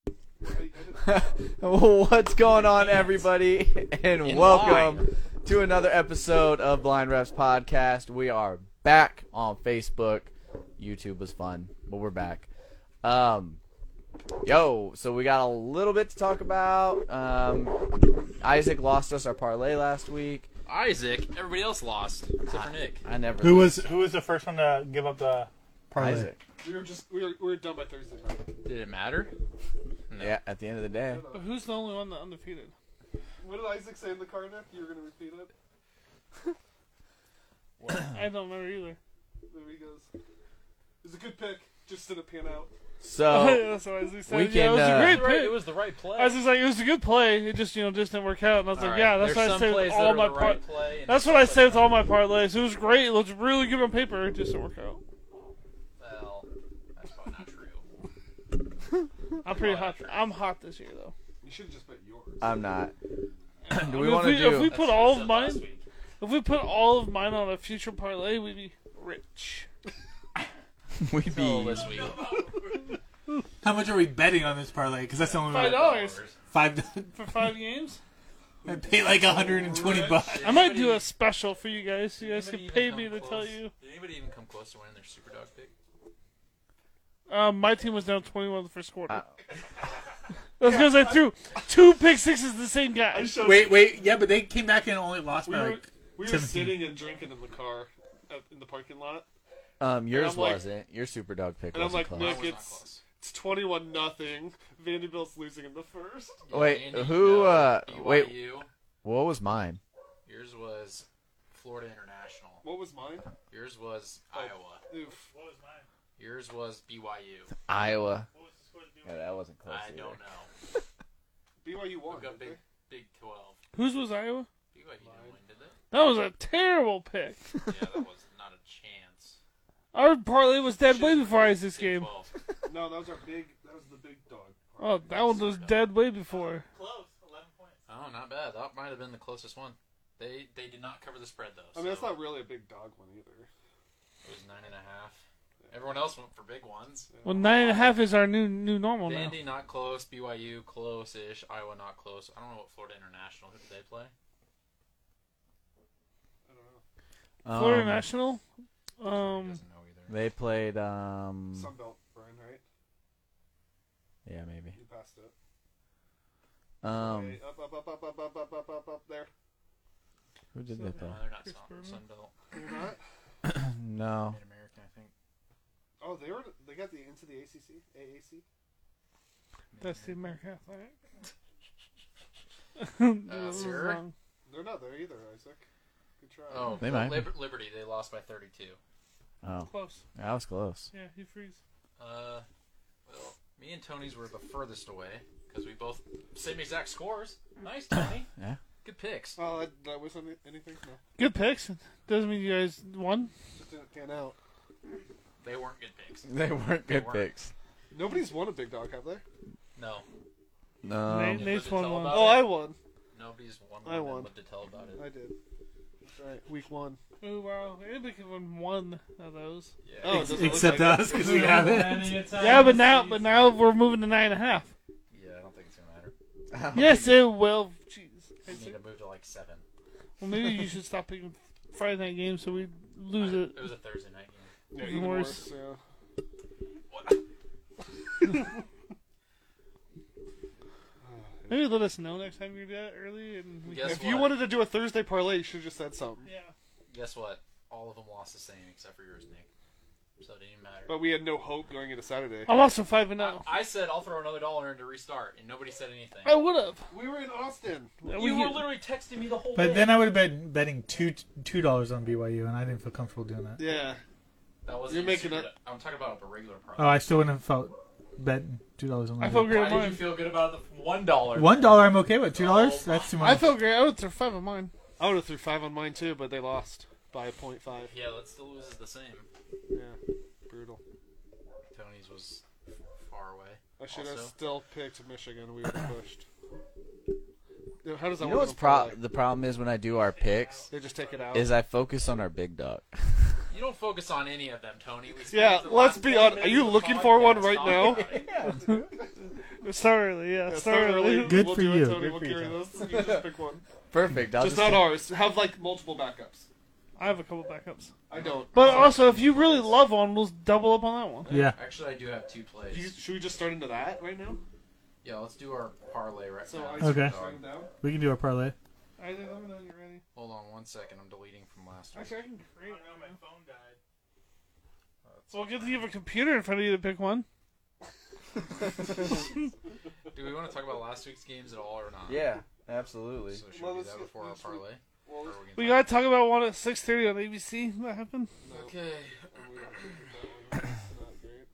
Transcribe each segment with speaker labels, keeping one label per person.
Speaker 1: What's going on, everybody? And
Speaker 2: In
Speaker 1: welcome
Speaker 2: line.
Speaker 1: to another episode of Blind Refs Podcast. We are back on Facebook. YouTube was fun, but we're back. Um, yo, so we got a little bit to talk about. Um, Isaac lost us our parlay last week.
Speaker 2: Isaac, everybody else lost except for Nick.
Speaker 1: I never.
Speaker 3: Who was
Speaker 1: lose.
Speaker 3: who was the first one to give up the parlay?
Speaker 1: Isaac?
Speaker 4: We were just we were, we were done by Thursday night.
Speaker 2: Did it matter?
Speaker 1: Yeah, at the end of the day.
Speaker 5: But who's the only one that undefeated?
Speaker 4: What did Isaac say in the car, Nick? You were gonna repeat it.
Speaker 5: I don't remember either.
Speaker 4: There he goes. It was a good pick. Just didn't pan out.
Speaker 1: So,
Speaker 5: That's what Isaac said.
Speaker 1: we
Speaker 5: yeah, it was
Speaker 1: can, uh,
Speaker 5: a great pick.
Speaker 2: was the right play.
Speaker 5: Isaac was like, it was a good play. It just, you know, just didn't work out. And I was like, yeah, that's what I say with all my par- That's what I say with all my parlays. It was great. It looked really good on paper. It just didn't work out.
Speaker 2: Well, that's probably not true.
Speaker 5: I'm pretty hot. I'm hot this year though.
Speaker 4: You should have just bet yours.
Speaker 1: I'm not.
Speaker 5: I
Speaker 1: Do
Speaker 5: mean,
Speaker 1: we
Speaker 5: if
Speaker 1: want to
Speaker 5: we, if we
Speaker 1: do?
Speaker 5: put
Speaker 2: what I
Speaker 5: all
Speaker 2: said
Speaker 5: of
Speaker 2: last
Speaker 5: mine,
Speaker 2: week.
Speaker 5: if we put all of mine on a future parlay, we'd be rich.
Speaker 1: We
Speaker 2: Oh,
Speaker 1: be
Speaker 2: this week.
Speaker 3: How much are we betting on this parlay? Because that's the only one.
Speaker 5: Five dollars
Speaker 3: Five.
Speaker 5: for five games.
Speaker 3: I paid like 120 bucks.
Speaker 5: I might do a special for you guys. You guys
Speaker 2: Anybody
Speaker 5: can
Speaker 2: even
Speaker 5: pay
Speaker 2: come
Speaker 5: me to
Speaker 2: close?
Speaker 5: tell you.
Speaker 2: Did anybody even come close to winning their super dog pick?
Speaker 5: Um, my team was down 21 the first quarter.
Speaker 1: Uh,
Speaker 5: That's because I threw two pick sixes to the same guy.
Speaker 4: showed
Speaker 3: Wait, wait, yeah, but they came back and only lost
Speaker 4: we
Speaker 3: by
Speaker 4: were,
Speaker 3: like.
Speaker 4: we were
Speaker 3: 17.
Speaker 4: sitting and drinking in the car up in the parking lot,
Speaker 1: um, yours
Speaker 4: I'm like-
Speaker 1: wasn't. Your super dog pick
Speaker 4: and I'm
Speaker 1: wasn't
Speaker 4: like,
Speaker 1: close.
Speaker 4: Nick,
Speaker 2: Mine was not
Speaker 4: it's it's 21 nothing. Vanderbilt's losing in the first.
Speaker 1: Wait,
Speaker 2: Andy,
Speaker 1: who?
Speaker 2: no.
Speaker 1: Uh,
Speaker 2: BYU.
Speaker 1: wait, what was mine?
Speaker 2: Yours was Florida International.
Speaker 4: What was mine?
Speaker 2: Yours was Iowa.
Speaker 4: Oof.
Speaker 3: What was mine?
Speaker 2: Yours was BYU.
Speaker 1: Iowa.
Speaker 3: What was the score to
Speaker 1: Yeah, that wasn't close.
Speaker 2: I don't know.
Speaker 4: BYU won.
Speaker 2: We got
Speaker 4: didn't
Speaker 2: Big Big Twelve.
Speaker 5: Whose was Iowa?
Speaker 2: BYU didn't win, did they?
Speaker 5: That was a terrible pick.
Speaker 2: Yeah, that was not a chance.
Speaker 5: Our parlay was dead way before Isaac's
Speaker 2: Big
Speaker 5: game.
Speaker 2: 12.
Speaker 4: they? No, that was our big. That was the big dog.
Speaker 5: Oh, that one was dead way before.
Speaker 3: Close, 11 points.
Speaker 2: Oh, not bad. That might have been the closest one. They they did not cover the spread though.
Speaker 4: I mean, that's
Speaker 2: so
Speaker 4: not really a big dog one either.
Speaker 2: It was nine and a half. Everyone else went for big ones.
Speaker 5: Well, nine and a half is our new new normal now.
Speaker 2: Vandy not close. BYU close-ish. Iowa not close. I don't know what Florida International who did they play.
Speaker 4: I don't know.
Speaker 1: Um,
Speaker 5: Florida National.
Speaker 2: He
Speaker 5: Um,
Speaker 2: doesn't know either.
Speaker 1: They played. Um,
Speaker 4: Sunbelt, Brian, right?
Speaker 1: yeah, maybe.
Speaker 4: You passed it.
Speaker 1: Um,
Speaker 4: Okay, up, up, up, up, up, up, up, up, up, up there.
Speaker 1: who did they play?
Speaker 2: No, they're not Sun,
Speaker 5: Pittsburgh.
Speaker 2: Sunbelt.
Speaker 4: They're not.
Speaker 1: No,
Speaker 2: Mid American, I think.
Speaker 4: Oh, they were. They got the into the ACC, AAC.
Speaker 5: that's the American Athletic.
Speaker 2: Uh,
Speaker 5: This is
Speaker 2: sir?
Speaker 5: wrong.
Speaker 4: They're not there either, Isaac. Good try.
Speaker 2: Oh,
Speaker 1: They might be.
Speaker 2: Liber- Liberty. They lost by 32.
Speaker 1: oh,
Speaker 5: Close.
Speaker 1: that was close.
Speaker 5: Yeah, he freeze.
Speaker 2: Uh, well, me and Tony's were the furthest away because we both same exact scores. Nice, Tony.
Speaker 1: Yeah.
Speaker 2: Good picks.
Speaker 4: Oh, that, that was any, anything? No,
Speaker 5: Good picks. Doesn't mean you guys won.
Speaker 4: just didn't pan out.
Speaker 2: They weren't good picks.
Speaker 1: They weren't
Speaker 2: They
Speaker 1: good
Speaker 2: weren't.
Speaker 1: picks.
Speaker 4: Nobody's won a big dog, have they?
Speaker 2: No,
Speaker 1: No.
Speaker 5: Nate,
Speaker 2: They-
Speaker 5: Nate's won one.
Speaker 2: Uh,
Speaker 4: Oh, I won.
Speaker 2: nobody's won.
Speaker 4: I
Speaker 2: one and
Speaker 4: won.
Speaker 2: lived to tell about it.
Speaker 4: I did. That's right. Week one.
Speaker 5: Oh wow, anybody could win one of those.
Speaker 2: Yeah.
Speaker 4: Oh, it doesn't
Speaker 3: Except
Speaker 4: look like
Speaker 3: us, because we haven't.
Speaker 5: Yeah, but now, but now we're moving to nine and a half.
Speaker 2: Yeah, I don't think it's gonna matter.
Speaker 5: Yes, it will. Jeez.
Speaker 2: We need to move to like seven.
Speaker 5: Well, maybe you should stop picking Friday night games so we lose
Speaker 2: It
Speaker 5: it.
Speaker 2: was a Thursday night game.
Speaker 4: Yeah,
Speaker 5: Even
Speaker 4: even
Speaker 5: worse.
Speaker 4: worse. Yeah.
Speaker 5: Maybe let us know next time you do that early, and we
Speaker 2: Guess
Speaker 4: if you
Speaker 2: what?
Speaker 4: wanted to do a Thursday parlay, you should have just said something.
Speaker 5: yeah.
Speaker 2: Guess what? All of them lost the same except for yours, Nick. So it didn't even matter.
Speaker 4: But we had no hope going into Saturday.
Speaker 5: I'm also five and
Speaker 2: I,
Speaker 5: zero.
Speaker 2: I said I'll throw another dollar in to restart, and nobody said anything.
Speaker 4: Oh.
Speaker 5: I would have.
Speaker 4: We were in Austin.
Speaker 2: you were literally texting me the whole
Speaker 3: But
Speaker 2: day.
Speaker 3: then I would have been betting two two dollars on BYU, and I didn't feel comfortable doing that.
Speaker 4: Yeah.
Speaker 2: that wasn't
Speaker 4: you're
Speaker 2: your
Speaker 4: making
Speaker 2: secret-
Speaker 4: up-
Speaker 2: I'm talking about a regular problem.
Speaker 3: Oh, I still wouldn't have felt betting two dollars on.
Speaker 5: I felt
Speaker 3: that.
Speaker 5: great
Speaker 2: Why
Speaker 5: at
Speaker 2: did you
Speaker 5: mine.
Speaker 2: feel good about the one dollar?
Speaker 3: One dollar, I'm okay with. Two dollars,
Speaker 2: Oh,
Speaker 3: that's too much.
Speaker 5: I felt great. I would throw five of mine.
Speaker 4: I would have threw five on mine too, but they lost by a point five.
Speaker 2: Yeah, that still loses the same.
Speaker 4: Yeah. Brutal.
Speaker 2: Tony's was far away.
Speaker 4: I should have
Speaker 2: Also-
Speaker 4: still picked Michigan. We would have pushed. Dude, How does that
Speaker 1: You know
Speaker 4: work?
Speaker 1: what's
Speaker 4: in parlay?
Speaker 1: pro- the problem is when I do our picks
Speaker 4: They just take it out.
Speaker 1: is I focus on our big dog.
Speaker 2: You don't focus on any of them, Tony. We spent
Speaker 4: Yeah,
Speaker 2: the
Speaker 4: let's
Speaker 2: last
Speaker 4: be
Speaker 2: 10
Speaker 4: hon-
Speaker 2: minutes
Speaker 4: are you
Speaker 2: of the
Speaker 4: looking for one
Speaker 2: podcast
Speaker 4: right
Speaker 2: talking
Speaker 4: now?
Speaker 2: about it.
Speaker 5: Start early, yeah.
Speaker 4: Yeah,
Speaker 5: start early.
Speaker 3: Good
Speaker 4: we'll
Speaker 3: for
Speaker 4: do
Speaker 3: you.
Speaker 4: It, Tony.
Speaker 3: Good
Speaker 4: we'll
Speaker 3: for you,
Speaker 4: carry
Speaker 3: Tony.
Speaker 4: those. You just pick one.
Speaker 1: Perfect. I'll
Speaker 4: Just
Speaker 1: just,
Speaker 4: not ours. Have like multiple backups.
Speaker 5: I have a couple backups.
Speaker 4: I don't.
Speaker 5: But also, if you really love one, we'll double up on that one.
Speaker 3: Yeah.
Speaker 2: Actually, I do have two plays.
Speaker 4: You- should we just start into that right now?
Speaker 2: Yeah, let's do our parlay right
Speaker 4: So
Speaker 2: now.
Speaker 4: I
Speaker 3: Okay.
Speaker 4: start it down.
Speaker 3: We can do a parlay.
Speaker 5: Isaac, let me know when you're ready.
Speaker 2: Hold on one second. I'm deleting from last week.
Speaker 5: Actually, I can create my phone died. So we'll get to you have a computer in front of you to pick one.
Speaker 2: Do we want to talk about last week's games at all or not?
Speaker 1: yeah, absolutely.
Speaker 2: So should
Speaker 4: Well,
Speaker 2: we do
Speaker 4: let's
Speaker 2: that
Speaker 4: get-
Speaker 2: before our
Speaker 4: let's-
Speaker 2: parlay?
Speaker 4: Well,
Speaker 2: Or
Speaker 4: let's-
Speaker 2: we
Speaker 5: We
Speaker 2: can
Speaker 5: gotta talk about one at 6:30 on ABC. That happened.
Speaker 4: no,
Speaker 2: Okay.
Speaker 4: we don't think that one. It's not great.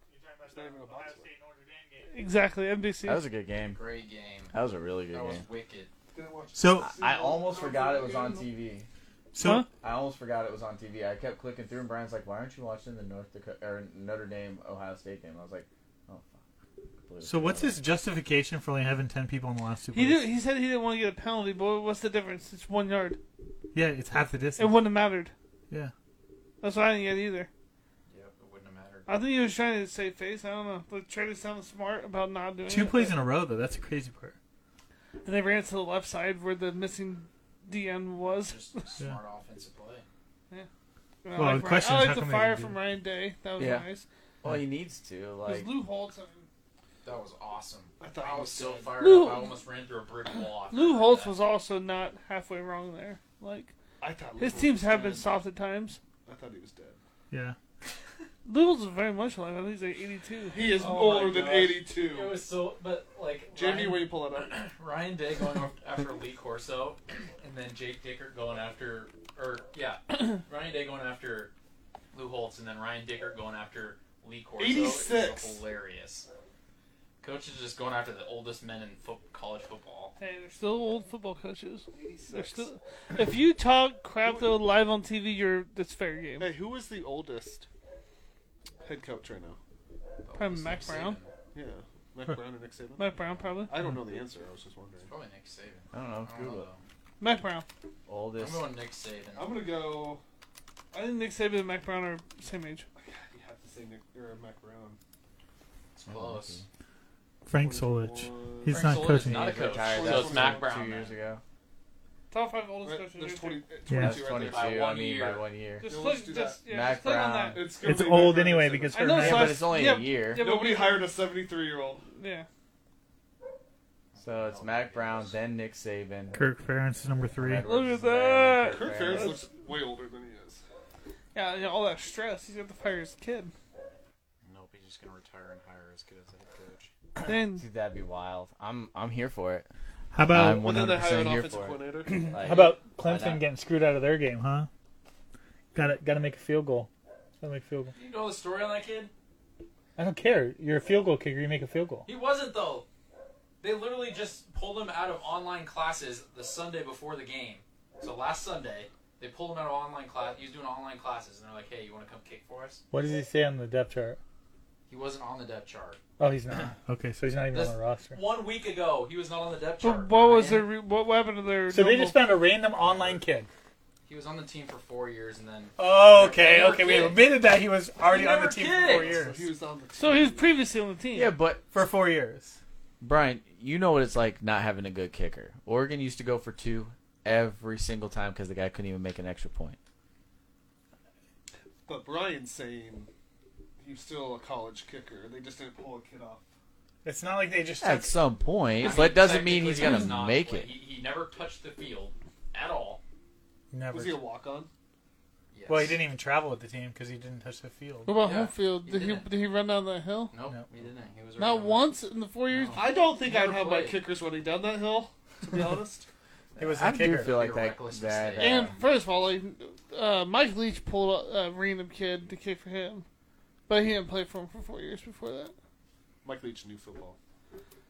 Speaker 4: It's not even a box one.
Speaker 5: Exactly, NBC.
Speaker 1: That was a good game.
Speaker 2: Great game.
Speaker 1: That was a really good
Speaker 2: That was
Speaker 1: game.
Speaker 2: wicked.
Speaker 4: Didn't watch
Speaker 3: So,
Speaker 1: I almost forgot it was on TV.
Speaker 3: so
Speaker 5: Huh?
Speaker 1: I almost forgot it was on TV. I kept clicking through, and Brian's like, "Why aren't you watching the North Dakota or Notre Dame Ohio State game?" I was like, "Oh fuck." Completely
Speaker 3: so
Speaker 1: forgot
Speaker 3: what's
Speaker 1: about
Speaker 3: his justification for only having ten people in the last two?
Speaker 5: he
Speaker 3: plays?
Speaker 5: did, He said he didn't want to get a penalty, but what's the difference? It's one yard.
Speaker 3: Yeah, it's half the
Speaker 5: It
Speaker 3: distance.
Speaker 5: wouldn't have mattered.
Speaker 3: yeah.
Speaker 5: That's what I didn't get either.
Speaker 2: Yep, it wouldn't have mattered.
Speaker 5: I think he was trying to save face. I don't know. Like trying to sound smart about not doing
Speaker 3: Two
Speaker 5: it,
Speaker 3: plays
Speaker 5: but-
Speaker 3: in a row though. That's the crazy part.
Speaker 5: And they ran to the left side where the missing DN was.
Speaker 2: Just smart offensive play.
Speaker 5: And I
Speaker 3: Well,
Speaker 5: like
Speaker 3: the question
Speaker 5: Ryan,
Speaker 3: is
Speaker 5: I
Speaker 3: how
Speaker 5: like the
Speaker 3: come they
Speaker 5: fire
Speaker 3: didn't do
Speaker 5: from Ryan Day. That was
Speaker 1: Yeah.
Speaker 5: nice.
Speaker 1: Well, he needs to
Speaker 5: Because
Speaker 1: like.
Speaker 5: Lou Holtz,
Speaker 2: That was awesome.
Speaker 4: I thought
Speaker 2: I
Speaker 4: it
Speaker 2: was so
Speaker 4: good.
Speaker 2: fired
Speaker 5: Lou-
Speaker 2: up. I almost ran through a brick wall. after I
Speaker 5: Lou
Speaker 2: heard
Speaker 5: Holtz
Speaker 2: that.
Speaker 5: was also not halfway wrong there. Like
Speaker 4: I thought
Speaker 5: his
Speaker 4: Liverpool
Speaker 5: teams
Speaker 4: was
Speaker 5: have been
Speaker 4: dead.
Speaker 5: soft at times.
Speaker 4: I thought he was dead.
Speaker 3: Yeah.
Speaker 5: Lou Holtz is very much alive. I think he's like 82.
Speaker 4: He is
Speaker 2: Oh my
Speaker 4: older than
Speaker 2: gosh. It
Speaker 4: 82.
Speaker 2: was so, but like
Speaker 4: Jamie,
Speaker 2: Ryan-
Speaker 4: will you pull it up?
Speaker 2: Ryan Day going off after Lee Corso, and then Jake Dickert going after, or yeah, Ryan Day going after Lou Holtz, and then Ryan Dickert going after Lee Corso. It was
Speaker 4: 86.
Speaker 2: hilarious. Coach is just going after the oldest men in fo- college football.
Speaker 5: Hey, they're still old football coaches. They're
Speaker 4: 86.
Speaker 5: still. If you talk crap though live on TV, you're that's fair game.
Speaker 4: Hey, who is the oldest head coach right now?
Speaker 2: The
Speaker 5: Probably
Speaker 2: oldest
Speaker 5: Mac
Speaker 2: Nick
Speaker 5: Brown.
Speaker 2: Saban.
Speaker 4: Yeah, Mac Brown and Nick Saban.
Speaker 5: Matt Brown probably.
Speaker 4: I don't know the answer. I was just wondering.
Speaker 2: Probably Nick Saban.
Speaker 1: I don't know.
Speaker 2: I don't
Speaker 1: Google
Speaker 2: know,
Speaker 1: it.
Speaker 5: Matt Brown.
Speaker 2: though.
Speaker 1: Oldest.
Speaker 2: I'm going Nick Saban.
Speaker 4: I'm gonna go.
Speaker 5: I think Nick Saban and Mac Brown are same age.
Speaker 4: You have to say Nick or Mac Brown.
Speaker 2: It's close.
Speaker 3: Frank Solich.
Speaker 4: 41.
Speaker 3: He's
Speaker 2: Frank
Speaker 3: not
Speaker 2: Solich is
Speaker 3: coaching.
Speaker 2: Not a
Speaker 1: He's
Speaker 2: coach.
Speaker 1: retired.
Speaker 4: So
Speaker 1: That's
Speaker 4: it's
Speaker 2: Mac
Speaker 1: two
Speaker 2: Brown
Speaker 1: years
Speaker 2: then.
Speaker 1: ago.
Speaker 5: Top five oldest
Speaker 4: Right,
Speaker 5: coaches.
Speaker 4: there's
Speaker 5: right
Speaker 4: 20,
Speaker 5: there.
Speaker 4: uh,
Speaker 3: Yeah.
Speaker 4: 22
Speaker 1: That's
Speaker 4: right there.
Speaker 1: 22.
Speaker 2: By
Speaker 1: I
Speaker 2: one
Speaker 1: mean,
Speaker 2: year.
Speaker 1: by one year.
Speaker 5: Just
Speaker 4: Yeah,
Speaker 5: click,
Speaker 4: let's do
Speaker 5: just,
Speaker 4: that.
Speaker 5: yeah,
Speaker 1: Mac
Speaker 5: just click on
Speaker 1: Brown.
Speaker 5: that.
Speaker 4: It's, gonna
Speaker 3: It's
Speaker 4: be
Speaker 3: old
Speaker 4: Mac
Speaker 3: anyway
Speaker 4: Brown and
Speaker 3: because
Speaker 5: I
Speaker 3: her
Speaker 5: know,
Speaker 1: Yeah,
Speaker 5: so
Speaker 3: name.
Speaker 1: but it's only a
Speaker 5: yeah,
Speaker 1: year.
Speaker 5: yeah.
Speaker 4: Saban. nobody hired a 73 year old.
Speaker 5: Yeah.
Speaker 1: So it's Mac Brown, then Nick Saban.
Speaker 3: Kirk Ferentz is number three.
Speaker 1: Edwards
Speaker 5: Look at
Speaker 1: is there,
Speaker 5: that.
Speaker 1: Kirk
Speaker 4: Kirk
Speaker 1: Ferentz.
Speaker 4: Ferentz looks way older than he is.
Speaker 5: Yeah, yeah, all that stress. He's got to fire his kid.
Speaker 2: Nope, he's just gonna retire and hire as good as a head coach.
Speaker 5: Then
Speaker 1: Dude, that'd be wild. I'm I'm here for it.
Speaker 3: How about
Speaker 1: I'm
Speaker 4: Well, then they hire
Speaker 1: 100%
Speaker 4: an
Speaker 1: here
Speaker 4: offensive
Speaker 1: for it.
Speaker 4: coordinator.
Speaker 1: Like,
Speaker 3: how about
Speaker 1: why not?
Speaker 3: Clemson getting screwed out of their game, huh? Got to got to make a field goal. Got to make a field goal.
Speaker 2: You know the story on that kid?
Speaker 3: I don't care. You're a field goal kicker. You make a field goal.
Speaker 2: He wasn't though. They literally just pulled him out of online classes the Sunday before the game. So last Sunday, they pulled him out of online class. He was doing online classes, and they're like, "Hey, you want to come kick for us?"
Speaker 3: What does he say on the depth chart?
Speaker 2: He wasn't on the depth chart.
Speaker 3: Oh, he's not. Okay, so he's not even
Speaker 2: This-
Speaker 3: on the roster.
Speaker 2: One week ago, he was not on the depth
Speaker 5: but
Speaker 2: chart.
Speaker 5: what was
Speaker 2: Ryan.
Speaker 5: their re- what happened to their?
Speaker 3: So they
Speaker 5: normal-
Speaker 3: just found a random online kid.
Speaker 2: He was on the team for four years, and then
Speaker 3: Oh, okay,
Speaker 2: They were
Speaker 3: okay. We
Speaker 2: kids.
Speaker 3: admitted that he was already
Speaker 2: They
Speaker 3: on the
Speaker 2: were
Speaker 3: team for four
Speaker 2: kids.
Speaker 4: So
Speaker 3: years.
Speaker 4: he was on the
Speaker 5: so he was previously on the team.
Speaker 1: Yeah, but
Speaker 3: For four years.
Speaker 1: Brian, you know what it's like not having a good kicker. Oregon used to go for two every single time because the guy couldn't even make an extra point.
Speaker 4: But Brian's saying he's still a college kicker. They just didn't pull a kid off.
Speaker 3: It's not like they just
Speaker 1: At
Speaker 3: took
Speaker 1: some
Speaker 2: I
Speaker 1: point,
Speaker 2: mean,
Speaker 1: but it doesn't
Speaker 2: technically
Speaker 1: mean he's
Speaker 2: he
Speaker 1: gonna
Speaker 2: was not,
Speaker 1: make
Speaker 2: like,
Speaker 1: it.
Speaker 2: He, he never touched the field at all.
Speaker 3: never.
Speaker 4: Was he a walk on?
Speaker 2: Yes.
Speaker 3: Well, he didn't even travel with the team because he didn't touch the
Speaker 5: What
Speaker 3: field.
Speaker 5: about
Speaker 2: Yeah,
Speaker 5: home field?
Speaker 2: he
Speaker 5: Did he
Speaker 2: didn't.
Speaker 5: did he run down that hill?
Speaker 2: Nope,
Speaker 3: Nope.
Speaker 2: he didn't. He was already
Speaker 5: Not
Speaker 2: on the-
Speaker 5: once in the four years.
Speaker 4: I don't think I'd
Speaker 2: Never
Speaker 4: have my
Speaker 2: played.
Speaker 4: kickers running down that hill, to be honest.
Speaker 3: It was
Speaker 1: I
Speaker 3: a
Speaker 1: do
Speaker 3: kicker.
Speaker 1: feel like
Speaker 2: Be a
Speaker 1: that.
Speaker 2: reckless
Speaker 1: that
Speaker 2: mistake.
Speaker 1: uh,
Speaker 5: And first of all, like uh, Mike Leach pulled a, a random kid to kick for him, but he didn't play for him for four years before that.
Speaker 4: Mike Leach knew football.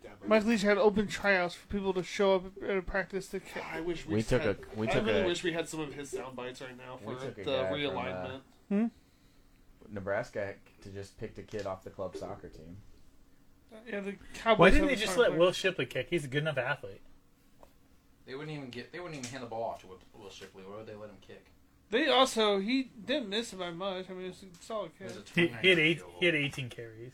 Speaker 4: Dabo.
Speaker 5: Mike Leach had open tryouts for people to show up at a practice to kick.
Speaker 4: I wish we,
Speaker 1: we
Speaker 4: just
Speaker 1: took a
Speaker 4: had,
Speaker 1: we
Speaker 4: I
Speaker 1: took
Speaker 4: really
Speaker 1: a
Speaker 4: wish we had some of his sound bites right now for
Speaker 1: We took a
Speaker 4: the
Speaker 1: guy from, uh,
Speaker 4: realignment.
Speaker 1: Nebraska to just pick the kid off the club soccer team.
Speaker 5: Yeah, the Cowboys.
Speaker 3: Why didn't
Speaker 5: have
Speaker 3: they
Speaker 5: a
Speaker 3: just
Speaker 5: smart
Speaker 3: let
Speaker 5: player.
Speaker 3: Will Shipley kick? He's a good enough athlete.
Speaker 2: They wouldn't even get. They wouldn't even hand the ball off to Will- Will Shipley. Why would they let him kick?
Speaker 5: They also he didn't miss it by much. I mean, it's a solid
Speaker 2: It
Speaker 5: kid.
Speaker 2: was a
Speaker 3: He, he had
Speaker 2: 29
Speaker 3: eight.
Speaker 2: field
Speaker 3: He had
Speaker 2: goal.
Speaker 3: 18 carries.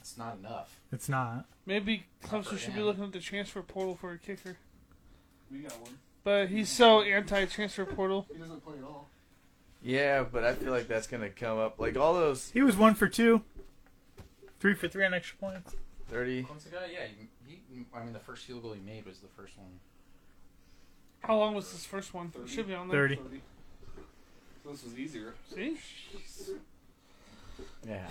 Speaker 2: It's not enough.
Speaker 3: It's It's not.
Speaker 5: Maybe
Speaker 2: Proper,
Speaker 5: Clemson should be
Speaker 2: yeah.
Speaker 5: looking at the transfer portal for a kicker.
Speaker 4: We got one.
Speaker 5: But he's so anti-transfer portal.
Speaker 4: He doesn't play at all.
Speaker 1: Yeah, but I feel like that's gonna come up. Like all those
Speaker 3: He was one for two, three for three on extra points.
Speaker 1: thirty.
Speaker 2: Clemson guy, yeah. He, he, I mean, the first field goal he made was the first one.
Speaker 5: How long was this first one? It should be on there.
Speaker 3: Thirty.
Speaker 4: So this was easier.
Speaker 5: See?
Speaker 1: Yeah.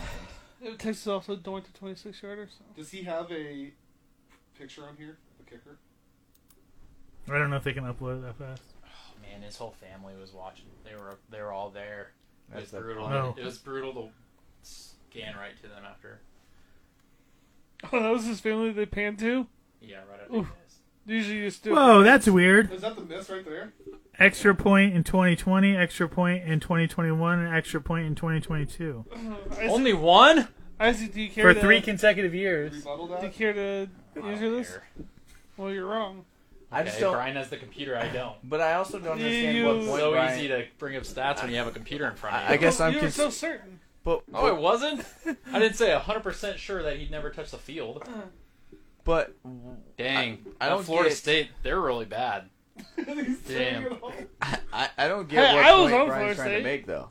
Speaker 5: It- Texas also doinked a 26 yarder. So.
Speaker 4: Does he have a picture on here? The kicker?
Speaker 3: I don't know if they can upload it that fast.
Speaker 2: Man, his whole family was watching. They were they were all there. It was
Speaker 1: That's the
Speaker 2: brutal.
Speaker 3: No.
Speaker 2: It was brutal to scan right to them after.
Speaker 5: Oh, that was his family they panned to?
Speaker 2: Yeah, right after
Speaker 5: Oof.
Speaker 2: this.
Speaker 5: Usually you just do
Speaker 3: Whoa, that's weird.
Speaker 4: Is that the miss right there?
Speaker 3: Extra point in 2020, extra point in 2021, and extra point in 2022
Speaker 5: Only
Speaker 2: Only one.
Speaker 5: Isaac, do you care
Speaker 3: for
Speaker 5: to,
Speaker 3: three consecutive years.
Speaker 4: Rebuttal
Speaker 5: do you
Speaker 4: that?
Speaker 5: care to
Speaker 2: I don't
Speaker 5: answer this?
Speaker 2: care.
Speaker 5: Well, you're wrong.
Speaker 1: I
Speaker 2: Okay,
Speaker 1: just don't.
Speaker 2: Brian has the computer. I don't.
Speaker 1: But I also don't understand
Speaker 5: You-
Speaker 1: what
Speaker 5: So
Speaker 1: point
Speaker 2: so
Speaker 1: Brian-
Speaker 2: easy to bring up stats when you have a computer in front of you.
Speaker 1: I- I guess I'm
Speaker 5: you were
Speaker 1: cons-
Speaker 5: so certain.
Speaker 1: But
Speaker 2: No, Oh, it wasn't. I didn't say 100% sure that he'd never touch the field.
Speaker 1: but
Speaker 2: Dang.
Speaker 1: I- I
Speaker 2: Well,
Speaker 1: don't
Speaker 2: Florida
Speaker 1: get-
Speaker 2: State, they're really bad.
Speaker 4: He's throwing
Speaker 2: Damn.
Speaker 4: it all.
Speaker 1: I, I, I don't get
Speaker 5: Hey,
Speaker 1: what
Speaker 5: I was
Speaker 1: point
Speaker 5: on eh?
Speaker 1: Brian's
Speaker 5: Florida
Speaker 1: trying to
Speaker 5: State.
Speaker 1: make though.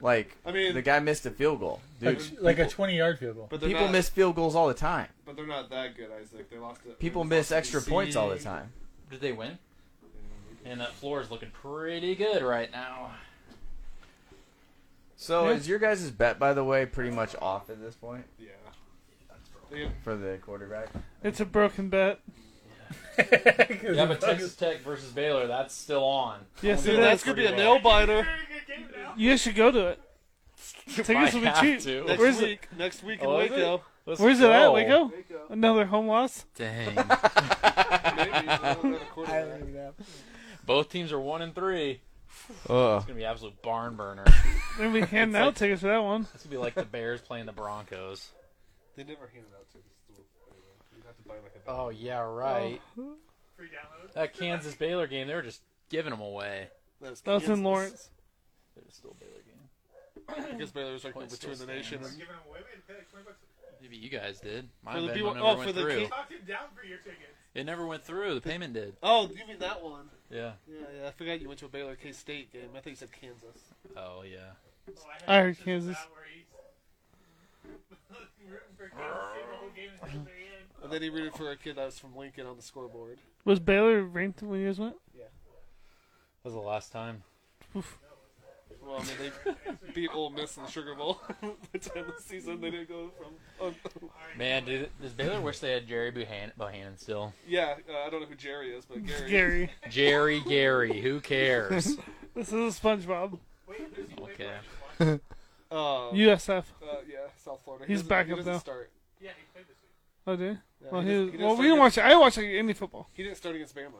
Speaker 1: Like
Speaker 4: I mean,
Speaker 1: the guy missed a field goal, dude.
Speaker 3: like a 20 yard field goal.
Speaker 4: but they're
Speaker 1: People
Speaker 4: not,
Speaker 1: miss field goals all the time.
Speaker 4: But they're not that good, Isaac. They lost it.
Speaker 1: People
Speaker 4: they
Speaker 1: miss
Speaker 4: lost to
Speaker 1: extra
Speaker 4: BC.
Speaker 1: points all the time.
Speaker 2: Did they win? And that floor is looking pretty good right now.
Speaker 1: So
Speaker 5: Yeah.
Speaker 1: is your guys' bet, by the way, pretty much off at this point
Speaker 4: Yeah. They have,
Speaker 1: for the quarterback?
Speaker 5: It's a broken bet.
Speaker 2: Yeah, but Texas Tech versus Baylor, that's still on.
Speaker 5: Yes,
Speaker 2: Dude,
Speaker 5: it
Speaker 2: that's
Speaker 5: is.
Speaker 2: gonna be a nail
Speaker 5: biter. You should go to it. Tickets will
Speaker 2: Might
Speaker 5: be
Speaker 2: have
Speaker 5: cheap.
Speaker 2: to.
Speaker 5: Where's it?
Speaker 4: Next week
Speaker 2: in Oh, is it? Waco. Let's
Speaker 5: Where's it at?
Speaker 2: go.
Speaker 5: Waco.
Speaker 4: Waco.
Speaker 5: Another home loss.
Speaker 2: Dang.
Speaker 4: Maybe. they don't have a quarterback.
Speaker 2: Both teams are one and three.
Speaker 1: Ugh.
Speaker 2: It's gonna be an absolute barn burner.
Speaker 5: Then we hand
Speaker 2: It's
Speaker 5: out
Speaker 2: like-
Speaker 5: tickets for that one.
Speaker 2: It's gonna be like the Bears playing the Broncos.
Speaker 4: They never handed out tickets to the You have to buy like a
Speaker 2: Oh yeah, right.
Speaker 3: Free download.
Speaker 2: That Kansas Baylor game, they were just giving them away.
Speaker 4: That's
Speaker 5: That was in Lawrence.
Speaker 2: It was still a Baylor game.
Speaker 4: I guess Baylor's like
Speaker 2: Point
Speaker 4: number two in the
Speaker 2: still
Speaker 4: nation.
Speaker 2: stands.
Speaker 3: Giving away, we had to pay like 20 bucks.
Speaker 2: Maybe you guys did.
Speaker 4: For
Speaker 2: Mine
Speaker 4: the
Speaker 2: bet
Speaker 4: people-
Speaker 2: never
Speaker 4: oh,
Speaker 2: went
Speaker 4: for the
Speaker 2: through.
Speaker 4: kids.
Speaker 3: Talked him down for your tickets.
Speaker 2: It never went through. The payment did.
Speaker 4: Oh, you mean that one?
Speaker 2: Yeah.
Speaker 4: Yeah, yeah. I forgot you went to a Baylor K State game. I think you said Kansas.
Speaker 2: Oh yeah.
Speaker 3: Oh,
Speaker 5: I heard Kansas.
Speaker 4: And then he rooted for a kid that was from Lincoln on the scoreboard.
Speaker 5: Was Baylor ranked when you guys went?
Speaker 2: That was the last time.
Speaker 4: Well, I mean, they beat Ole Miss in the Sugar Bowl. the time of the season they didn't go from. oh,
Speaker 2: Man, did, does Baylor wish they had Jerry Bohan- Bohannon still?
Speaker 4: yeah, uh, I don't know who Jerry is, but Gary.
Speaker 5: Gary.
Speaker 2: Jerry, Gary, who cares?
Speaker 5: This is a SpongeBob.
Speaker 2: Okay.
Speaker 4: Uh,
Speaker 5: USF.
Speaker 4: uh, yeah, South Florida.
Speaker 5: He's
Speaker 4: doesn't-
Speaker 5: back
Speaker 4: he
Speaker 5: up,
Speaker 4: doesn't
Speaker 5: though.
Speaker 4: Start.
Speaker 5: Oh, did?
Speaker 4: Yeah,
Speaker 5: Well,
Speaker 4: he
Speaker 5: he
Speaker 4: doesn't-
Speaker 5: was-
Speaker 4: he doesn't
Speaker 5: well,
Speaker 4: start
Speaker 5: we
Speaker 4: against-
Speaker 5: didn't watch. I didn't watch like, any football.
Speaker 4: He didn't start against Bama.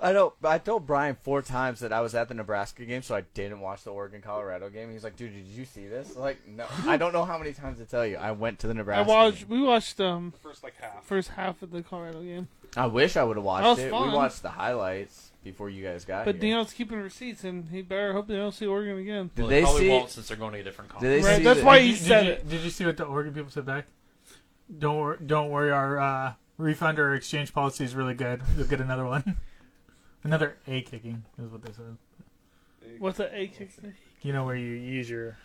Speaker 1: I don't. I told Brian four times that I was at the Nebraska game, so I didn't watch the Oregon Colorado game. He's like, "Dude, did you see this?" I'm like, no. I don't know how many times to tell you. I went to the
Speaker 5: I
Speaker 1: Nebraska. game.
Speaker 5: watched. We watched um
Speaker 4: The first like half.
Speaker 5: first half of the Colorado game,
Speaker 1: I wish I would have
Speaker 5: That
Speaker 1: watched
Speaker 5: was
Speaker 1: it.
Speaker 5: fun.
Speaker 1: We watched the highlights before you guys got
Speaker 5: but
Speaker 1: here.
Speaker 5: Dion's keeping receipts, and he better hope they don't see Oregon again.
Speaker 1: did
Speaker 2: Well,
Speaker 1: they
Speaker 2: probably
Speaker 1: see?
Speaker 2: won't since they're going to a different
Speaker 1: Did they
Speaker 2: conference.
Speaker 5: Right,
Speaker 1: see?
Speaker 5: that's
Speaker 1: the-
Speaker 5: why he said it.
Speaker 3: Did you see what the Oregon people said back? Don't wor- don't worry, our uh, refund or exchange policy is really good. You'll get another one. another a kicking is what they said.
Speaker 5: What's an A kick? thing?
Speaker 3: You know where you use your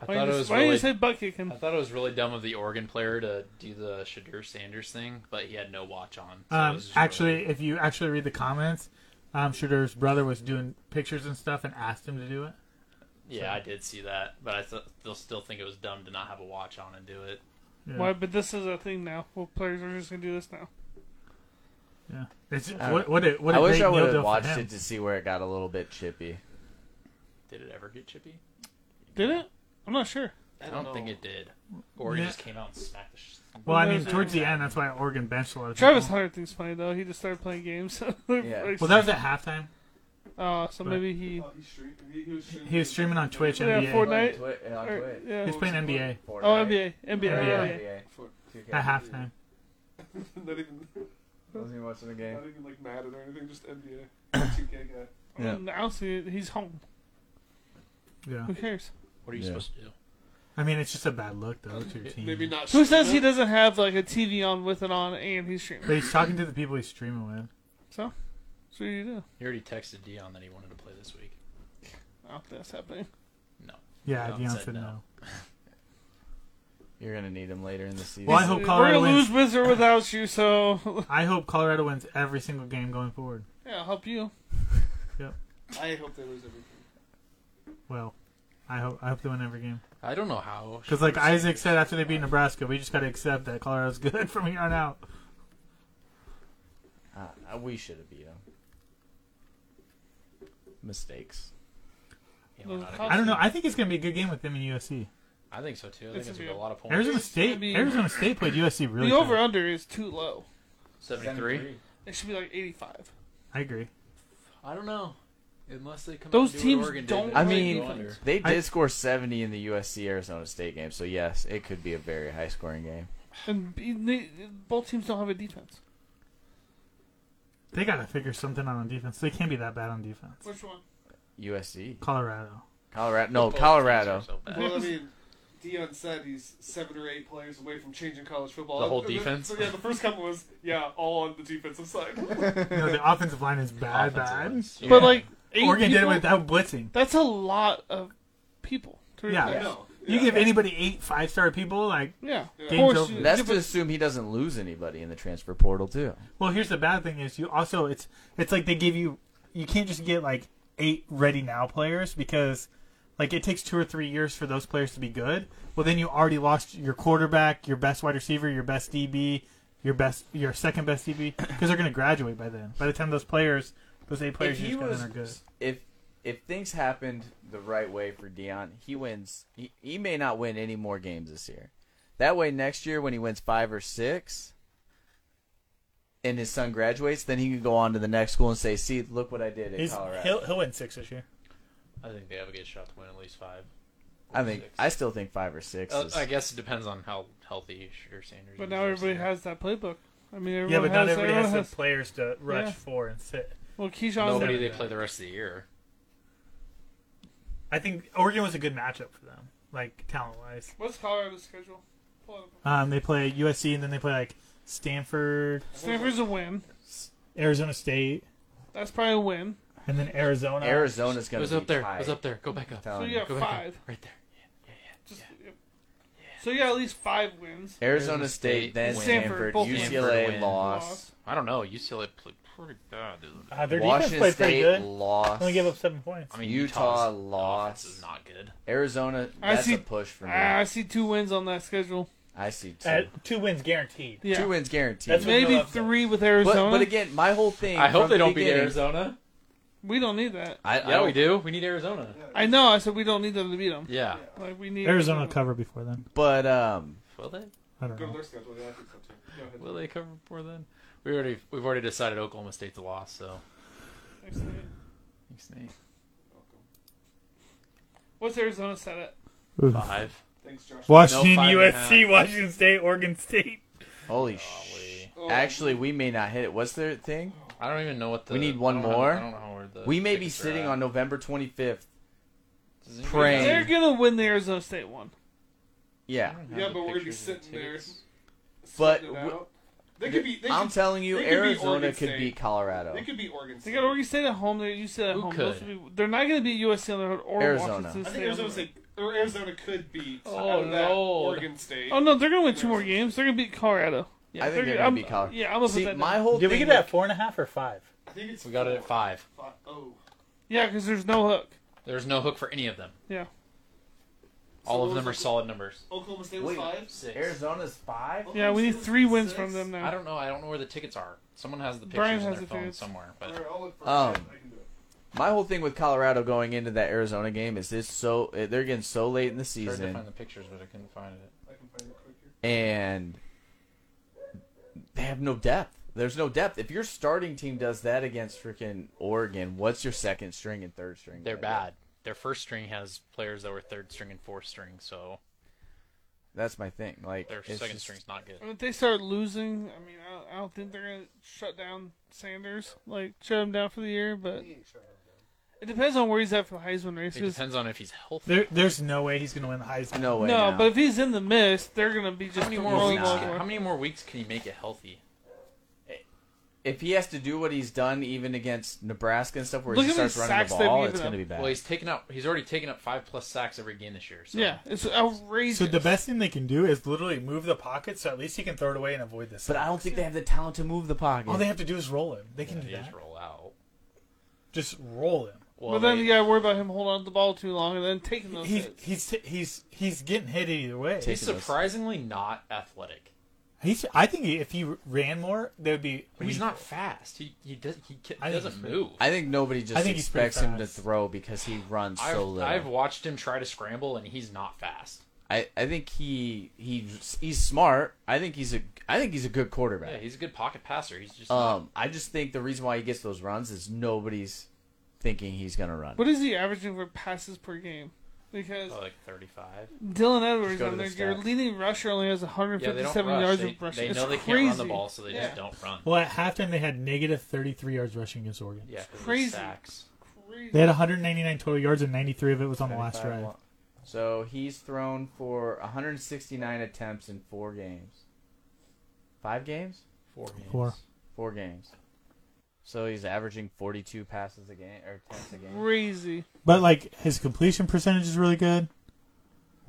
Speaker 2: I
Speaker 5: Why
Speaker 2: thought
Speaker 5: did
Speaker 2: it
Speaker 5: you-
Speaker 2: was
Speaker 5: why did you
Speaker 2: really.
Speaker 5: say butt kicking?
Speaker 2: I thought it was really dumb of the Oregon player to do the Shadur Sanders thing, but he had no watch on. so it
Speaker 3: Um,
Speaker 2: was just
Speaker 3: actually, if you actually read the comments, um, Shooter's brother was doing pictures and stuff and asked him to do it.
Speaker 2: really- yeah, I did see that, but I th- still still think it was dumb to not have a watch on and do it.
Speaker 3: Yeah.
Speaker 5: Why? But this is a thing now. Well, players are just gonna do this now.
Speaker 3: Yeah. It's,
Speaker 1: I
Speaker 3: what, what a, what a
Speaker 1: Uh, I wish
Speaker 3: great
Speaker 1: I
Speaker 3: meal
Speaker 1: would
Speaker 3: deal
Speaker 1: have
Speaker 3: for
Speaker 1: watched
Speaker 3: him.
Speaker 1: it to see where it got a little bit chippy.
Speaker 2: Did it ever get chippy?
Speaker 5: Did it? I'm not sure.
Speaker 2: I don't
Speaker 4: know.
Speaker 2: think it did. Oregon
Speaker 3: Yeah.
Speaker 2: just came out and smacked the. Sh-
Speaker 3: Well, I
Speaker 5: Who
Speaker 3: mean,
Speaker 5: knows?
Speaker 3: towards the end, that's why Oregon benched a lot of
Speaker 5: Travis
Speaker 3: people.
Speaker 5: Hunter thinks funny though. He just started playing games.
Speaker 1: Yeah.
Speaker 3: Well, that was at halftime.
Speaker 5: uh, so maybe he.
Speaker 4: Oh, he's stream- he, he was streaming,
Speaker 3: He was streaming on Twitch,
Speaker 5: Yeah,
Speaker 3: NBA.
Speaker 5: Fortnite.
Speaker 1: On Twi- on
Speaker 5: Or,
Speaker 1: Twitch.
Speaker 5: yeah.
Speaker 3: He's playing NBA
Speaker 1: Fortnite.
Speaker 5: Oh, NBA, NBA,
Speaker 1: Yeah,
Speaker 5: NBA.
Speaker 1: NBA.
Speaker 4: For-
Speaker 1: 2K.
Speaker 3: at halftime.
Speaker 4: not even,
Speaker 1: Wasn't even watching the game.
Speaker 4: not even like mad or anything. Just NBA, 2K guy.
Speaker 1: Yeah.
Speaker 5: Um, I don't see it. He's home.
Speaker 3: Yeah.
Speaker 5: Who cares?
Speaker 2: what are you
Speaker 1: Yeah.
Speaker 2: supposed to do?
Speaker 3: I mean, it's just a bad look though to your team.
Speaker 4: Maybe not.
Speaker 5: Who says he doesn't have like a TV on with it on and he's streaming?
Speaker 3: But he's talking to the people he's streaming with.
Speaker 5: So, so you do.
Speaker 2: He already texted Dion that he wanted to play this week.
Speaker 5: I don't think that's happening.
Speaker 3: Yeah,
Speaker 2: Dion
Speaker 3: Dion
Speaker 2: said
Speaker 3: said
Speaker 2: no.
Speaker 3: no.
Speaker 1: You're gonna need him later in the season.
Speaker 3: Well, I hope Colorado
Speaker 5: We're gonna
Speaker 3: wins.
Speaker 5: lose with or without you, so
Speaker 3: I hope Colorado wins every single game going forward.
Speaker 5: yeah, I'll help you.
Speaker 4: I hope they lose everything.
Speaker 3: Well, I hope I hope they win every game.
Speaker 2: I don't know how.
Speaker 3: Because like Isaac said after they beat Nebraska, we just got to accept that Colorado's good from here on out.
Speaker 1: Uh, we should have beat him. Mistakes.
Speaker 2: You know, we're not
Speaker 5: Those
Speaker 3: I don't know.
Speaker 2: against
Speaker 3: I think it's gonna be a good game with them and USC.
Speaker 2: it. I think so too. I think
Speaker 5: This
Speaker 2: it's gonna
Speaker 5: would be
Speaker 2: be a
Speaker 5: a-
Speaker 2: lot of points.
Speaker 3: Arizona State.
Speaker 5: I mean-
Speaker 3: Arizona State played USC really.
Speaker 5: the
Speaker 3: good.
Speaker 5: over under is too low.
Speaker 2: seventy-three.
Speaker 5: It should be like eighty five.
Speaker 3: I agree.
Speaker 2: I don't know. Unless they come.
Speaker 5: Those
Speaker 2: out and do what
Speaker 5: teams
Speaker 2: Oregon did,
Speaker 5: don't
Speaker 2: they
Speaker 1: I
Speaker 2: might
Speaker 1: mean,
Speaker 2: go under.
Speaker 1: They did
Speaker 3: I-
Speaker 1: score 70 in the USC Arizona State game, so yes, it could be a very high scoring game.
Speaker 5: And be- ne- both teams don't have a defense.
Speaker 3: They gotta figure something out on defense. They can't be that bad on defense.
Speaker 5: Which one?
Speaker 1: USC,
Speaker 3: Colorado.
Speaker 1: Colorado, no,
Speaker 2: Both teams
Speaker 1: Colorado.
Speaker 2: are so bad.
Speaker 4: Well, I mean, Dion said he's seven or eight players away from changing college football.
Speaker 2: The whole
Speaker 4: And
Speaker 2: defense?
Speaker 4: So yeah, the first couple was yeah, all on the defensive side.
Speaker 3: You know, the offensive line is bad,
Speaker 2: Offensive
Speaker 3: bad.
Speaker 2: lines.
Speaker 5: But like eight
Speaker 3: Oregon did it
Speaker 5: people,
Speaker 3: without blitzing.
Speaker 5: That's a lot of people. To
Speaker 3: Yeah.
Speaker 5: replace.
Speaker 4: no,
Speaker 3: You give anybody eight five star people, like
Speaker 5: yeah. Of
Speaker 3: Game's
Speaker 5: course,
Speaker 3: over.
Speaker 5: you-
Speaker 1: That's
Speaker 5: yeah,
Speaker 1: to assume he doesn't lose anybody in the transfer portal too.
Speaker 3: well here's the bad thing is you also it's it's like they give you you can't just get like eight ready now players because like it takes two or three years for those players to be good. Well then you already lost your quarterback, your best wide receiver, your best DB, your best your second best DB because they're gonna graduate by then. By the time those players those eight players
Speaker 1: If
Speaker 3: you
Speaker 1: he
Speaker 3: just got in
Speaker 1: was-
Speaker 3: are good.
Speaker 1: If if things happened the right way for Dion, he wins. He, he may not win any more games this year. That way, next year when he wins five or six, and his son graduates, then he can go on to the next school and say, "See, look what I did at
Speaker 3: He's,
Speaker 1: Colorado."
Speaker 3: he'll he'll win six this year.
Speaker 2: I think they have a good shot to win at least five.
Speaker 1: I think
Speaker 2: Six.
Speaker 1: I still think five or six.
Speaker 2: Uh,
Speaker 1: is,
Speaker 2: I guess it depends on how healthy Shadur Sanders.
Speaker 5: But
Speaker 2: is
Speaker 5: now
Speaker 2: this
Speaker 5: everybody
Speaker 2: year.
Speaker 5: has that playbook. I mean, everyone
Speaker 3: Yeah, but not
Speaker 5: has,
Speaker 3: everybody has
Speaker 5: everyone
Speaker 3: the players to rush
Speaker 5: Yeah.
Speaker 3: four and six.
Speaker 5: Well, Keyshawn.
Speaker 2: nobody.
Speaker 3: never
Speaker 2: They
Speaker 3: good.
Speaker 2: play the rest of the year.
Speaker 3: I think Oregon was a good matchup for them, like talent wise.
Speaker 5: What's Colorado's schedule? Pull it up.
Speaker 3: Um, they play USC and then they play like Stanford,
Speaker 5: Stanford's a win.
Speaker 3: Arizona State,
Speaker 5: That's probably a win.
Speaker 3: and then Arizona.
Speaker 1: Arizona's
Speaker 2: It
Speaker 1: gonna
Speaker 2: was
Speaker 1: be
Speaker 2: up there.
Speaker 1: tight.
Speaker 2: It was up there. Go back up.
Speaker 5: So
Speaker 1: Telling
Speaker 5: you
Speaker 1: you.
Speaker 5: got
Speaker 2: Go back
Speaker 5: five.
Speaker 2: up. Right there. Yeah, yeah, yeah.
Speaker 5: Just, yep. So you got at least five wins.
Speaker 1: Arizona State, then
Speaker 5: wins.
Speaker 1: Stanford,
Speaker 5: Stanford, both
Speaker 1: UCLA
Speaker 2: wins.
Speaker 1: lost,
Speaker 2: I don't know. UCLA played pretty bad, dude.
Speaker 3: Uh, their defense
Speaker 1: Washington
Speaker 3: played pretty
Speaker 1: State
Speaker 3: good.
Speaker 1: lost,
Speaker 3: Only gave up seven points.
Speaker 2: I mean,
Speaker 1: Utah
Speaker 2: Utah's
Speaker 1: lost.
Speaker 2: offense is not good.
Speaker 1: Arizona.
Speaker 5: I
Speaker 1: That's
Speaker 5: see-
Speaker 1: a push for me.
Speaker 5: Ah, I see two wins on that schedule.
Speaker 1: I see two.
Speaker 3: At Uh, two wins guaranteed.
Speaker 5: Yeah.
Speaker 1: Two wins guaranteed.
Speaker 3: That's
Speaker 5: Maybe
Speaker 3: No upset.
Speaker 5: three with
Speaker 1: but,
Speaker 5: Arizona.
Speaker 1: but again, my whole thing.
Speaker 2: I hope
Speaker 1: from
Speaker 2: they
Speaker 1: the
Speaker 2: don't beat
Speaker 1: beginning-
Speaker 2: Arizona.
Speaker 5: we don't need that.
Speaker 1: I, I
Speaker 2: Yeah, we
Speaker 1: do.
Speaker 2: do. We need Arizona.
Speaker 5: I know. I said we don't need them to beat them.
Speaker 2: Yeah.
Speaker 5: Like we need
Speaker 3: Arizona cover before then.
Speaker 1: But um,
Speaker 2: Will they?
Speaker 3: I don't
Speaker 4: Go to
Speaker 3: know.
Speaker 4: their schedule. Yeah, I think so too. Go ahead.
Speaker 2: Will they cover before then? We already we've already decided Oklahoma State's a loss. So
Speaker 5: Excellent.
Speaker 2: thanks, Nate.
Speaker 4: Welcome.
Speaker 5: What's Arizona set at?
Speaker 2: Five.
Speaker 4: Thanks, Josh.
Speaker 3: Washington,
Speaker 2: No, five and a
Speaker 3: USC, Washington State, Oregon State.
Speaker 1: holy sh!
Speaker 2: Golly.
Speaker 4: Oh,
Speaker 1: Actually, we may not hit it. What's their thing?
Speaker 2: I don't even know what the.
Speaker 1: We need one
Speaker 2: I don't know-
Speaker 1: more.
Speaker 2: I don't know where the.
Speaker 1: We may be
Speaker 2: tickets are
Speaker 1: sitting
Speaker 2: at.
Speaker 1: on November 25th.
Speaker 2: Does anybody
Speaker 1: praying.
Speaker 2: know?
Speaker 5: They're gonna win the Arizona State one.
Speaker 1: Yeah,
Speaker 2: I don't have
Speaker 4: Yeah,
Speaker 2: the
Speaker 4: but we're gonna be
Speaker 2: pictures of the
Speaker 4: sitting there.
Speaker 2: tickets.
Speaker 1: But
Speaker 4: Splitting it
Speaker 1: w-
Speaker 4: out. they could be. They
Speaker 1: I'm
Speaker 4: could,
Speaker 1: telling you,
Speaker 4: they could beat
Speaker 1: Arizona
Speaker 4: Oregon
Speaker 1: could
Speaker 4: State.
Speaker 1: beat Colorado.
Speaker 4: They could be Oregon.
Speaker 5: They
Speaker 4: State.
Speaker 5: got Oregon State at home. They got UCLA at
Speaker 2: Who
Speaker 5: home.
Speaker 2: could?
Speaker 5: Those would be- they're not gonna beat USC on the road or
Speaker 1: Arizona.
Speaker 5: Washington
Speaker 4: I
Speaker 5: State.
Speaker 4: think Arizona
Speaker 5: on the road.
Speaker 4: State or Arizona could beat
Speaker 2: Oh,
Speaker 4: out of that
Speaker 2: Lord.
Speaker 4: Oregon State.
Speaker 5: Oh no, they're gonna win two more games. They're gonna beat Colorado. Yeah,
Speaker 1: I think they're gonna
Speaker 5: I'm-
Speaker 1: beat Colorado.
Speaker 5: Yeah, I'm gonna put
Speaker 1: See,
Speaker 5: that
Speaker 1: my
Speaker 5: down.
Speaker 1: whole thing. with-
Speaker 3: four and a half or five?
Speaker 4: I think it's
Speaker 2: We got it at
Speaker 4: four.
Speaker 2: five.
Speaker 4: Five. Oh,
Speaker 5: Yeah, because there's no hook.
Speaker 2: There's no hook for any of them.
Speaker 5: Yeah.
Speaker 2: All
Speaker 4: So
Speaker 2: of them are
Speaker 4: those-
Speaker 2: solid numbers.
Speaker 4: Oklahoma State was
Speaker 1: Wait.
Speaker 4: five.
Speaker 2: Six.
Speaker 1: Arizona's five.
Speaker 5: Yeah, we need three wins
Speaker 4: Six?
Speaker 5: from them now.
Speaker 2: I don't know. I don't know where the tickets are. Someone has the pictures
Speaker 5: Brian
Speaker 2: in
Speaker 5: has
Speaker 2: their
Speaker 5: the
Speaker 2: phone
Speaker 5: tickets.
Speaker 2: somewhere.
Speaker 4: All
Speaker 2: But
Speaker 4: right, I'll look for
Speaker 1: Um,
Speaker 4: it. I can do it.
Speaker 1: My whole thing with Colorado going into that Arizona game is this so they're getting so late in the
Speaker 2: I tried to
Speaker 1: season
Speaker 2: find the pictures, but I couldn't find it.
Speaker 4: I can find it quick here.
Speaker 1: and they have no depth. There's no depth. If your starting team does that against freaking Oregon, what's your second string and third string?
Speaker 2: They're
Speaker 1: gonna do?
Speaker 2: bad. Their first string has players that were third string and fourth string, so
Speaker 1: That's my thing. Like
Speaker 2: their
Speaker 1: it's
Speaker 2: second
Speaker 1: just-
Speaker 2: string's not good.
Speaker 5: I mean, if they start losing, I mean, I don't, I don't think they're gonna shut down Sanders, like shut him down for the year. But It depends on where he's at for the Heisman race.
Speaker 2: It
Speaker 5: 'cause-
Speaker 2: depends on if he's healthy.
Speaker 3: There, there's no way he's going to win the Heisman.
Speaker 1: No way.
Speaker 5: no,
Speaker 1: now.
Speaker 5: but if he's in the mist, they're gonna be just
Speaker 2: How many, more
Speaker 5: throwing
Speaker 2: weeks
Speaker 5: the ball
Speaker 2: can,
Speaker 5: away.
Speaker 2: how many more weeks can you make it healthy?
Speaker 1: if he has to do what he's done, even against Nebraska and stuff, where
Speaker 5: Look
Speaker 1: he
Speaker 5: at how many
Speaker 1: starts running
Speaker 5: sacks
Speaker 1: the
Speaker 5: they've
Speaker 1: ball,
Speaker 5: given
Speaker 1: it's going
Speaker 5: up.
Speaker 1: to be bad.
Speaker 2: Well, he's taken up. He's already taken up five plus sacks every game this year. So.
Speaker 5: Yeah, it's outrageous.
Speaker 3: So the best thing they can do is literally move the pocket, so at least he can throw it away and avoid this.
Speaker 1: but I don't think they have the talent to move the pocket.
Speaker 5: Oh,
Speaker 3: All they have to do is roll him. They can
Speaker 2: They
Speaker 3: do that.
Speaker 2: just roll out.
Speaker 3: Just roll him.
Speaker 2: Well,
Speaker 5: But then
Speaker 2: they-
Speaker 5: you gotta worry about him holding on to the ball too long and then taking those
Speaker 3: He,
Speaker 5: hits.
Speaker 3: he's he's he's getting hit either way.
Speaker 1: Take-
Speaker 2: he's surprisingly not athletic.
Speaker 3: He's I think if he ran more, there would be.
Speaker 2: But he's not fast. He he does he, ca-
Speaker 3: I think
Speaker 2: doesn't
Speaker 3: he's pretty-
Speaker 2: move.
Speaker 1: I think nobody just
Speaker 3: I think he's pretty
Speaker 1: expects him to
Speaker 3: fast.
Speaker 1: throw because he runs
Speaker 2: I've,
Speaker 1: so little.
Speaker 2: I've watched him try to scramble and he's not fast.
Speaker 1: I, I think he he he's smart. I think he's a I think he's a good quarterback.
Speaker 2: Yeah, he's a good pocket passer. He's
Speaker 5: Uh,
Speaker 2: just not-
Speaker 1: um, I just think the reason why he gets those runs is nobody's thinking he's gonna run.
Speaker 5: What is he averaging for passes per game? Because
Speaker 2: oh, like thirty-five.
Speaker 5: Dylan Edwards
Speaker 1: Just go to
Speaker 5: on
Speaker 1: the
Speaker 5: there, your
Speaker 1: stats.
Speaker 5: leading rusher only has
Speaker 2: Yeah, they don't
Speaker 5: 157
Speaker 2: rush.
Speaker 5: yards
Speaker 2: they,
Speaker 5: of rushing.
Speaker 2: they
Speaker 5: it's
Speaker 2: know they
Speaker 5: crazy.
Speaker 2: can't run the ball, so they
Speaker 5: Yeah.
Speaker 2: just don't run.
Speaker 3: Well, at halftime they had negative 33 yards rushing against Oregon.
Speaker 2: Yeah, 'cause of the
Speaker 5: crazy.
Speaker 2: Sacks.
Speaker 5: Crazy.
Speaker 3: They had 199 total yards and 93 of it was on the last
Speaker 1: 35
Speaker 3: drive.
Speaker 1: wa- So he's thrown for 169 attempts in four games. Five games?
Speaker 2: Four games.
Speaker 3: Four.
Speaker 1: Four games. So he's averaging 42 passes a game or attempts a game.
Speaker 5: Crazy.
Speaker 3: But like his completion percentage is really good.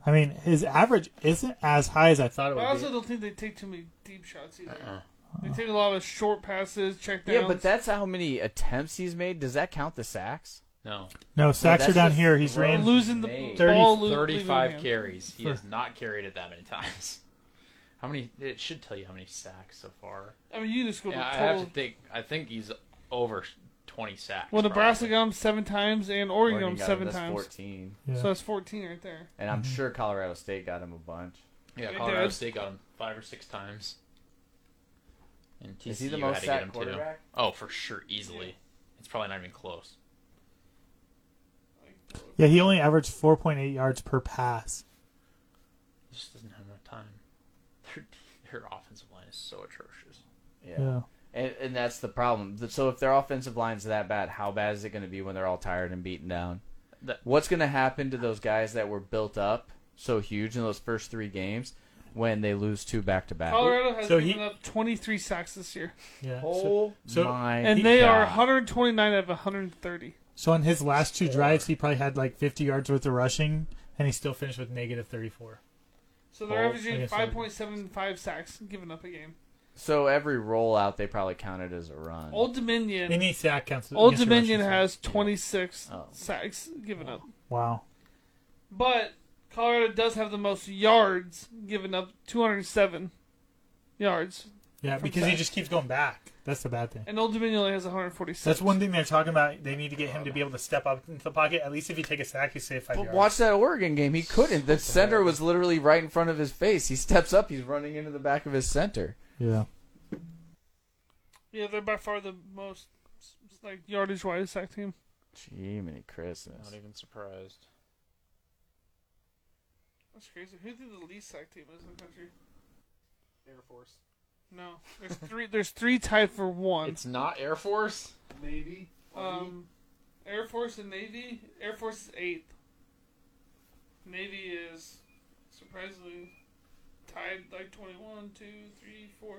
Speaker 3: I mean, his average isn't as high as I thought it
Speaker 5: But I
Speaker 3: would
Speaker 5: also
Speaker 3: be.
Speaker 5: don't think they take too many deep shots either.
Speaker 2: Uh-uh.
Speaker 5: They take a lot of short passes, check downs.
Speaker 1: Yeah, but that's how many attempts he's made. Does that count the sacks?
Speaker 2: No,
Speaker 3: No, sacks
Speaker 1: that's
Speaker 3: are down
Speaker 1: just
Speaker 3: here. He's
Speaker 1: throw.
Speaker 3: ran
Speaker 5: losing the
Speaker 1: Made.
Speaker 5: ball, lo- leaving
Speaker 2: thirty-five
Speaker 5: him.
Speaker 2: carries. He has not carried it that many times. How many? It should tell you how many sacks so far.
Speaker 5: I mean, you just go
Speaker 2: Yeah, I
Speaker 5: to
Speaker 2: have
Speaker 5: total.
Speaker 2: to think. I think he's over twenty sacks.
Speaker 5: Well, Nebraska
Speaker 2: probably.
Speaker 5: got him seven times and Oregon,
Speaker 1: Oregon got
Speaker 5: got
Speaker 1: him,
Speaker 5: him seven
Speaker 1: that's
Speaker 5: times.
Speaker 1: 14.
Speaker 3: Yeah.
Speaker 5: So that's 14 right there.
Speaker 1: And I'm sure Colorado State got him a bunch.
Speaker 2: Yeah,
Speaker 5: They
Speaker 2: Colorado
Speaker 5: did.
Speaker 2: State got him five or six times. And TCU
Speaker 1: Is he the
Speaker 2: had
Speaker 1: most
Speaker 2: to get
Speaker 1: sacked
Speaker 2: him
Speaker 1: quarterback?
Speaker 2: too. Oh, for sure, easily. It's probably not even close.
Speaker 3: Yeah, he only averaged 4.8 yards per pass.
Speaker 2: He just doesn't have enough time. Their, their offensive line is so atrocious.
Speaker 1: Yeah. And, and that's the problem. Th- So if their offensive line's that bad, how bad is it going to be when they're all tired and beaten down?
Speaker 2: That-
Speaker 1: What's going to happen to those guys that were built up so huge in those first three games when they lose two back to back?
Speaker 5: Colorado has
Speaker 3: So he-
Speaker 5: given up 23 sacks this year,
Speaker 3: Yeah. So,
Speaker 1: Oh
Speaker 3: So-
Speaker 1: my!
Speaker 5: and they are
Speaker 1: God.
Speaker 5: 129 out of 130.
Speaker 3: so on his last two drives, he probably had like 50 yards worth of rushing, and he still finished with negative 34.
Speaker 5: So they're
Speaker 1: Oh,
Speaker 3: I
Speaker 5: averaging
Speaker 3: guess I-
Speaker 5: 5.75 sacks given up a game.
Speaker 1: So every rollout they probably counted as a run.
Speaker 5: Old Dominion.
Speaker 3: Any sack counts.
Speaker 5: Old
Speaker 3: against the
Speaker 5: Dominion
Speaker 3: rushing
Speaker 5: has 26
Speaker 1: Oh.
Speaker 5: sacks given up,
Speaker 3: side. Wow.
Speaker 5: but Colorado does have the most yards given up, 207 yards,
Speaker 3: Yeah,
Speaker 5: From
Speaker 3: because he
Speaker 5: sacks.
Speaker 3: just keeps going back. That's the bad thing.
Speaker 5: and Old Dominion only has 146.
Speaker 3: That's one thing they're talking about. They need to get him to be able to step up into the pocket. At least if you take a sack, you save five
Speaker 1: But
Speaker 3: yards.
Speaker 1: watch that Oregon game. He couldn't. The center was literally right in front of his face. He steps up. He's running into the back of his center.
Speaker 3: Yeah.
Speaker 5: Yeah, they're by far the most like yardage wise sack team.
Speaker 1: Gee, many Christmas.
Speaker 2: Not even surprised.
Speaker 5: That's crazy. Who did the least sack team is in the country?
Speaker 4: Air Force.
Speaker 5: No, there's three. There's three tied for one.
Speaker 2: It's not Air Force.
Speaker 4: Navy.
Speaker 5: Um, Air Force and Navy. Air Force is eighth. Navy is surprisingly tied like 21, 2, 3, 4,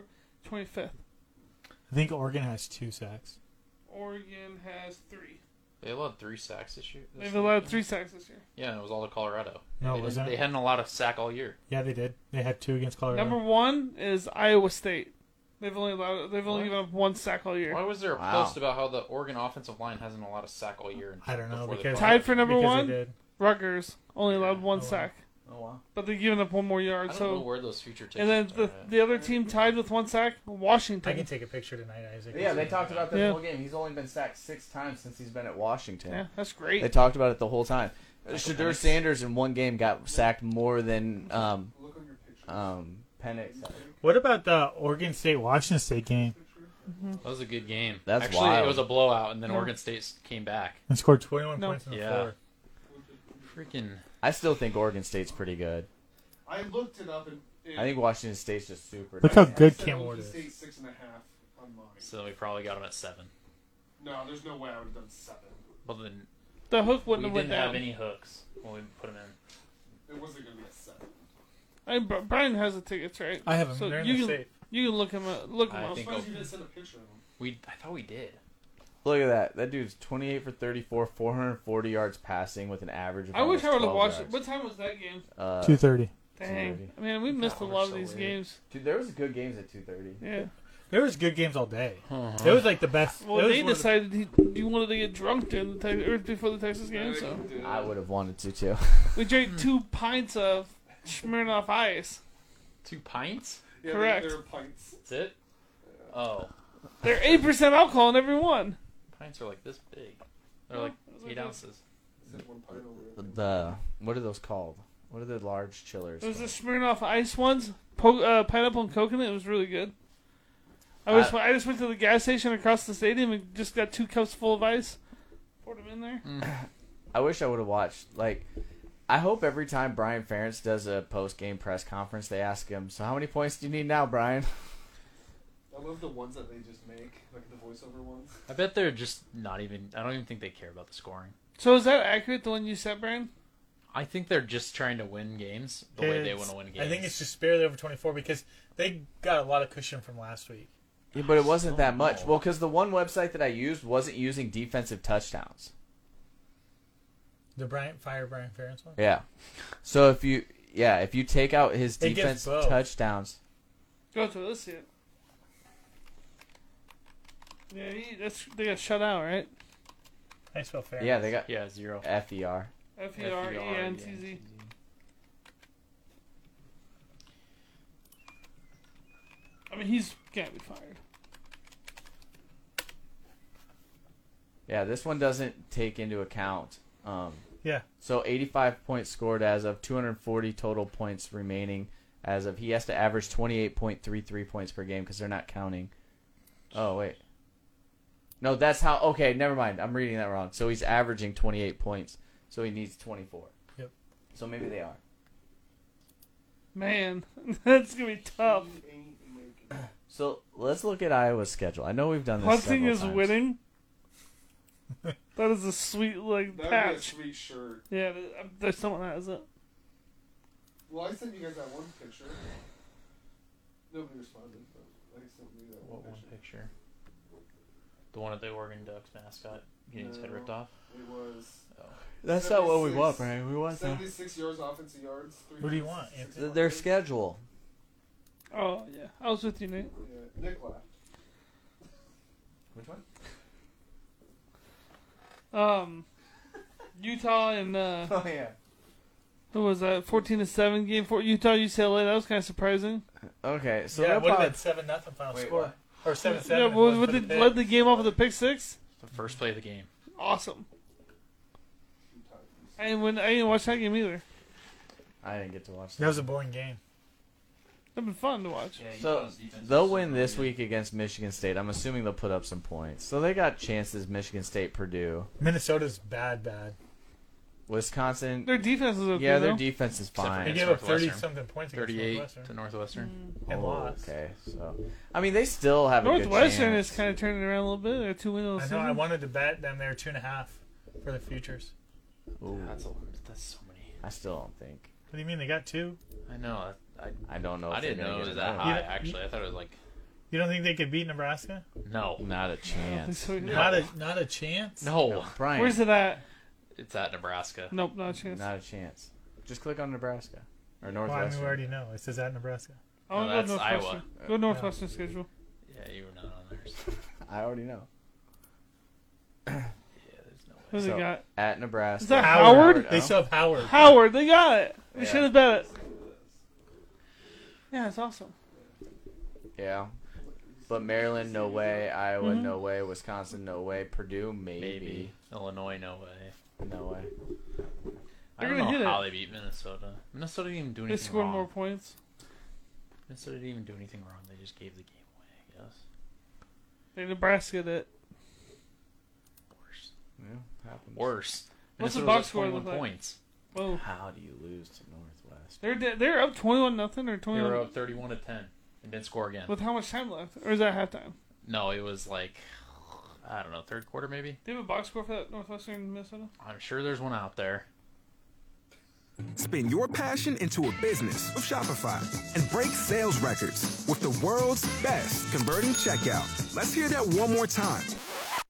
Speaker 5: 25th.
Speaker 3: I think Oregon has two sacks.
Speaker 5: Oregon has three.
Speaker 2: They allowed three sacks this year. this
Speaker 5: They've
Speaker 2: year.
Speaker 5: allowed three sacks this year.
Speaker 2: Yeah, and it was all to Colorado.
Speaker 1: Oh,
Speaker 3: No,
Speaker 2: they, didn't-
Speaker 3: wasn't it?
Speaker 2: They hadn't allowed a sack all year.
Speaker 3: Yeah, they did. They had two against
Speaker 2: Oh,
Speaker 3: Colorado.
Speaker 5: Number one is Iowa State. They've only allowed. They've only
Speaker 2: What?
Speaker 5: given up one sack all year.
Speaker 2: Why was there a
Speaker 1: Wow.
Speaker 2: post about how the Oregon offensive line hasn't allowed a sack all year?
Speaker 3: I don't
Speaker 2: before
Speaker 3: know
Speaker 2: they
Speaker 3: because
Speaker 2: brought
Speaker 5: Tied for number
Speaker 3: because they
Speaker 5: one?
Speaker 3: did.
Speaker 5: Rutgers only allowed one
Speaker 3: Oh, wow.
Speaker 5: sack,
Speaker 1: Oh wow.
Speaker 5: but they've given up one more
Speaker 2: I
Speaker 5: yard.
Speaker 2: don't
Speaker 5: So
Speaker 2: know where those future tickets
Speaker 5: And then
Speaker 2: are
Speaker 5: the,
Speaker 2: at.
Speaker 5: the other team tied with one sack, Washington.
Speaker 3: I can take a picture tonight, Isaac.
Speaker 1: Yeah, they talked about that
Speaker 5: Yeah.
Speaker 1: the whole game. He's only been sacked six times since he's been at Washington.
Speaker 5: yeah, that's
Speaker 1: They
Speaker 5: great.
Speaker 1: talked about it the whole time. Shadur
Speaker 2: Penix.
Speaker 1: Sanders in one game got sacked more than um,
Speaker 4: Look on your picture.
Speaker 1: um, Penix.
Speaker 3: What about the Oregon State Washington State game?
Speaker 2: That was a good game.
Speaker 1: That's
Speaker 2: Actually,
Speaker 1: wild.
Speaker 2: it was a blowout, and then
Speaker 5: No.
Speaker 2: Oregon State came back.
Speaker 3: And scored 21
Speaker 5: No.
Speaker 3: points on the
Speaker 2: Yeah.
Speaker 3: floor.
Speaker 2: Freaking.
Speaker 1: I still think Oregon State's pretty good.
Speaker 4: I looked it up and. and
Speaker 1: I think Washington State's just super.
Speaker 3: Look how
Speaker 4: I
Speaker 3: good
Speaker 4: said
Speaker 3: Cam
Speaker 4: Oklahoma
Speaker 3: Ward is.
Speaker 4: State six and a half on mine.
Speaker 2: So we probably got them at seven.
Speaker 4: No, there's no way I would have done seven.
Speaker 2: But then
Speaker 5: The hook
Speaker 2: We
Speaker 5: wouldn't
Speaker 2: didn't
Speaker 5: have went
Speaker 2: have
Speaker 5: down.
Speaker 2: any hooks when we put them in.
Speaker 4: It wasn't gonna be a seven.
Speaker 5: Hey, Br- Brian has the tickets, right?
Speaker 3: I haven't.
Speaker 5: So
Speaker 3: They're in
Speaker 5: you
Speaker 3: the
Speaker 5: can-
Speaker 3: safe.
Speaker 5: You can look him up. Look him
Speaker 2: I
Speaker 5: up.
Speaker 2: think
Speaker 4: Why
Speaker 2: I'll-
Speaker 4: did you didn't send a picture of him?
Speaker 2: We I thought we did.
Speaker 1: Look at that. That dude's 28 for 34, 440 yards passing with an average of
Speaker 5: I wish I would have watched it.
Speaker 1: it.
Speaker 5: What time was that game?
Speaker 1: Uh,
Speaker 3: Two thirty.
Speaker 5: Dang.
Speaker 1: 2:30.
Speaker 5: Man, we missed a
Speaker 2: God,
Speaker 5: lot of
Speaker 2: we're
Speaker 5: these
Speaker 2: so weird.
Speaker 5: games.
Speaker 1: dude, there was good games at 2:30.
Speaker 5: Yeah.
Speaker 3: There was good games all day.
Speaker 1: Uh-huh.
Speaker 3: It was like the best.
Speaker 5: Well,
Speaker 3: it was
Speaker 5: they
Speaker 3: one of the-
Speaker 5: decided he, he wanted to get drunk during the Tex- or before the Texas game, so
Speaker 1: I would have wanted to too.
Speaker 5: we
Speaker 3: Hmm.
Speaker 5: drank two pints of Smirnoff Ice.
Speaker 2: Two pints?
Speaker 4: Yeah,
Speaker 5: Correct.
Speaker 4: There, there are pints.
Speaker 2: That's it? Oh.
Speaker 5: They're eight percent alcohol in every one.
Speaker 2: Pints are like this big. They're like
Speaker 5: That's what
Speaker 2: eight
Speaker 5: it is.
Speaker 2: ounces.
Speaker 4: Send one pint over.
Speaker 1: the what are those called? What are the large chillers?
Speaker 5: There's the
Speaker 1: called?
Speaker 5: Smirnoff Ice ones, po- uh, pineapple and coconut. It was really good. I was I just went to the gas station across the stadium and just got two cups full of ice, poured them in there.
Speaker 1: I wish I would have watched. Like, I hope every time Brian Ferentz does a post-game press conference, they ask him, "So how many points do you need now, Brian?"
Speaker 4: I love the ones that they just make, like the voiceover ones.
Speaker 2: I bet they're just not even. I don't even think they care about the scoring.
Speaker 5: So is that accurate? The one you said, Brian?
Speaker 2: I think they're just trying to win games the way they
Speaker 3: It's-
Speaker 2: want to win games.
Speaker 3: I think it's just barely over 24 because they got a lot of cushion from last week.
Speaker 1: Yeah, but it wasn't that much.
Speaker 2: no.
Speaker 1: Well, because the one website that I used wasn't using defensive touchdowns.
Speaker 3: The Bryant fire Brian Ferentz one.
Speaker 1: Yeah. So if you yeah if you take out his
Speaker 3: It gets
Speaker 1: defense
Speaker 3: both.
Speaker 1: touchdowns,
Speaker 5: Go to let's see it. Yeah, he, that's they got shut out, right?
Speaker 3: I spell Ferentz.
Speaker 1: yeah, they got
Speaker 2: yeah zero.
Speaker 1: F E R.
Speaker 5: F E R E N T Z. I mean, he's can't be fired.
Speaker 1: Yeah, this one doesn't take into account. Um,
Speaker 3: Yeah.
Speaker 1: So 85 points scored as of 240 total points remaining as of he has to average 28.33 points per game because they're not counting. Oh wait, no, that's how. Okay, never mind. I'm reading that wrong. So he's averaging 28 points. So he needs 24.
Speaker 3: Yep.
Speaker 1: So maybe they are.
Speaker 5: Man, that's gonna be
Speaker 3: Oh.
Speaker 5: tough.
Speaker 4: You ain't making it.
Speaker 1: So let's look at Iowa's schedule. I know we've done this.
Speaker 5: Hunting
Speaker 1: several
Speaker 5: is
Speaker 1: times.
Speaker 5: winning. that is a sweet like
Speaker 4: That would be a
Speaker 5: patch.
Speaker 4: sweet shirt.
Speaker 5: Yeah, th- um, there's someone that has it.
Speaker 4: Well, I sent you guys that one picture. Nobody responded, but I sent you that one
Speaker 2: What one
Speaker 4: picture.
Speaker 2: picture? The one of the Oregon Ducks mascot getting his head ripped off.
Speaker 4: It was
Speaker 1: That's not what we
Speaker 4: 76.
Speaker 1: want, Brian. We want the,
Speaker 4: 76 yards offensive yards. Three
Speaker 3: Who do you want, Anthony?
Speaker 1: their schedule.
Speaker 5: Oh yeah, I was with you, Nate.
Speaker 4: Yeah, Nick laughed.
Speaker 1: Which one?
Speaker 5: Um, Utah and uh,
Speaker 1: Oh yeah.
Speaker 5: who was that? Fourteen to seven game for Utah UCLA. That was kind of surprising.
Speaker 1: Okay, so
Speaker 3: yeah,
Speaker 1: they're
Speaker 3: it would have been
Speaker 1: probably,
Speaker 3: seven nothing final
Speaker 1: Wait,
Speaker 3: score
Speaker 1: what?
Speaker 3: or seven
Speaker 5: Yeah,
Speaker 3: seven.
Speaker 5: but what, what they led the game off with a pick six.
Speaker 2: The first play of the game.
Speaker 5: Awesome.
Speaker 4: You tired.
Speaker 5: I didn't, win, I didn't watch that game either.
Speaker 1: I didn't get to watch
Speaker 3: That was a boring game.
Speaker 5: That'd been fun to watch.
Speaker 1: So they'll win this week against Michigan State. I'm assuming they'll put up some points. So they got chances. Michigan State, Purdue,
Speaker 3: Minnesota's bad, bad.
Speaker 1: Wisconsin.
Speaker 5: Their defense was okay.
Speaker 1: yeah, their
Speaker 5: though.
Speaker 1: defense is
Speaker 2: for
Speaker 1: fine.
Speaker 3: They
Speaker 2: Against
Speaker 3: gave up
Speaker 2: Northwestern. Mm-hmm.
Speaker 3: thirty something points against
Speaker 2: 38 to
Speaker 3: Northwestern
Speaker 2: Northwestern.
Speaker 3: and
Speaker 1: Oh,
Speaker 3: lost.
Speaker 1: Okay, so I mean they still have a
Speaker 5: Northwestern
Speaker 1: good
Speaker 5: is
Speaker 1: chance.
Speaker 5: kind of turning around a little bit. They're two win
Speaker 3: I know. I wanted to bet them there two and a half for the futures.
Speaker 1: Ooh,
Speaker 2: That's a, that's so many.
Speaker 1: I still don't think.
Speaker 3: What do you mean they got two?
Speaker 2: I know. I I,
Speaker 1: I don't know. Oh, If
Speaker 2: I didn't
Speaker 1: they're gonna
Speaker 2: know it
Speaker 1: get
Speaker 2: was that
Speaker 1: another
Speaker 2: high.
Speaker 1: one.
Speaker 2: Actually, I thought it was like
Speaker 3: You don't think they could beat Nebraska?
Speaker 2: no,
Speaker 1: Not a chance.
Speaker 3: Not a not a chance.
Speaker 2: no.
Speaker 1: Brian,
Speaker 5: Where's it at?
Speaker 2: It's at Nebraska.
Speaker 5: Nope, not a chance.
Speaker 1: not a chance. Just click on Nebraska or
Speaker 3: Well, I mean,
Speaker 1: Northwestern.
Speaker 3: we already know. It says at Nebraska.
Speaker 5: I want
Speaker 2: No,
Speaker 5: to go
Speaker 2: that's
Speaker 5: Northwestern. Go Northwestern schedule.
Speaker 2: Yeah, you were not on there. So.
Speaker 1: I already know.
Speaker 2: Yeah, there's no way.
Speaker 5: Who they
Speaker 1: So-
Speaker 5: got?
Speaker 1: At Nebraska.
Speaker 5: Is that Howard?
Speaker 1: Howard,
Speaker 3: They
Speaker 1: oh.
Speaker 3: still have Howard.
Speaker 5: Howard. They got it. We
Speaker 1: Yeah.
Speaker 5: should have bet it. Yeah, it's awesome.
Speaker 1: Yeah. But Maryland, no way. Iowa,
Speaker 3: Mm-hmm.
Speaker 5: Mhm.
Speaker 1: no way. Wisconsin, no way. Purdue, maybe.
Speaker 2: Maybe Illinois. No way.
Speaker 1: No way.
Speaker 2: I
Speaker 5: They're
Speaker 2: don't
Speaker 5: gonna
Speaker 2: know
Speaker 5: hit
Speaker 2: how they beat Minnesota. Minnesota didn't even do
Speaker 5: They
Speaker 2: anything
Speaker 5: scored
Speaker 2: wrong.
Speaker 5: more points.
Speaker 2: Minnesota didn't even do anything wrong. They just gave the game away. I guess.
Speaker 5: They Nebraska did.
Speaker 2: Worse.
Speaker 1: Yeah, happens.
Speaker 2: Worse.
Speaker 5: What's the
Speaker 2: Minnesota
Speaker 5: box
Speaker 2: was up
Speaker 5: score look
Speaker 2: 21
Speaker 5: like?
Speaker 2: points.
Speaker 5: Whoa.
Speaker 1: How do you lose to Northwest?
Speaker 5: They're de- they're up twenty one nothing or
Speaker 2: They
Speaker 5: twenty
Speaker 2: were
Speaker 5: one
Speaker 2: up 31 to 10 and didn't score again.
Speaker 5: with how much time left? Or is that halftime?
Speaker 2: No, it was like I I don't know, third quarter maybe.
Speaker 5: Do you have a box score for that Northwestern Minnesota?
Speaker 2: I'm sure there's one out there.
Speaker 6: Spin your passion into a business with Shopify and break sales records with the world's best converting checkout. Let's hear that one more time.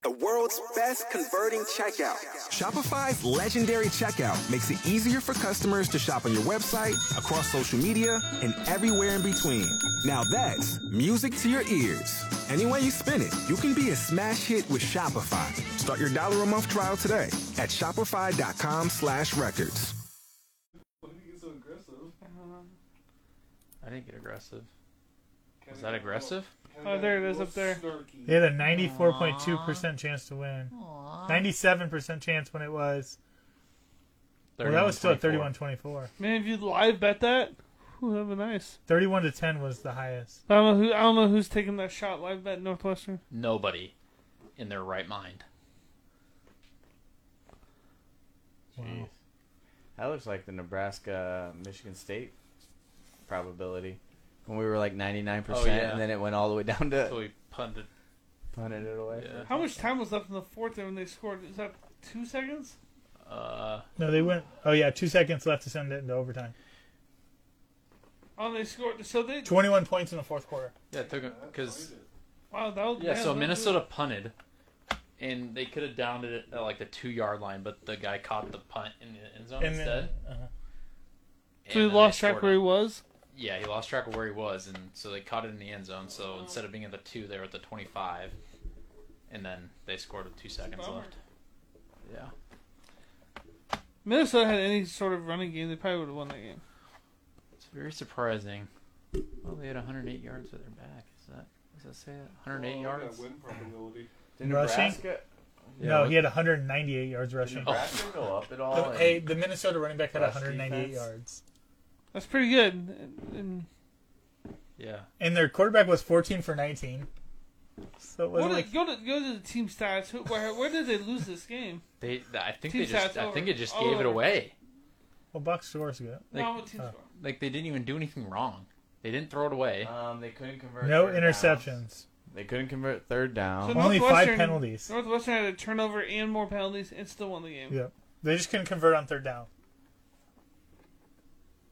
Speaker 6: The world's best converting checkout. Shopify's legendary checkout makes it easier for customers to shop on your website, across social media, and everywhere in between. Now that's music to your ears. Any way you spin it, you can be a smash hit with Shopify. Start your dollar a month trial today at shopify.com slash records.
Speaker 4: Why do you get so aggressive?
Speaker 5: Um,
Speaker 2: I didn't get aggressive. Was that aggressive?
Speaker 5: Oh, there it is up there.
Speaker 3: They had a 94.2% chance to win. 97% chance when it was. Well, that was still
Speaker 2: 31.
Speaker 3: 31 24.
Speaker 5: Man, if you live bet that, whew, that'd be nice.
Speaker 3: 31 to 10 was the highest.
Speaker 5: I don't know who. I don't know who's taking that shot live bet Northwestern.
Speaker 2: Nobody in their right mind.
Speaker 1: Jeez. That looks like the Nebraska Michigan State probability. When we were like 99%,
Speaker 2: Oh, yeah.
Speaker 1: and then it went all the way down
Speaker 2: So
Speaker 1: to
Speaker 2: we punted.
Speaker 1: punted it away.
Speaker 2: Yeah.
Speaker 5: How much time was left in the fourth when they scored? Is that two seconds?
Speaker 2: Uh,
Speaker 3: No, they went. Oh, yeah, two seconds left to send it into overtime.
Speaker 5: Oh, they scored. So they.
Speaker 3: 21 points in the fourth quarter.
Speaker 2: yeah, because
Speaker 5: Wow, that was.
Speaker 2: yeah.
Speaker 5: man,
Speaker 2: So
Speaker 5: that-
Speaker 2: Minnesota punted, and they could have downed it at like the two yard line, but the guy caught the punt in the end zone
Speaker 3: And then-
Speaker 2: Oh, instead.
Speaker 3: uh-huh.
Speaker 5: So he lost track where he
Speaker 2: He...
Speaker 5: was.
Speaker 2: Yeah, he lost track of where he was, and so they caught it in the end zone. So instead of being at the two, they were at the twenty-five, and then they scored with two seconds
Speaker 5: bummer.
Speaker 2: left. Yeah.
Speaker 5: Minnesota had any sort of running game, they probably would have won that game.
Speaker 2: It's very surprising. Well, they had 108 yards with their back. Is that? Does that say that? 108
Speaker 5: Oh,
Speaker 2: yards.
Speaker 4: Oh, Win probability.
Speaker 1: Did
Speaker 3: Rushing?
Speaker 1: Nebraska,
Speaker 3: no,
Speaker 2: what-
Speaker 3: he had 198 yards rushing.
Speaker 2: Oh.
Speaker 1: Nebraska go up at all?
Speaker 3: The,
Speaker 1: and-
Speaker 3: hey, the Minnesota running back had
Speaker 1: Rush
Speaker 3: 198
Speaker 1: defense.
Speaker 3: yards.
Speaker 5: That's pretty good. And, and
Speaker 2: Yeah.
Speaker 3: And their quarterback was 14 for 19. So it
Speaker 5: what
Speaker 3: wasn't
Speaker 5: did-
Speaker 3: like.
Speaker 5: go to go to the team stats. Who, where, where did they lose this game?
Speaker 2: They. th- I think
Speaker 5: Team
Speaker 2: they just.
Speaker 5: stats
Speaker 2: I
Speaker 5: over. Oh,
Speaker 2: think it just
Speaker 5: All
Speaker 2: gave it
Speaker 5: over.
Speaker 2: away.
Speaker 3: Well, box scores good.
Speaker 2: Like-
Speaker 5: no, what team
Speaker 3: uh,
Speaker 5: score?
Speaker 2: Like they didn't even do anything wrong. They didn't throw it away.
Speaker 3: Uh,
Speaker 1: Um, they couldn't convert.
Speaker 3: No
Speaker 1: third downs.
Speaker 3: interceptions.
Speaker 1: They couldn't convert third down.
Speaker 5: So
Speaker 3: Only five
Speaker 5: Northwestern-
Speaker 3: penalties.
Speaker 5: Northwestern had a turnover and more penalties and still won the game.
Speaker 3: Yep. They just couldn't convert on third down.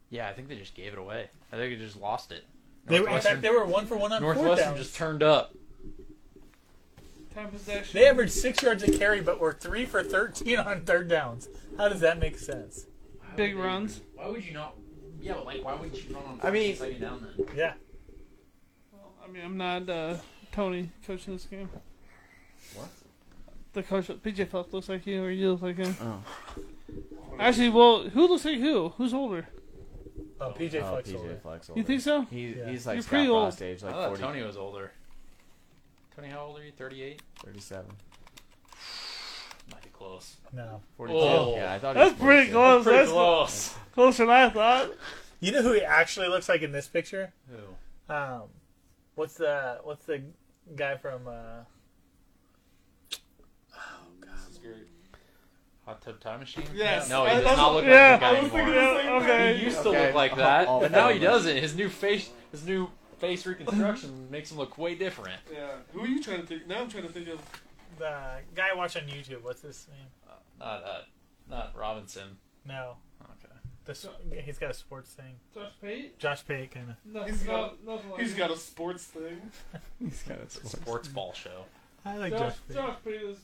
Speaker 2: yeah, I think they just gave it away. I think they just lost it.
Speaker 3: They were, in
Speaker 2: Northwestern-
Speaker 3: fact, they were one for one on fourth
Speaker 2: Northwestern
Speaker 3: down.
Speaker 2: just turned up.
Speaker 5: Time possession.
Speaker 3: They averaged six yards a carry, but were three for 13 on third downs. How does that make sense?
Speaker 5: Big runs.
Speaker 2: Why would you not? Yeah, but like, why wouldn't you run on?
Speaker 1: I mean-
Speaker 2: second down then.
Speaker 3: Yeah.
Speaker 5: I mean, I'm not uh, Tony coaching this game.
Speaker 1: What?
Speaker 5: The coach, PJ Phelps looks like you, or you look like him.
Speaker 1: Oh.
Speaker 5: Actually, well, who looks like who? Who's older?
Speaker 3: Oh, PJ
Speaker 1: Oh,
Speaker 3: Flex.
Speaker 1: PJ Flex.
Speaker 5: You think so?
Speaker 1: He,
Speaker 3: Yeah.
Speaker 1: He's like
Speaker 5: You're
Speaker 1: Scott
Speaker 5: pretty old.
Speaker 1: Frost age,
Speaker 2: I
Speaker 1: like
Speaker 2: thought
Speaker 1: 40,
Speaker 2: Tony was older. Tony, how old are you? 38.
Speaker 1: 37.
Speaker 2: Might be close.
Speaker 3: No.
Speaker 1: 42.
Speaker 2: Oh.
Speaker 1: yeah, I thought he
Speaker 5: That's
Speaker 1: was 42.
Speaker 5: pretty close.
Speaker 2: Pretty
Speaker 5: That's
Speaker 2: close.
Speaker 5: closer than I thought.
Speaker 3: You know who he actually looks like in this picture?
Speaker 2: Who?
Speaker 3: Um, what's the what's the guy from? Uh,
Speaker 4: This is great.
Speaker 2: Hot Tub Time Machine?
Speaker 5: Yes.
Speaker 2: No, Oh, he
Speaker 5: I-
Speaker 2: does
Speaker 5: that's
Speaker 2: not
Speaker 5: what-
Speaker 2: look
Speaker 5: yeah,
Speaker 2: like that guy
Speaker 5: I was thinking
Speaker 2: anymore.
Speaker 5: that- okay.
Speaker 2: He used to
Speaker 1: Okay.
Speaker 2: look like that,
Speaker 1: All
Speaker 2: but now he
Speaker 1: famous.
Speaker 2: doesn't. His new face, his new face reconstruction makes him look way different.
Speaker 4: Yeah. Who are you trying to think? Now I'm trying to think of.
Speaker 3: the guy I watch on YouTube. What's his name?
Speaker 2: Not uh, not Robinson.
Speaker 3: No,
Speaker 2: Okay.
Speaker 3: the, s- he's got a sports thing.
Speaker 5: Josh Pate?
Speaker 3: Josh Pate kind of.
Speaker 5: No,
Speaker 4: He's
Speaker 5: no,
Speaker 4: got-
Speaker 5: nothing like
Speaker 4: He's
Speaker 5: that.
Speaker 4: got a sports thing.
Speaker 1: He's got it scored.
Speaker 2: Sports ball show.
Speaker 3: I like
Speaker 5: Josh,
Speaker 3: Josh,
Speaker 5: Josh Pate is.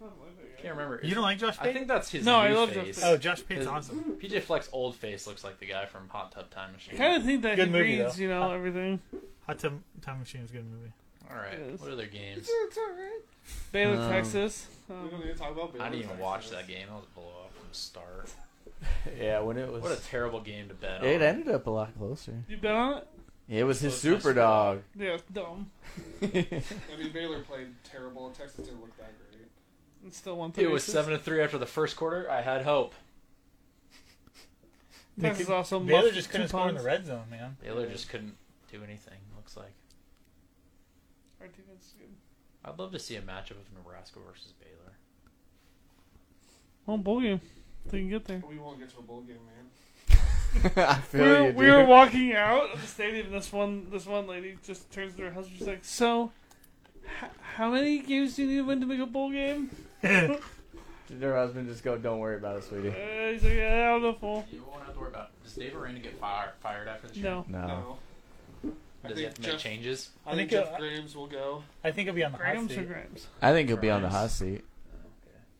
Speaker 5: No, nothing like that guy.
Speaker 2: Can't remember.
Speaker 3: You don't like Josh Pate?
Speaker 2: I think that's his
Speaker 5: No,
Speaker 2: new
Speaker 5: I love Josh
Speaker 2: face.
Speaker 5: Pate.
Speaker 3: oh, Josh Pate's
Speaker 2: His-
Speaker 3: awesome.
Speaker 2: PJ Fleck's old face looks like the guy from Hot Tub Time Machine.
Speaker 5: I kind of think that
Speaker 3: Good
Speaker 5: he
Speaker 3: movie,
Speaker 5: reads,
Speaker 3: though.
Speaker 5: you know, everything.
Speaker 3: Hot Tub Time Machine is a good movie.
Speaker 2: All right.
Speaker 5: Yes.
Speaker 2: What other games?
Speaker 5: It's alright. Baylor,
Speaker 1: Um,
Speaker 5: Texas.
Speaker 4: We don't
Speaker 5: Um,
Speaker 4: need to talk about. Baylor
Speaker 2: I didn't even
Speaker 4: Texas.
Speaker 2: watch that game. That was a blow up from the start.
Speaker 1: Yeah, when it was.
Speaker 2: What a terrible game to bet on.
Speaker 1: it ended up a lot closer.
Speaker 5: you bet on it?
Speaker 1: It was his
Speaker 2: So it's
Speaker 1: super dog.
Speaker 5: Yeah, dumb.
Speaker 4: I mean, Baylor played terrible. and Texas didn't look that great.
Speaker 5: It's still one
Speaker 2: It was seven to three after the first quarter. I had hope.
Speaker 5: Texas
Speaker 3: They could-
Speaker 5: also
Speaker 3: Baylor
Speaker 5: muffed
Speaker 3: just
Speaker 5: two
Speaker 3: couldn't score in the
Speaker 5: punts.
Speaker 3: red zone, man.
Speaker 2: Baylor just couldn't do anything. Looks like.
Speaker 5: Our defense is good.
Speaker 2: I'd love to see a matchup of Nebraska versus Baylor.
Speaker 5: Well, bowl game. They can get there.
Speaker 4: But we won't get to a bowl game, man.
Speaker 1: I
Speaker 5: We
Speaker 1: feel
Speaker 5: were,
Speaker 1: you.
Speaker 5: we were
Speaker 1: dude.
Speaker 5: walking out of the stadium, and this one this one lady just turns to her husband. She's like, "So, How many games do you need to win to make a bowl game?
Speaker 1: Did her husband just go, don't worry about it, sweetie?
Speaker 5: Uh, he's like, yeah, I'm a fool.
Speaker 2: You won't have to worry about it. Does Dave Aranda get fired, fired after this year?
Speaker 5: No.
Speaker 1: No.
Speaker 4: No. I
Speaker 2: Does he
Speaker 4: think
Speaker 2: have to make
Speaker 4: Jeff-
Speaker 2: changes?
Speaker 4: I think
Speaker 3: think, uh,
Speaker 4: Jeff Grahams will go.
Speaker 3: I think it'll be on the hot
Speaker 5: Grams or
Speaker 3: seat.
Speaker 5: grams?
Speaker 1: I think he'll be on the hot seat.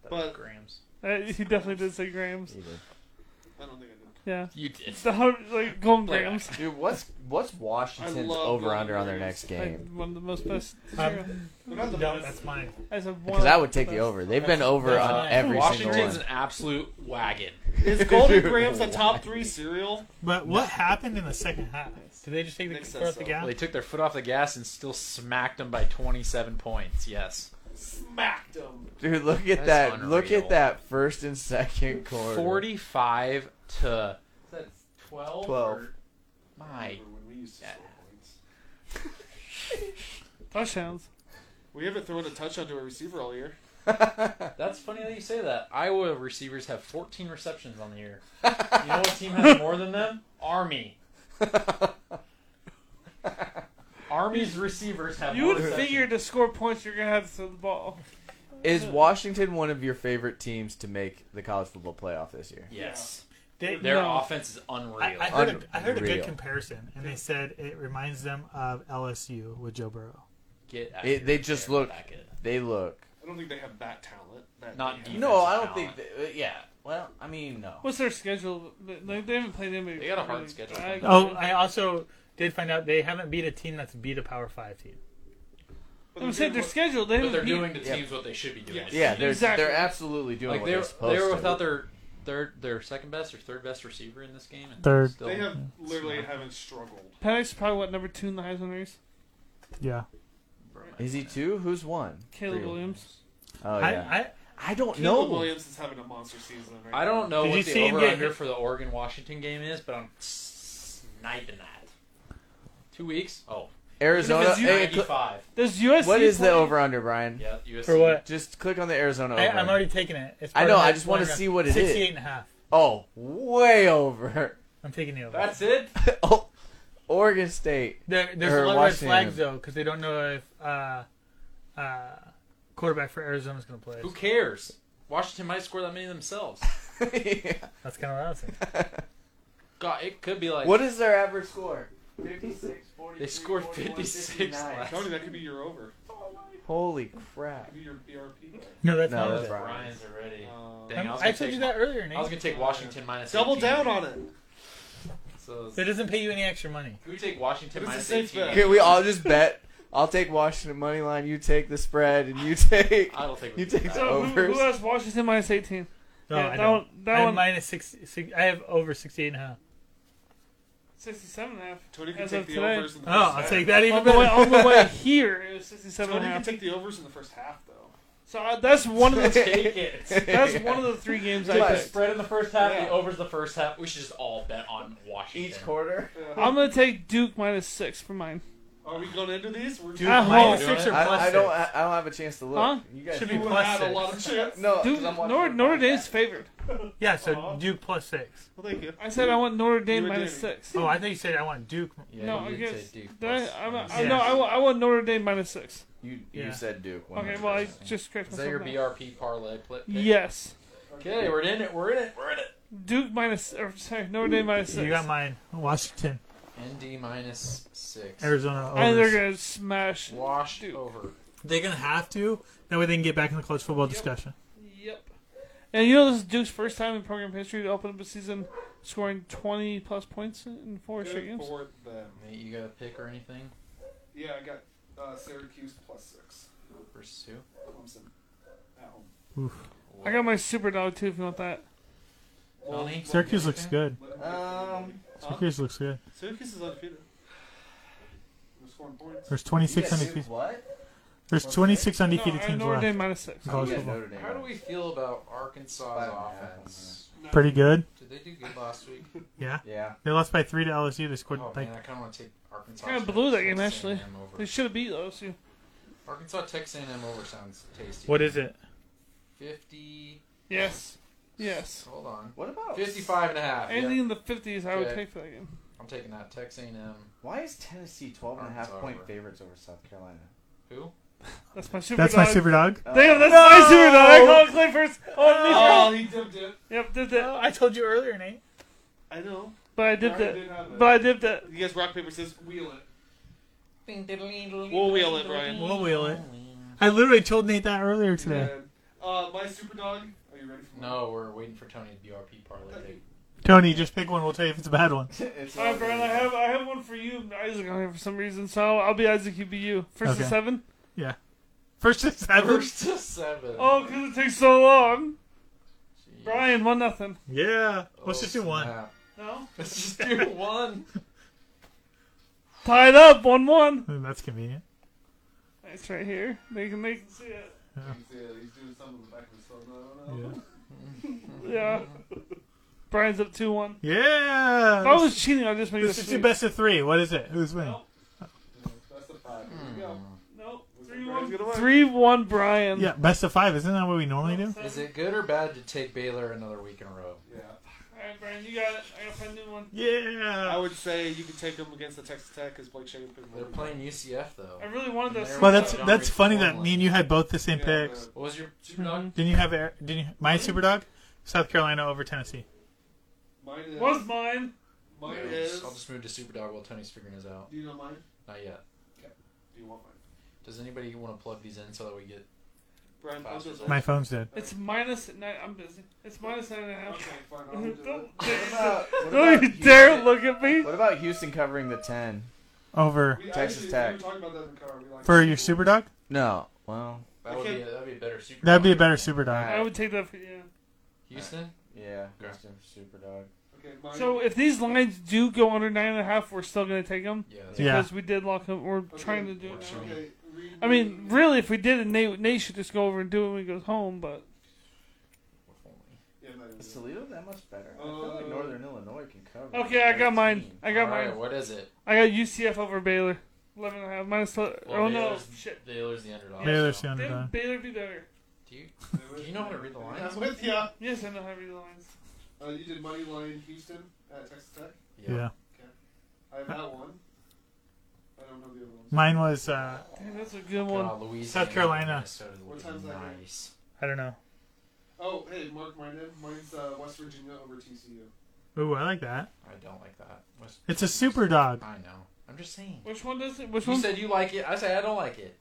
Speaker 4: But-
Speaker 2: Grams.
Speaker 5: Uh, he definitely did say grams.
Speaker 4: I don't think I
Speaker 5: Yeah.
Speaker 2: You did.
Speaker 5: The hundred, like golden
Speaker 2: Playback.
Speaker 5: grams.
Speaker 1: Dude, what's what's Washington's
Speaker 4: love
Speaker 1: over
Speaker 4: Golden
Speaker 1: under on their
Speaker 4: Rams.
Speaker 1: next game?
Speaker 5: Like, one of the most best.
Speaker 3: Um,
Speaker 4: did. They're not the
Speaker 3: no,
Speaker 4: best.
Speaker 3: that's mine.
Speaker 5: I said one.
Speaker 1: Because I
Speaker 5: of
Speaker 1: would take the
Speaker 5: best.
Speaker 1: over. They've been over
Speaker 3: That's
Speaker 1: on
Speaker 3: fine.
Speaker 1: uh, every
Speaker 2: Washington's
Speaker 1: single
Speaker 2: an
Speaker 1: one.
Speaker 2: absolute wagon.
Speaker 4: Is Golden Grahams the top three cereal?
Speaker 3: But what happened in the second half? Did they just take the
Speaker 4: Nick says
Speaker 3: foot off the
Speaker 4: so.
Speaker 3: gas?
Speaker 2: Well, they took their foot off the gas and still smacked them by 27 points. Yes.
Speaker 4: Smacked them.
Speaker 1: Dude, look at
Speaker 2: That's
Speaker 1: that! Look
Speaker 2: unreal.
Speaker 1: at that first and second quarter.
Speaker 2: 45 to. Is that 12?
Speaker 1: Twelve.
Speaker 2: or- My.
Speaker 4: When we used to
Speaker 2: Yeah.
Speaker 4: score points.
Speaker 5: touchdowns.
Speaker 4: We haven't thrown a touchdown to a receiver all year.
Speaker 2: That's funny that you say that. Iowa receivers have 14 receptions on the year. You know what team has more than them? Army. Army's receivers have
Speaker 5: You
Speaker 2: more
Speaker 5: would
Speaker 2: receptions.
Speaker 5: figure to score points, you're gonna have to throw the ball.
Speaker 1: Is Washington one of your favorite teams to make the college football playoff this year?
Speaker 2: Yes.
Speaker 3: They-
Speaker 2: Their
Speaker 5: No.
Speaker 2: offense is unreal.
Speaker 3: I, I heard,
Speaker 1: Unreal.
Speaker 3: a, I heard a good comparison, and they said it reminds them of LSU with Joe Burrow.
Speaker 2: Get out
Speaker 1: It-
Speaker 2: of
Speaker 1: they
Speaker 2: here,
Speaker 1: just
Speaker 2: Bear
Speaker 1: look-
Speaker 2: Beckett.
Speaker 1: They look.
Speaker 4: I don't think they have that talent. That
Speaker 2: Not
Speaker 4: they
Speaker 2: deep.
Speaker 4: have.
Speaker 1: No, I don't
Speaker 2: Defensive
Speaker 1: think. They, uh, yeah. Well, I mean, no.
Speaker 5: What's their schedule? Like they haven't played anybody.
Speaker 2: They got a hard
Speaker 5: really
Speaker 2: schedule.
Speaker 5: bad.
Speaker 3: Oh, I also did find out they haven't beat a team that's beat a Power Five team.
Speaker 4: But
Speaker 5: I'm saying
Speaker 4: doing
Speaker 5: their
Speaker 4: what-
Speaker 5: schedule. They
Speaker 2: But they're
Speaker 5: haven't beat-
Speaker 2: doing to
Speaker 1: Yeah.
Speaker 2: teams what they should be doing.
Speaker 4: Yes.
Speaker 2: to
Speaker 1: Yeah,
Speaker 2: teams.
Speaker 1: they're
Speaker 5: Exactly.
Speaker 1: they're absolutely doing
Speaker 2: like
Speaker 1: what they're,
Speaker 2: they're
Speaker 1: supposed
Speaker 2: they're
Speaker 1: to.
Speaker 2: without their third their second best or third best receiver in this game. And
Speaker 3: Third.
Speaker 2: Still,
Speaker 4: They have literally haven't struggled.
Speaker 5: Penix is probably what number two in the Heisman race.
Speaker 3: Yeah,
Speaker 2: Bro, my
Speaker 1: Is he
Speaker 2: goodness.
Speaker 1: two? Who's one?
Speaker 5: Caleb
Speaker 1: Three.
Speaker 5: Williams.
Speaker 1: Oh
Speaker 3: I,
Speaker 1: yeah. I,
Speaker 3: I,
Speaker 1: don't
Speaker 4: Caleb
Speaker 1: know.
Speaker 4: Williams is having a monster season. Right
Speaker 2: I don't know
Speaker 3: Did you
Speaker 2: what the
Speaker 3: see him
Speaker 2: over
Speaker 3: get
Speaker 2: under
Speaker 3: hit?
Speaker 2: for the Oregon Washington game is, but I'm sniping that. Two weeks? Oh,
Speaker 1: Arizona.
Speaker 5: Because you-
Speaker 1: hey, cl-
Speaker 2: 95.
Speaker 5: Does USC?
Speaker 1: what is the
Speaker 5: play-
Speaker 1: over under, Brian?
Speaker 2: Yeah, USC.
Speaker 3: for what?
Speaker 1: Just click on the Arizona over.
Speaker 3: I, I'm already taking it. It's
Speaker 1: Oh, I
Speaker 3: part
Speaker 1: know,
Speaker 3: of my
Speaker 1: I just wanna
Speaker 3: program.
Speaker 1: see what it is.
Speaker 3: 68 and a half.
Speaker 1: Oh, way over.
Speaker 3: I'm taking the over.
Speaker 2: That's it.
Speaker 1: oh, Oregon State.
Speaker 3: There, there's
Speaker 1: Or
Speaker 3: a lot
Speaker 1: Washington.
Speaker 3: of red flags though, because they don't know if uh, uh, quarterback for Arizona's going to play.
Speaker 2: Who cares? Washington might score that many themselves.
Speaker 3: That's kind of what I was thinking.
Speaker 2: God, it could be like
Speaker 1: What is their average score? 56, 40.
Speaker 2: they scored 56 last.
Speaker 4: Tony, that could be your over.
Speaker 1: Holy crap.
Speaker 4: Could be your BRP. bet.
Speaker 3: No, that's
Speaker 1: No,
Speaker 3: not
Speaker 1: that's
Speaker 3: it.
Speaker 1: right.
Speaker 2: Brian's already.
Speaker 4: Um,
Speaker 2: Dang, I was
Speaker 3: I
Speaker 2: gonna
Speaker 3: told
Speaker 2: take-
Speaker 3: you that earlier, Nate.
Speaker 2: I was gonna take Washington minus.
Speaker 4: double
Speaker 2: 18.
Speaker 4: down on it.
Speaker 2: So
Speaker 3: It doesn't pay you any extra money.
Speaker 2: Can we take Washington
Speaker 4: This is
Speaker 2: minus
Speaker 4: safe
Speaker 2: 18?
Speaker 4: bet.
Speaker 1: Can we all just bet? I'll take Washington money line. You take the spread, and you take
Speaker 2: I don't think we
Speaker 1: you take the
Speaker 5: So who, who
Speaker 1: overs.
Speaker 5: has Washington minus eighteen?
Speaker 3: No,
Speaker 5: Yeah,
Speaker 3: I
Speaker 5: that
Speaker 3: don't.
Speaker 5: one- that
Speaker 3: I have
Speaker 5: one-
Speaker 3: minus six, six. I have over 68 and a half.
Speaker 5: Sixty-seven and a half.
Speaker 4: Tony can
Speaker 5: As
Speaker 4: take
Speaker 5: of
Speaker 4: the
Speaker 5: today.
Speaker 4: overs in the
Speaker 3: Oh,
Speaker 4: first
Speaker 3: I'll
Speaker 4: half.
Speaker 3: take that even
Speaker 5: On the way,
Speaker 3: better.
Speaker 5: on the way here, it was sixty-seven and
Speaker 4: Tony
Speaker 5: a
Speaker 4: can
Speaker 5: half.
Speaker 4: take the overs in the first half, though.
Speaker 5: So I, that's one of the
Speaker 2: take it.
Speaker 5: that's one of the three games I
Speaker 1: But-
Speaker 5: picked.
Speaker 2: Spread in the first half,
Speaker 4: Yeah.
Speaker 2: the overs the first half. We should just all bet on Washington.
Speaker 1: each quarter.
Speaker 4: Yeah.
Speaker 5: I'm gonna take Duke minus six for mine.
Speaker 4: Uh, Are we going into these? We're
Speaker 3: Dude,
Speaker 5: At home.
Speaker 3: minus
Speaker 2: Doing
Speaker 3: six
Speaker 2: it.
Speaker 3: or plus
Speaker 1: I, I don't.
Speaker 3: six.
Speaker 1: I, I don't have a chance to look.
Speaker 5: Huh?
Speaker 1: You guys
Speaker 3: Should be
Speaker 4: You
Speaker 1: no,
Speaker 3: plus
Speaker 4: had a
Speaker 3: six.
Speaker 4: lot of chance.
Speaker 1: 'cause
Speaker 5: Duke,
Speaker 1: I'm watching
Speaker 5: Notre,
Speaker 1: the
Speaker 5: Notre
Speaker 1: podcast.
Speaker 5: Dame's favored.
Speaker 3: Yeah, so
Speaker 4: Uh-huh.
Speaker 3: Duke plus six.
Speaker 4: Well, thank you.
Speaker 5: I said I want Notre
Speaker 4: You
Speaker 5: Dame
Speaker 4: were
Speaker 5: minus
Speaker 4: doing-
Speaker 5: six.
Speaker 3: Oh, I thought you said I want Duke.
Speaker 2: Yeah,
Speaker 5: no, I
Speaker 2: you did
Speaker 5: guess.
Speaker 2: say Duke
Speaker 5: Did I,
Speaker 2: plus-
Speaker 5: I'm,
Speaker 2: minus
Speaker 5: I,
Speaker 2: six.
Speaker 5: no, I, want- I want Notre Dame minus six.
Speaker 1: You you
Speaker 3: Yeah.
Speaker 1: said Duke.
Speaker 5: Okay, well I
Speaker 1: 100%.
Speaker 5: just corrected
Speaker 2: Is that your
Speaker 5: myself. now.
Speaker 2: BRP parlay pl- pick?
Speaker 5: Yes,
Speaker 2: Okay, we're in it. We're in it. We're in
Speaker 5: Duke minus or sorry Notre Dame minus six.
Speaker 3: You got mine. Washington,
Speaker 2: it. ND minus six.
Speaker 3: Arizona.
Speaker 5: and
Speaker 3: overs.
Speaker 5: they're gonna smash.
Speaker 2: Wash
Speaker 5: Duke.
Speaker 2: over.
Speaker 3: They're gonna have to. That way they can get back in the college football discussion.
Speaker 5: Yep. And you know this is Duke's first time in program history to open up a season scoring 20 plus points in four straight
Speaker 4: Good
Speaker 5: games.
Speaker 4: for them.
Speaker 2: Nate, you got a pick or anything
Speaker 4: Yeah, I got uh, Syracuse plus six.
Speaker 2: versus who?
Speaker 4: Clemson at home.
Speaker 5: I got my super dog too if you want that.
Speaker 2: Tony?
Speaker 3: Syracuse looks good.
Speaker 4: Let them
Speaker 1: Um,
Speaker 4: Huh?
Speaker 3: Syracuse looks good.
Speaker 4: Syracuse is undefeated. They're scoring points.
Speaker 3: There's
Speaker 1: you
Speaker 3: 26
Speaker 1: guys do
Speaker 3: undefeated.
Speaker 1: What?
Speaker 3: There's 26
Speaker 5: No, I
Speaker 3: undefeated
Speaker 5: have
Speaker 3: teams
Speaker 5: Notre
Speaker 3: left
Speaker 5: Dame minus six.
Speaker 3: in college
Speaker 1: Yeah,
Speaker 3: football.
Speaker 1: Notre Dame.
Speaker 2: How do we feel about Arkansas's
Speaker 1: Five and a half,
Speaker 2: offense?
Speaker 3: Pretty good.
Speaker 2: Did they do good last week?
Speaker 3: Yeah.
Speaker 1: Yeah.
Speaker 3: They lost by three to LSU. They scored
Speaker 2: Oh
Speaker 3: like
Speaker 2: man, I kind of want to take Arkansas.
Speaker 5: Kinda blew that game,
Speaker 2: Texas
Speaker 5: actually.
Speaker 2: A&M over.
Speaker 5: They should have beat LSU.
Speaker 2: Arkansas Texas A&M over sounds tasty.
Speaker 3: what is it?
Speaker 2: Fifty.
Speaker 5: Yes. Yes.
Speaker 2: Hold on.
Speaker 1: What about
Speaker 2: 55 and a half. yeah.
Speaker 5: Anything in the 50s, I would
Speaker 2: Okay.
Speaker 5: take for that game.
Speaker 2: I'm taking that. Texas A&M.
Speaker 1: Why is Tennessee 12 and a half
Speaker 2: Arms
Speaker 1: point
Speaker 2: over.
Speaker 1: favorites over South Carolina?
Speaker 2: Who?
Speaker 5: That's my super
Speaker 3: That's
Speaker 5: dog.
Speaker 3: my super dog.
Speaker 5: Damn, that's my super dog. I called Clay first. Oh,
Speaker 4: Oh, he dipped it.
Speaker 5: no. Yep, did that.
Speaker 3: I told you earlier, Nate.
Speaker 4: I know.
Speaker 5: But I did
Speaker 4: Sorry,
Speaker 5: that.
Speaker 4: didn't have it.
Speaker 5: But I did that.
Speaker 4: You guys rock, paper, scissors, wheel it. We'll wheel it, Brian.
Speaker 3: We'll wheel it. I literally told Nate that earlier today.
Speaker 4: Uh, my super dog. Are you ready for mine?
Speaker 2: No, we're waiting for Tony to BRP parlay. pick.
Speaker 3: Tony, just pick one. We'll tell you if it's a bad one.
Speaker 1: It's
Speaker 5: All right, Brian. I have I have one for you, and Isaac on here for some reason. So I'll, I'll be Isaac. You be you. First to
Speaker 3: Okay.
Speaker 5: seven.
Speaker 3: First to seven.
Speaker 2: First to seven.
Speaker 5: Oh, because it takes so long.
Speaker 2: Jeez.
Speaker 5: Brian, one nothing.
Speaker 3: Yeah. Let's
Speaker 2: Oh,
Speaker 3: just do one.
Speaker 2: snap.
Speaker 5: No.
Speaker 2: Let's just do one.
Speaker 5: Tied up, one one.
Speaker 3: That's convenient.
Speaker 5: It's right here. They can they can see it.
Speaker 4: He's, uh, he's doing something with the back of his thumb. I don't know.
Speaker 3: Yeah.
Speaker 5: Yeah. Brian's up two one. If I
Speaker 3: Yeah.
Speaker 5: was cheating, I'd just make
Speaker 3: This
Speaker 5: Oh, this.
Speaker 3: is two best of three. What is it? Who's winning?
Speaker 5: Nope.
Speaker 4: No, that's the five. Here we go.
Speaker 3: Hmm.
Speaker 5: No, three
Speaker 4: Brian's
Speaker 5: one.
Speaker 4: gonna win.
Speaker 5: Three one, Brian.
Speaker 3: Yeah, best of five. Isn't that what we normally do?
Speaker 2: Is it good or bad to take Baylor another week in a row?
Speaker 4: Yeah.
Speaker 5: All right, Brian, you got it. I gotta find a new one.
Speaker 4: I
Speaker 3: Yeah.
Speaker 4: would say you can take him against the Texas Tech because Blake Shapen.
Speaker 2: They're playing UCF though.
Speaker 5: I really wanted this.
Speaker 3: Well, that's that's funny that me and you had both the same picks.
Speaker 2: What was your super dog?
Speaker 3: Didn't you have Air- didn't you, my super dog? South Carolina over Tennessee.
Speaker 4: Mine is.
Speaker 5: was mine.
Speaker 4: Mine
Speaker 2: Yeah, I'll
Speaker 4: is.
Speaker 2: just- I'll just move to super dog while Tony's figuring his out.
Speaker 4: Do you know mine?
Speaker 2: Not yet.
Speaker 4: Do you want mine?
Speaker 2: Does anybody want to plug these in so that we get?
Speaker 4: Brian, I'll
Speaker 2: Faster.
Speaker 4: just.
Speaker 3: My phone's dead.
Speaker 5: It's minus at nine. I'm busy. It's minus nine and a half.
Speaker 4: Okay, fine. I'll do
Speaker 5: Don't,
Speaker 4: it.
Speaker 1: What about, what
Speaker 5: don't
Speaker 1: about
Speaker 5: you dare
Speaker 1: Houston-
Speaker 5: look at me.
Speaker 1: What about Houston covering the ten?
Speaker 3: Over
Speaker 4: We
Speaker 1: Texas
Speaker 4: actually,
Speaker 1: Tech.
Speaker 4: We were talking about that in the car. We like
Speaker 3: for your super dog.
Speaker 1: No. Well,
Speaker 2: That
Speaker 4: I
Speaker 2: would be
Speaker 4: can't-
Speaker 2: a, that'd be a better super.
Speaker 3: That'd be a
Speaker 2: dog.
Speaker 3: better super dog.
Speaker 5: I would take that for yeah.
Speaker 2: Houston.
Speaker 1: yeah.
Speaker 2: Okay.
Speaker 1: Houston super dog.
Speaker 4: Okay, mine.
Speaker 5: So if these lines do go under nine and a half, we're still gonna take them
Speaker 2: Yeah. that's-
Speaker 3: Yeah.
Speaker 5: because we did lock them. We're
Speaker 4: Okay,
Speaker 5: trying to do it.
Speaker 2: Works
Speaker 5: now.
Speaker 2: for me.
Speaker 4: Okay, read
Speaker 5: I mean, really, if we did it, Nate, Nate should just go over and do it when he goes home. But
Speaker 4: Yeah, mine
Speaker 1: Is
Speaker 4: is.
Speaker 1: Toledo that much better? I feel like
Speaker 4: Uh,
Speaker 1: Northern Illinois can cover.
Speaker 5: okay, I got mine.
Speaker 1: 13.
Speaker 5: I got
Speaker 2: All right,
Speaker 5: mine.
Speaker 2: What is it?
Speaker 5: I got UCF over Baylor, eleven and a half minus. Well, oh no,
Speaker 2: Baylor's-
Speaker 5: shit.
Speaker 2: Baylor's the underdog.
Speaker 3: Baylor's
Speaker 2: so-
Speaker 3: the
Speaker 5: Didn't
Speaker 3: underdog.
Speaker 5: Baylor be better?
Speaker 2: Do you
Speaker 4: Do
Speaker 2: do
Speaker 4: it.
Speaker 2: you know how to read the lines?
Speaker 4: I'm with you. Uh,
Speaker 5: Yes, I know how to read the lines.
Speaker 4: you did money line Houston at Texas Tech.
Speaker 3: Yeah.
Speaker 4: I have that one. I don't know the other ones.
Speaker 3: Mine was uh,
Speaker 5: Damn, that's a good one.
Speaker 2: God, Uh, Louisiana.
Speaker 3: South Carolina.
Speaker 2: Minnesota
Speaker 4: What
Speaker 2: looks
Speaker 4: time's that?
Speaker 2: nice.
Speaker 3: I don't know.
Speaker 4: Oh, hey, mark mine in. Mine's uh, West Virginia over TCU.
Speaker 3: Ooh, I like that.
Speaker 2: I don't like that. What's-
Speaker 3: It's a super dog.
Speaker 2: I know. I'm just saying.
Speaker 5: Which one does it? Which
Speaker 2: You
Speaker 5: one?
Speaker 2: said you like it. I say I don't like it.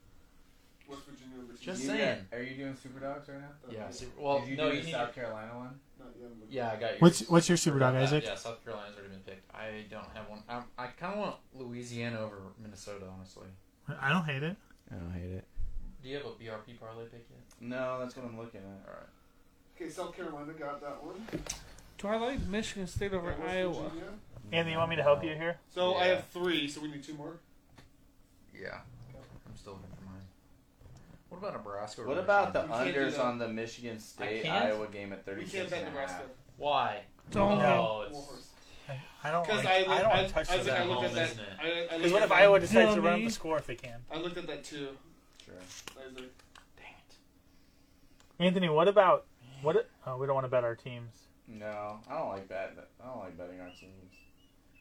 Speaker 4: West Virginia over TCU.
Speaker 2: Just
Speaker 1: You got-
Speaker 2: saying.
Speaker 1: are you doing super dogs right now?
Speaker 2: Yeah.
Speaker 4: Not
Speaker 2: Super, well,
Speaker 1: Did you
Speaker 2: no,
Speaker 1: do
Speaker 2: you
Speaker 1: the
Speaker 2: need.
Speaker 1: South
Speaker 2: to-
Speaker 1: Carolina one?
Speaker 4: yet, but-
Speaker 2: Yeah, I got yours.
Speaker 3: What's what's your super dog,
Speaker 2: Forgot that.
Speaker 3: Isaac?
Speaker 2: Yeah, South Carolina's already been picked. I don't have one. i I kind of want Louisiana over Minnesota, honestly.
Speaker 3: I don't hate it.
Speaker 1: I don't hate it.
Speaker 2: Do you have a BRP parlay pick yet?
Speaker 1: No, that's what I'm looking at.
Speaker 2: All right.
Speaker 4: Okay, South Carolina got that one.
Speaker 5: Do I like Michigan State over
Speaker 4: And West
Speaker 5: Iowa?
Speaker 4: Virginia.
Speaker 3: Anthony, you want me to help you here?
Speaker 4: So I
Speaker 2: Yeah.
Speaker 4: have three. So we need two more.
Speaker 2: Yeah. I'm still looking for mine. What about Nebraska? or
Speaker 1: What about the
Speaker 2: Michigan?
Speaker 4: can't do
Speaker 1: unders
Speaker 4: that.
Speaker 1: on the Michigan State
Speaker 2: can't?
Speaker 1: Iowa game at
Speaker 4: We
Speaker 1: 36
Speaker 4: can't bet
Speaker 1: and a
Speaker 4: Nebraska.
Speaker 1: half?
Speaker 2: Why?
Speaker 5: Don't.
Speaker 2: Oh, it's
Speaker 4: Warhorse.
Speaker 3: I don't.
Speaker 4: Because
Speaker 3: Oh, Like,
Speaker 4: I, look-
Speaker 3: I don't
Speaker 4: I,
Speaker 3: want to touch
Speaker 4: I, think
Speaker 3: that.
Speaker 4: I looked at
Speaker 2: home,
Speaker 4: that.
Speaker 2: isn't it?
Speaker 4: I, I
Speaker 3: Because
Speaker 4: looked
Speaker 3: what
Speaker 4: at
Speaker 3: if
Speaker 4: that-
Speaker 3: Iowa decides to run up
Speaker 5: Dummy.
Speaker 3: the score if they can?
Speaker 4: I looked at that too.
Speaker 1: Sure.
Speaker 4: I was like,
Speaker 3: Anthony, what about what? Oh, we don't want to bet our teams.
Speaker 1: No, I don't like bet. I don't like betting our teams.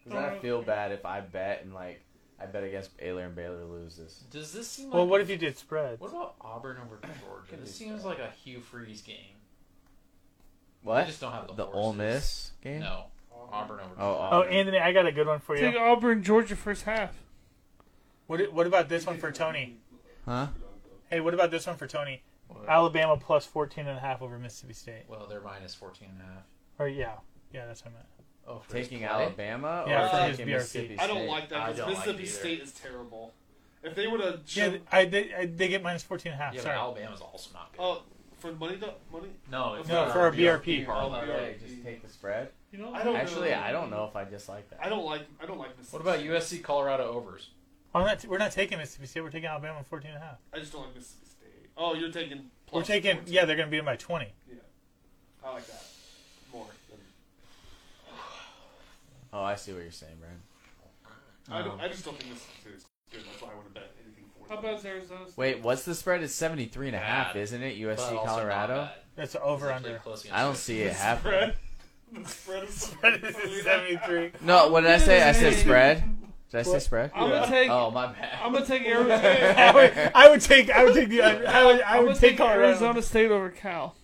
Speaker 1: Because
Speaker 5: Don't
Speaker 1: I
Speaker 5: know.
Speaker 1: feel bad if I bet and like I bet against Baylor and Baylor loses.
Speaker 2: Does this seem like?
Speaker 3: Well, what if you did spreads?
Speaker 2: What about Auburn over Georgia?
Speaker 1: Could
Speaker 2: This
Speaker 1: be
Speaker 2: seems
Speaker 1: bad.
Speaker 2: like a Hugh Freeze game.
Speaker 1: What?
Speaker 2: I just don't have the
Speaker 1: the
Speaker 2: horses.
Speaker 1: Ole Miss game?
Speaker 2: No, Auburn over.
Speaker 1: Oh,
Speaker 2: Georgia.
Speaker 3: Oh, Anthony, I got a good one for
Speaker 5: Take
Speaker 3: you.
Speaker 5: Auburn, Georgia, first half.
Speaker 3: What What about this one for Tony?
Speaker 1: Huh?
Speaker 3: Hey, what about this one for Tony?
Speaker 2: What?
Speaker 3: Alabama plus 14 and a half over Mississippi State.
Speaker 2: Well, they're minus 14 and a half.
Speaker 3: Or yeah, yeah, that's what I meant.
Speaker 2: Oh, for his
Speaker 1: Taking
Speaker 2: play?
Speaker 1: Alabama
Speaker 3: Yeah,
Speaker 4: for
Speaker 1: or
Speaker 3: his
Speaker 1: taking
Speaker 3: BRP.
Speaker 1: Mississippi State?
Speaker 4: I don't like
Speaker 2: I
Speaker 4: that because
Speaker 2: don't like
Speaker 4: Mississippi
Speaker 2: either.
Speaker 4: State is terrible. If they would have,
Speaker 3: Yeah,
Speaker 4: yeah,
Speaker 3: I they, I, they get minus 14 and a half.
Speaker 2: Yeah, but
Speaker 3: Sorry.
Speaker 2: Alabama's also not good.
Speaker 4: oh, for money, do- money.
Speaker 2: no, it's
Speaker 3: No,
Speaker 2: not
Speaker 3: for our BRP.
Speaker 2: parlay.
Speaker 1: Okay, just take the spread.
Speaker 5: You know, uh,
Speaker 4: I don't
Speaker 1: Actually,
Speaker 4: know.
Speaker 1: I don't know if I just like that.
Speaker 4: I don't like. I don't like Mississippi.
Speaker 2: What about
Speaker 4: State.
Speaker 2: USC Colorado overs?
Speaker 3: Well, I'm not, we're not taking Mississippi State. We're taking Alabama 14 and a half.
Speaker 4: I just don't like Mississippi State. Oh, you're taking. Plus
Speaker 3: We're taking.
Speaker 4: 14.
Speaker 3: Yeah, they're going to beat them by 20.
Speaker 4: I like that more. Than,
Speaker 1: Oh, I see what you're saying, Brad.
Speaker 4: I, don't, I just don't think Mississippi State is good. That's why I want to bet anything for
Speaker 5: Oh. how
Speaker 4: them.
Speaker 5: about Arizona? State?
Speaker 1: Wait, what's the spread? It's 73 and a half,
Speaker 2: Bad.
Speaker 1: isn't it?
Speaker 2: But also
Speaker 1: USC
Speaker 2: not
Speaker 1: Colorado.
Speaker 2: bad.
Speaker 3: That's
Speaker 2: It's
Speaker 3: over
Speaker 2: actually
Speaker 3: under.
Speaker 2: close against
Speaker 1: I don't
Speaker 2: it.
Speaker 1: see it happening.
Speaker 4: spread? The spread is
Speaker 3: That is 73.
Speaker 1: No, what did I say? I said spread. Did I say spray?
Speaker 5: I'm gonna take.
Speaker 1: Oh my bad.
Speaker 5: I'm gonna take Arizona.
Speaker 3: I would, I would take. I would take the. I would. I
Speaker 5: I'm
Speaker 3: would
Speaker 5: gonna
Speaker 3: take
Speaker 5: take
Speaker 3: Colorado.
Speaker 5: Arizona State over Cal.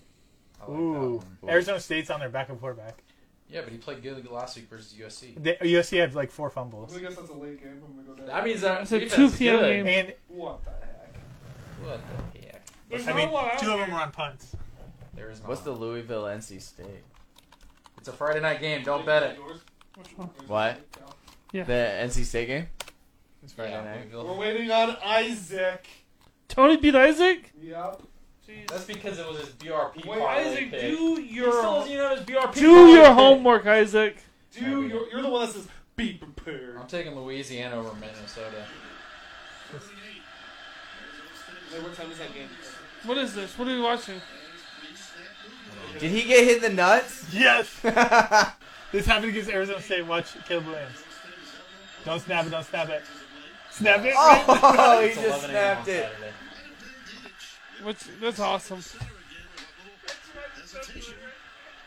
Speaker 3: Oh, Ooh, Arizona State's on their back and forth back.
Speaker 2: Yeah, but he played good last week versus USC.
Speaker 3: The USC had like four fumbles.
Speaker 4: I guess that's a late game. I'm gonna go down.
Speaker 2: That means that
Speaker 5: It's a
Speaker 2: defense
Speaker 5: 2
Speaker 2: is
Speaker 5: p.m.
Speaker 2: good.
Speaker 5: game.
Speaker 3: And
Speaker 4: What the heck?
Speaker 2: What the heck?
Speaker 5: There's
Speaker 3: I
Speaker 5: not
Speaker 3: mean,
Speaker 5: a lot out
Speaker 3: two of
Speaker 5: there.
Speaker 3: them were on punts.
Speaker 2: There is not.
Speaker 1: What's the Louisville NC State?
Speaker 2: It's a Friday night game. Don't bet it.
Speaker 5: Which one?
Speaker 1: What?
Speaker 5: Yeah.
Speaker 1: The NC State game? It's Friday
Speaker 2: Yeah,
Speaker 1: night.
Speaker 2: Louisville.
Speaker 4: We're waiting on Isaac.
Speaker 5: Tony beat Isaac.
Speaker 4: Yep.
Speaker 5: Jeez.
Speaker 2: That's because it was his BRP
Speaker 4: Wait,
Speaker 2: parlay
Speaker 5: Isaac,
Speaker 2: pick. He
Speaker 5: do
Speaker 2: still
Speaker 5: your
Speaker 2: doesn't even have his BRP
Speaker 5: do your
Speaker 2: parlay
Speaker 5: homework, Isaac.
Speaker 4: Do you're, you're the one that says be prepared.
Speaker 2: pick. I'm taking Louisiana over Minnesota.
Speaker 4: what time is that game?
Speaker 5: What is this? What are you watching?
Speaker 1: Did he get hit in the nuts?
Speaker 3: Yes. this happened against Arizona State. Watch Caleb Williams. Don't snap it. Don't snap it. Snap it.
Speaker 1: Oh, he
Speaker 2: It's
Speaker 1: just
Speaker 2: 11 a.m. on
Speaker 1: snapped it.
Speaker 2: Saturday.
Speaker 5: What's that's awesome.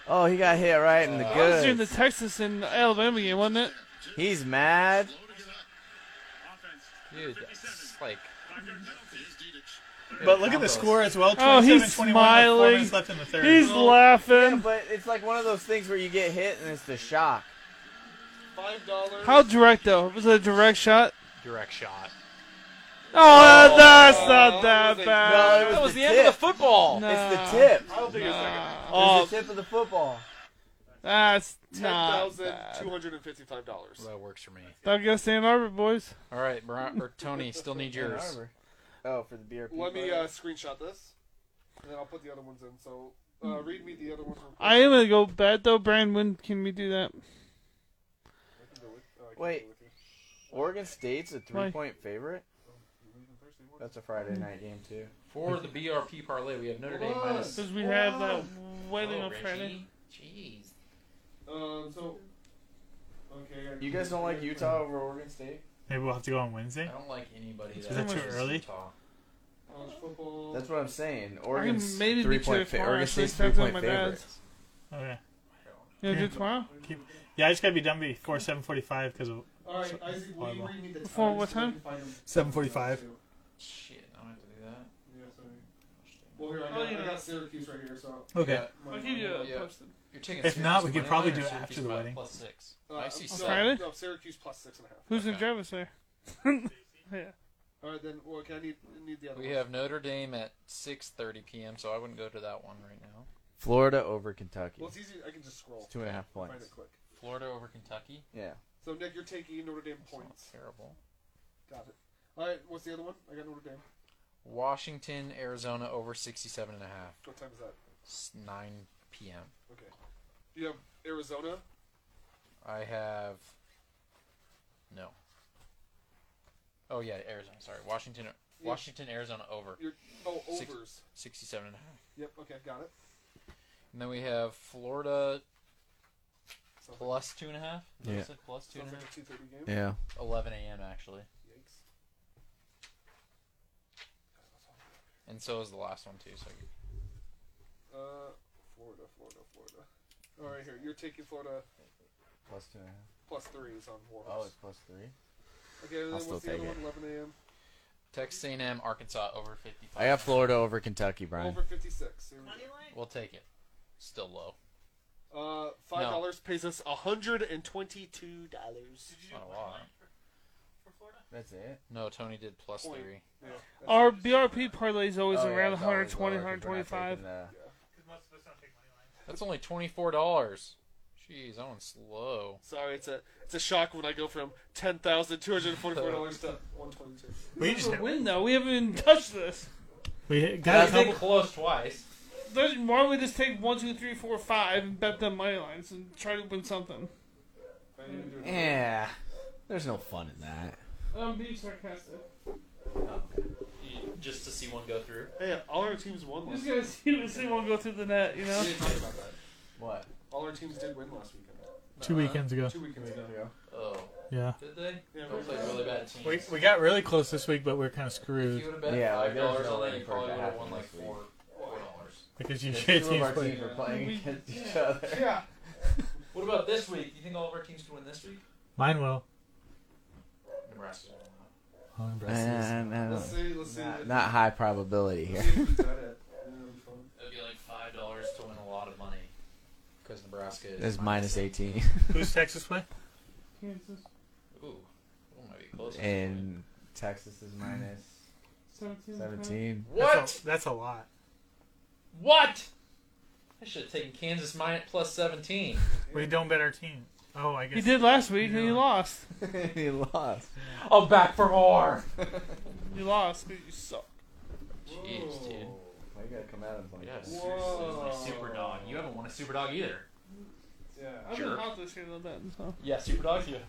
Speaker 1: Oh, he got hit right in the
Speaker 5: That was during the
Speaker 1: good.
Speaker 5: Texas and Alabama game, wasn't it?
Speaker 1: He's mad.
Speaker 2: Dude, that's like.
Speaker 3: But look at the score as well.
Speaker 5: Oh,
Speaker 3: 27, 21,
Speaker 5: he's
Speaker 3: with four
Speaker 5: smiling.
Speaker 3: minutes left in the third.
Speaker 5: He's laughing.
Speaker 1: But it's like one of those things where you get hit and it's the shock.
Speaker 4: Five dollars.
Speaker 5: How direct though? Was it a direct shot?
Speaker 2: Direct shot.
Speaker 5: Oh, that's
Speaker 4: that
Speaker 5: not that
Speaker 4: was a-
Speaker 5: bad.
Speaker 1: No,
Speaker 2: That was the end
Speaker 1: tip.
Speaker 2: of the football.
Speaker 5: No.
Speaker 1: It's the tip.
Speaker 4: I don't think it's like
Speaker 5: Oh,
Speaker 1: It's the tip of the football.
Speaker 5: that's
Speaker 4: ten
Speaker 5: not
Speaker 4: thousand two
Speaker 5: bad.
Speaker 4: hundred and fifty-five dollars.
Speaker 2: That works for me.
Speaker 5: Don't go Ann Arbor, boys.
Speaker 2: All right, Brian, or Tony, still need yours.
Speaker 1: Oh, for the BRP.
Speaker 4: Let me
Speaker 1: photo.
Speaker 4: uh, screenshot this, and then I'll put the other ones in. So uh, read me the other ones. real quick.
Speaker 5: I am gonna go bad though, Brian. When can we do that?
Speaker 4: I can do it. Uh, I can do
Speaker 1: Wait.
Speaker 4: it with you.
Speaker 1: Oregon State's a
Speaker 5: Why?
Speaker 1: three-point favorite. That's a Friday night game too.
Speaker 2: For the BRP parlay, we have Notre Dame
Speaker 4: Hold on.
Speaker 2: minus.
Speaker 5: Because we have that wedding
Speaker 2: Oh,
Speaker 5: on Friday.
Speaker 2: Reggie. Jeez.
Speaker 4: Um. So. Okay. I
Speaker 1: You guys don't like Utah over Oregon State?
Speaker 3: Maybe we'll have to go on
Speaker 2: I
Speaker 3: Wednesday.
Speaker 2: don't like anybody.
Speaker 3: Is
Speaker 2: that
Speaker 3: it too
Speaker 2: plays
Speaker 3: early?
Speaker 2: Utah.
Speaker 4: College football.
Speaker 1: That's what I'm saying.
Speaker 5: I
Speaker 1: Oregon's
Speaker 5: can maybe be too
Speaker 1: three-point
Speaker 5: far.
Speaker 1: fa- Oregon
Speaker 5: so
Speaker 1: State's
Speaker 5: it's after
Speaker 1: three-point
Speaker 5: my
Speaker 1: favorite.
Speaker 5: dad's.
Speaker 3: Okay.
Speaker 5: You wanna do it tomorrow?
Speaker 3: Keep- yeah, I just gotta be done before 7:45 because
Speaker 4: All right, Isaac. Will you
Speaker 3: Volleyball.
Speaker 4: read me the
Speaker 5: Before
Speaker 4: times
Speaker 5: what
Speaker 4: so we
Speaker 5: time?
Speaker 4: can find them?
Speaker 3: 7:45.
Speaker 2: Shit, I don't have to do that.
Speaker 4: Yeah, sorry. Well, here I
Speaker 5: Oh,
Speaker 4: got, I
Speaker 5: yeah.
Speaker 4: got Syracuse right here. So.
Speaker 3: okay.
Speaker 5: I'll give you a posted.
Speaker 2: You're taking
Speaker 3: If not,
Speaker 2: Syracuse
Speaker 3: we could
Speaker 2: money
Speaker 3: probably
Speaker 2: line or
Speaker 3: do it
Speaker 2: Syracuse
Speaker 3: after the
Speaker 2: minus
Speaker 3: wedding.
Speaker 2: Plus six.
Speaker 4: Uh,
Speaker 2: I see
Speaker 4: no,
Speaker 2: seven.
Speaker 5: Friday?
Speaker 4: No, Syracuse plus six and a half.
Speaker 5: Who's gonna
Speaker 2: Okay.
Speaker 5: drive us there? yeah.
Speaker 4: All right, then. Well, okay, I need I need the other.
Speaker 2: We
Speaker 4: ones.
Speaker 2: have Notre Dame at 6:30 p.m., so I wouldn't go to that one right now.
Speaker 1: Florida over Kentucky.
Speaker 4: Well, it's easy. I can just scroll.
Speaker 1: Two and a half
Speaker 4: Find
Speaker 1: points.
Speaker 4: it quick.
Speaker 2: Florida over Kentucky.
Speaker 1: Yeah.
Speaker 4: So Nick, you're taking Notre Dame points.
Speaker 2: Terrible.
Speaker 4: Got it. All right. What's the other one? I got Notre Dame.
Speaker 2: Washington, Arizona over 67 and a half.
Speaker 4: What time is that?
Speaker 2: It's 9 p.m.
Speaker 4: Okay. You have Arizona.
Speaker 2: I have no. Oh yeah, Arizona. Sorry, Washington. Washington, Arizona over
Speaker 4: You're oh overs.
Speaker 2: Six. 67 and a half.
Speaker 4: Yep. Okay. Got it.
Speaker 2: And then we have Florida
Speaker 4: Sounds like,
Speaker 2: plus two and a half. Is that what I
Speaker 1: Yeah.
Speaker 2: said? Plus two and
Speaker 4: sounds
Speaker 2: a
Speaker 4: like
Speaker 2: half.
Speaker 4: a two thirty game.
Speaker 1: Yeah.
Speaker 2: 11 a.m. actually.
Speaker 4: Yikes.
Speaker 2: And so is the last one too. So you-
Speaker 4: Uh, Florida, Florida, Florida. All right, here you're taking Florida
Speaker 1: Plus two and a half.
Speaker 4: plus three is on Warhorse.
Speaker 1: Oh, it's plus three.
Speaker 4: okay,
Speaker 1: I'll
Speaker 4: and then
Speaker 1: still
Speaker 4: what's the other
Speaker 1: take
Speaker 4: one? 11 a.m.
Speaker 2: Texas A&M, Arkansas over 55.
Speaker 1: I got Florida over Kentucky, Brian.
Speaker 4: Over 56. Here we go.
Speaker 2: We'll take it. Still low.
Speaker 4: Uh, five
Speaker 2: No.
Speaker 4: dollars pays us 122 dollars.
Speaker 2: Not a lot.
Speaker 1: That's it.
Speaker 2: No, Tony did plus
Speaker 4: Point.
Speaker 2: three.
Speaker 5: Our BRP parlay is always
Speaker 1: Oh, yeah,
Speaker 5: around
Speaker 1: it's always
Speaker 5: 120,
Speaker 1: lower 'cause we're not
Speaker 5: 125.
Speaker 1: taking the-
Speaker 2: That's only twenty four dollars. Jeez, that one's slow.
Speaker 4: Sorry, it's a it's a shock when I go from ten thousand two hundred forty-four dollars to 122.
Speaker 3: We just
Speaker 5: Win though. We haven't even touched this.
Speaker 3: we got a couple.
Speaker 2: close twice.
Speaker 5: There's- Why don't we just take one, two, three, four, five, and bet them money lines and try to win something?
Speaker 4: I didn't do it.
Speaker 1: Yeah. There's no fun in that.
Speaker 5: I'm being sarcastic.
Speaker 2: Just to see one go through.
Speaker 4: Hey, all our teams won
Speaker 5: I'm
Speaker 4: last.
Speaker 5: just
Speaker 4: Week.
Speaker 5: gonna see if someone go through the net, you know.
Speaker 4: We didn't talk about that.
Speaker 1: What?
Speaker 4: All our teams did win last weekend.
Speaker 3: Two weekends ago.
Speaker 4: Two weekends ago.
Speaker 2: Oh,
Speaker 3: Yeah.
Speaker 2: did they?
Speaker 4: Yeah,
Speaker 2: They played really bad teams.
Speaker 3: We, we got really close this week, but we are kind of
Speaker 2: If you
Speaker 3: screwed
Speaker 2: would have bet
Speaker 1: Yeah, like,
Speaker 2: five
Speaker 1: there's
Speaker 2: dollars
Speaker 1: no
Speaker 2: on that,
Speaker 1: way
Speaker 2: you
Speaker 1: for it
Speaker 2: probably
Speaker 1: to
Speaker 2: would have
Speaker 1: happen
Speaker 2: won like
Speaker 1: this week.
Speaker 2: four four dollars.
Speaker 3: because you
Speaker 1: Two
Speaker 3: shit
Speaker 1: of
Speaker 3: teams
Speaker 1: our teams
Speaker 3: played.
Speaker 1: are playing
Speaker 5: We-
Speaker 1: against each other.
Speaker 4: Yeah.
Speaker 2: What about this week? You think all of our teams could win this week?
Speaker 3: Mine will.
Speaker 2: breast.
Speaker 1: Not,
Speaker 4: Let's see. Let's see. if-
Speaker 1: not high probability here.
Speaker 4: see if we got it. Um,
Speaker 2: It would be like five dollars to win a lot of money because Nebraska is
Speaker 1: It's minus 18.
Speaker 3: Who's Texas play?
Speaker 5: Kansas,
Speaker 2: Ooh, that might be close.
Speaker 1: And Texas is minus
Speaker 5: 17.
Speaker 1: 17.
Speaker 3: That's
Speaker 2: what?
Speaker 3: a, that's a lot.
Speaker 2: What? I should have taken Kansas minus plus seventeen.
Speaker 3: We don't bet our team. Oh, I guess.
Speaker 5: He did last week and he
Speaker 3: Yeah.
Speaker 5: lost.
Speaker 1: he lost.
Speaker 2: I'm Oh, back for more.
Speaker 5: You lost because you suck.
Speaker 2: Jeez, dude.
Speaker 1: Why you gotta come at him like
Speaker 2: Yeah,
Speaker 1: that?
Speaker 2: seriously, like Superdog. You haven't won a Superdog either.
Speaker 4: Yeah.
Speaker 5: I've
Speaker 2: Jerk.
Speaker 5: been hot this year a little bit. So.
Speaker 2: Yeah, Superdog. Yeah.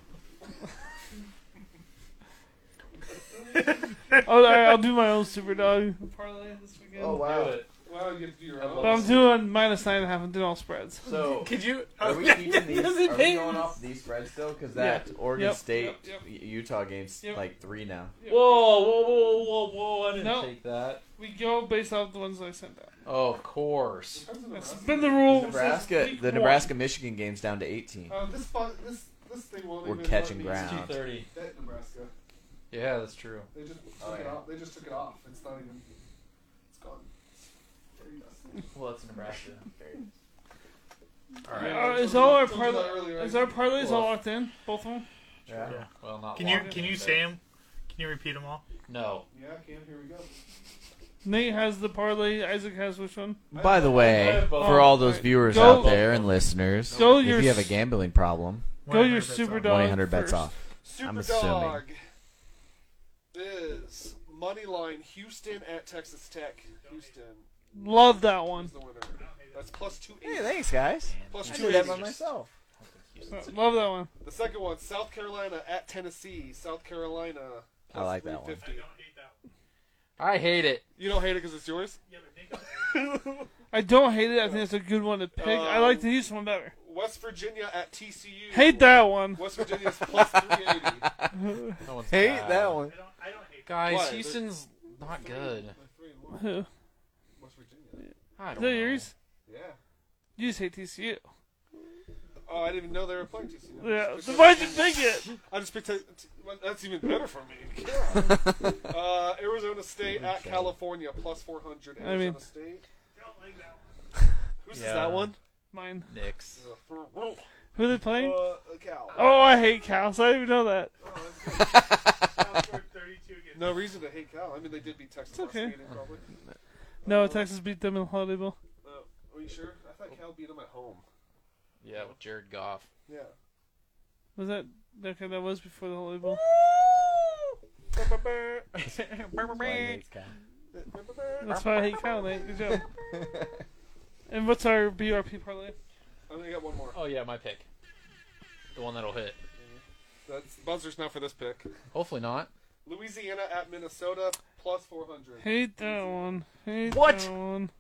Speaker 5: Oh, alright, I'll do my own super dog parlay this weekend.
Speaker 1: Oh,
Speaker 2: Do
Speaker 1: wow.
Speaker 2: it.
Speaker 4: Wow, you have to do your
Speaker 2: I
Speaker 4: own.
Speaker 5: But I'm doing minus nine and a half. I'm doing all spreads.
Speaker 1: So,
Speaker 3: Could you?
Speaker 1: are we keeping these? Are we
Speaker 5: Doesn't pay
Speaker 1: going
Speaker 5: us.
Speaker 1: off these spreads still? Because that Oregon
Speaker 5: Yep.
Speaker 1: State
Speaker 4: Yep. Yep.
Speaker 1: U- Utah game's
Speaker 5: Yep.
Speaker 1: like three now.
Speaker 2: Whoa, whoa, whoa, whoa, whoa! I didn't
Speaker 5: No.
Speaker 2: take that.
Speaker 5: We go based off the ones I sent out.
Speaker 2: Oh, of course.
Speaker 5: That's been the rule. since
Speaker 1: Nebraska,
Speaker 5: week
Speaker 1: the
Speaker 5: one. Oh.
Speaker 1: Nebraska Michigan game's down to 18.
Speaker 4: Uh, this, fu- this, this thing won't
Speaker 1: We're
Speaker 4: even
Speaker 1: catching
Speaker 4: let me
Speaker 1: ground.
Speaker 2: Two thirty.
Speaker 4: Bet Nebraska.
Speaker 2: Yeah, that's true.
Speaker 4: They just took
Speaker 1: Oh,
Speaker 4: it
Speaker 1: yeah.
Speaker 4: off. They just took it off. It's not even. It's gone. Very dusty.
Speaker 2: Well, that's Nebraska. All right.
Speaker 5: Uh, is all our
Speaker 4: Told you that
Speaker 5: parlay?
Speaker 4: earlier,
Speaker 5: Is
Speaker 4: right?
Speaker 5: our parlays all locked in? Both of them.
Speaker 1: Yeah.
Speaker 3: Yeah.
Speaker 2: Well, not
Speaker 3: Can you
Speaker 2: locked
Speaker 3: can
Speaker 2: in,
Speaker 3: you
Speaker 2: but-
Speaker 3: say them? Can you repeat them all?
Speaker 2: No.
Speaker 4: Yeah, Cam, here we go.
Speaker 5: Nate has the parlay. Isaac has which one?
Speaker 1: By the way, for all those viewers
Speaker 5: Go-
Speaker 1: out there and listeners,
Speaker 5: Go
Speaker 1: if
Speaker 5: your
Speaker 1: you have a
Speaker 5: s-
Speaker 1: gambling problem,
Speaker 5: Go your
Speaker 3: 100 bets
Speaker 5: super
Speaker 3: off.
Speaker 5: dog.
Speaker 1: 1-800 bets
Speaker 5: first.
Speaker 1: off. I'm assuming.
Speaker 4: Superdog is Moneyline Houston at Texas Tech. Houston
Speaker 5: Love that one.
Speaker 4: is the winner. That's plus two
Speaker 1: Hey,
Speaker 4: eighty.
Speaker 1: thanks, guys.
Speaker 4: Plus
Speaker 1: I
Speaker 4: two
Speaker 1: did that by
Speaker 4: eighty.
Speaker 1: myself.
Speaker 5: Love that one.
Speaker 4: The second one, South Carolina at Tennessee. South Carolina.
Speaker 1: I
Speaker 4: plus
Speaker 1: like that one.
Speaker 4: 350.
Speaker 2: I hate it.
Speaker 4: You don't hate it because it's yours.
Speaker 5: I don't hate it. I think that's a good one to pick. I like the Houston one better.
Speaker 4: West Virginia at TCU.
Speaker 5: Hate that one.
Speaker 4: West Virginia's plus three eighty.
Speaker 2: That one's
Speaker 1: Hate
Speaker 2: bad.
Speaker 1: that one.
Speaker 2: Guys,
Speaker 4: What?
Speaker 2: Houston's not good.
Speaker 5: Who?
Speaker 4: West Virginia.
Speaker 2: I
Speaker 5: Is
Speaker 2: don't
Speaker 5: that
Speaker 2: know.
Speaker 5: yours?
Speaker 4: Yeah.
Speaker 5: You just hate TCU.
Speaker 4: Oh, I didn't even know they were playing TCU.
Speaker 5: Yeah.
Speaker 4: Just
Speaker 5: So
Speaker 4: picked
Speaker 5: why'd
Speaker 4: up-
Speaker 5: you pick it?
Speaker 4: I just picked. up- well, That's even better for me. God. uh, Arizona State at California plus four hundred.
Speaker 5: I
Speaker 4: Arizona
Speaker 5: mean-
Speaker 4: State. Who's
Speaker 2: Yeah.
Speaker 4: that one?
Speaker 5: Mine.
Speaker 2: Knicks.
Speaker 4: Uh,
Speaker 5: Who are they playing?
Speaker 4: Cal.
Speaker 5: Oh, I hate Cal. So I didn't even know that.
Speaker 4: No reason to hate Cal. I mean, they did beat Texas. last
Speaker 5: okay.
Speaker 4: meeting, probably.
Speaker 5: No, Texas beat them in the Holiday Bowl.
Speaker 4: Uh, are you sure? I thought Cal beat them at home.
Speaker 2: Yeah, with Jared Goff.
Speaker 4: Yeah.
Speaker 5: Was that okay? That was before the Holiday Bowl. That's why I hate Cal, Nate. Good job. And what's our BRP parlay?
Speaker 4: I'm gonna get one more.
Speaker 2: Oh yeah, my pick. The one that'll hit.
Speaker 4: That's buzzer's not for this pick.
Speaker 2: Hopefully not.
Speaker 4: Louisiana at Minnesota plus four hundred.
Speaker 5: Hate that one. Hate
Speaker 2: What?
Speaker 5: that one.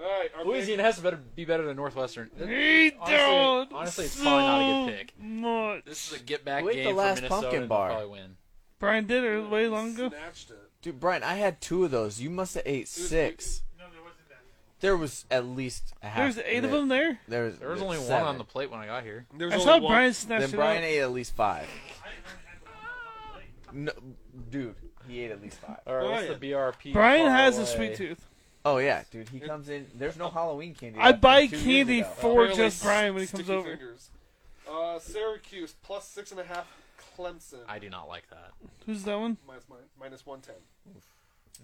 Speaker 4: All right, our
Speaker 2: Louisiana has to better be better than Northwestern.
Speaker 5: Hate that one.
Speaker 2: Honestly, honestly, it's probably not a good pick.
Speaker 5: so Much.
Speaker 2: This is a get back
Speaker 1: Wait
Speaker 2: game
Speaker 1: the last
Speaker 2: for Minnesota.
Speaker 1: pumpkin
Speaker 2: and they'll
Speaker 1: bar.
Speaker 2: Probably win.
Speaker 5: Brian did her
Speaker 4: big-
Speaker 5: way long ago.
Speaker 4: Snatched it.
Speaker 1: Dude, Brian, I had two of those. You must have ate six. There was at least a half.
Speaker 5: There's eight of them there.
Speaker 1: There was,
Speaker 2: There was only
Speaker 1: seven.
Speaker 2: one on the plate when I got here.
Speaker 4: There was
Speaker 5: I
Speaker 4: only
Speaker 5: saw
Speaker 4: one.
Speaker 5: Brian snatch
Speaker 1: Then
Speaker 5: it
Speaker 1: Brian
Speaker 5: up.
Speaker 1: ate at least five. No, dude, he ate at least five.
Speaker 2: All right, what's the BRP?
Speaker 5: Brian has a sweet tooth.
Speaker 1: Oh yeah, dude, he comes in. There's no Halloween candy.
Speaker 5: I
Speaker 1: left from
Speaker 5: buy
Speaker 1: two years
Speaker 5: candy
Speaker 1: ago.
Speaker 5: for
Speaker 4: Apparently
Speaker 5: just Brian when he comes
Speaker 4: sticky
Speaker 5: over.
Speaker 4: Fingers. Uh, Syracuse plus six and a half. Clemson
Speaker 2: I do not like that.
Speaker 5: Who's that one?
Speaker 4: minus mine, minus one ten.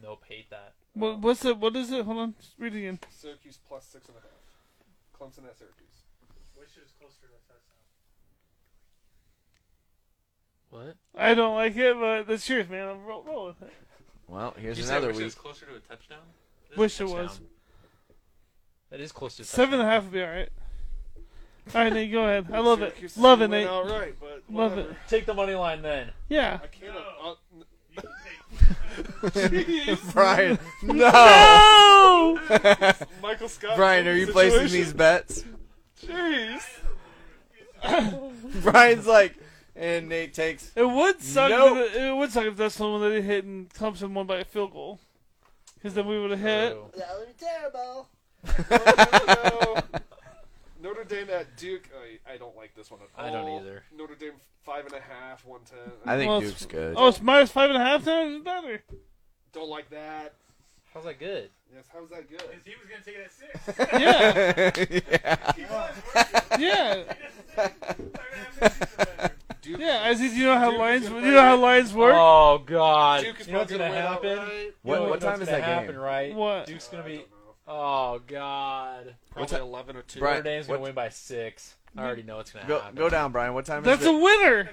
Speaker 2: Nope, hate that.
Speaker 5: What, what's it? What is it? Hold on. Just read it again.
Speaker 4: Syracuse plus six and a half. Clemson at Syracuse.
Speaker 2: What?
Speaker 5: I don't like it, but that's yours, man. I'm roll, roll with it.
Speaker 1: Well, here's another week.
Speaker 2: closer to a touchdown.
Speaker 5: Wish it was.
Speaker 2: That is close to a
Speaker 5: Seven and a
Speaker 2: touchdown.
Speaker 5: half would be all right. All right, Nate, go ahead. I love it.
Speaker 4: Syracuse
Speaker 5: Love it,
Speaker 4: went
Speaker 5: Nate.
Speaker 4: All right, but
Speaker 5: Love it.
Speaker 4: whatever.
Speaker 2: Take the money line then.
Speaker 5: Yeah.
Speaker 4: I can't. uh, n-
Speaker 1: Brian, no.
Speaker 5: Oh!
Speaker 4: Michael Scott.
Speaker 1: Brian, are you placing
Speaker 4: situation.
Speaker 1: these bets?
Speaker 4: Jeez.
Speaker 1: Brian's like, and Nate takes.
Speaker 5: It would suck.
Speaker 1: Nope.
Speaker 5: If it, it would suck if that's the one that they hit and Clemson won by a field goal, because then we would have hit.
Speaker 2: So,
Speaker 4: That would be terrible. Notre Dame at Duke. I, I don't like this one at all.
Speaker 2: I don't either.
Speaker 4: Notre Dame five and a half, one ten.
Speaker 1: I think
Speaker 5: Well, it's-
Speaker 1: Duke's good.
Speaker 5: Oh, it's minus five and a half now? It's better.
Speaker 4: don't like that.
Speaker 2: How's that good?
Speaker 4: Yes, how's that good?
Speaker 3: He was gonna take it at six.
Speaker 5: Yeah,
Speaker 1: yeah.
Speaker 5: yeah,
Speaker 4: Duke.
Speaker 5: yeah. I see. Do you know how
Speaker 4: Dude,
Speaker 5: lines?
Speaker 4: it's
Speaker 5: Do
Speaker 4: gonna
Speaker 5: you know how
Speaker 4: play.
Speaker 5: lines work?
Speaker 2: Oh God!
Speaker 4: Duke is
Speaker 2: you know what's
Speaker 4: probably
Speaker 2: gonna
Speaker 4: gonna win
Speaker 2: happen? You
Speaker 4: outright.
Speaker 2: know
Speaker 1: What, what
Speaker 2: what's
Speaker 1: time is
Speaker 2: gonna
Speaker 1: that
Speaker 2: happen,
Speaker 1: game?
Speaker 2: Right?
Speaker 5: What?
Speaker 2: Duke's
Speaker 4: I
Speaker 2: gonna be.
Speaker 4: don't know.
Speaker 2: Oh God!
Speaker 4: probably eleven or two.
Speaker 1: Brian-
Speaker 2: Notre Dame's
Speaker 1: what-
Speaker 2: gonna win by six. I already know what's gonna
Speaker 1: Go,
Speaker 2: happen.
Speaker 1: go down, Brian. What time is
Speaker 5: That's
Speaker 1: it?
Speaker 5: a winner.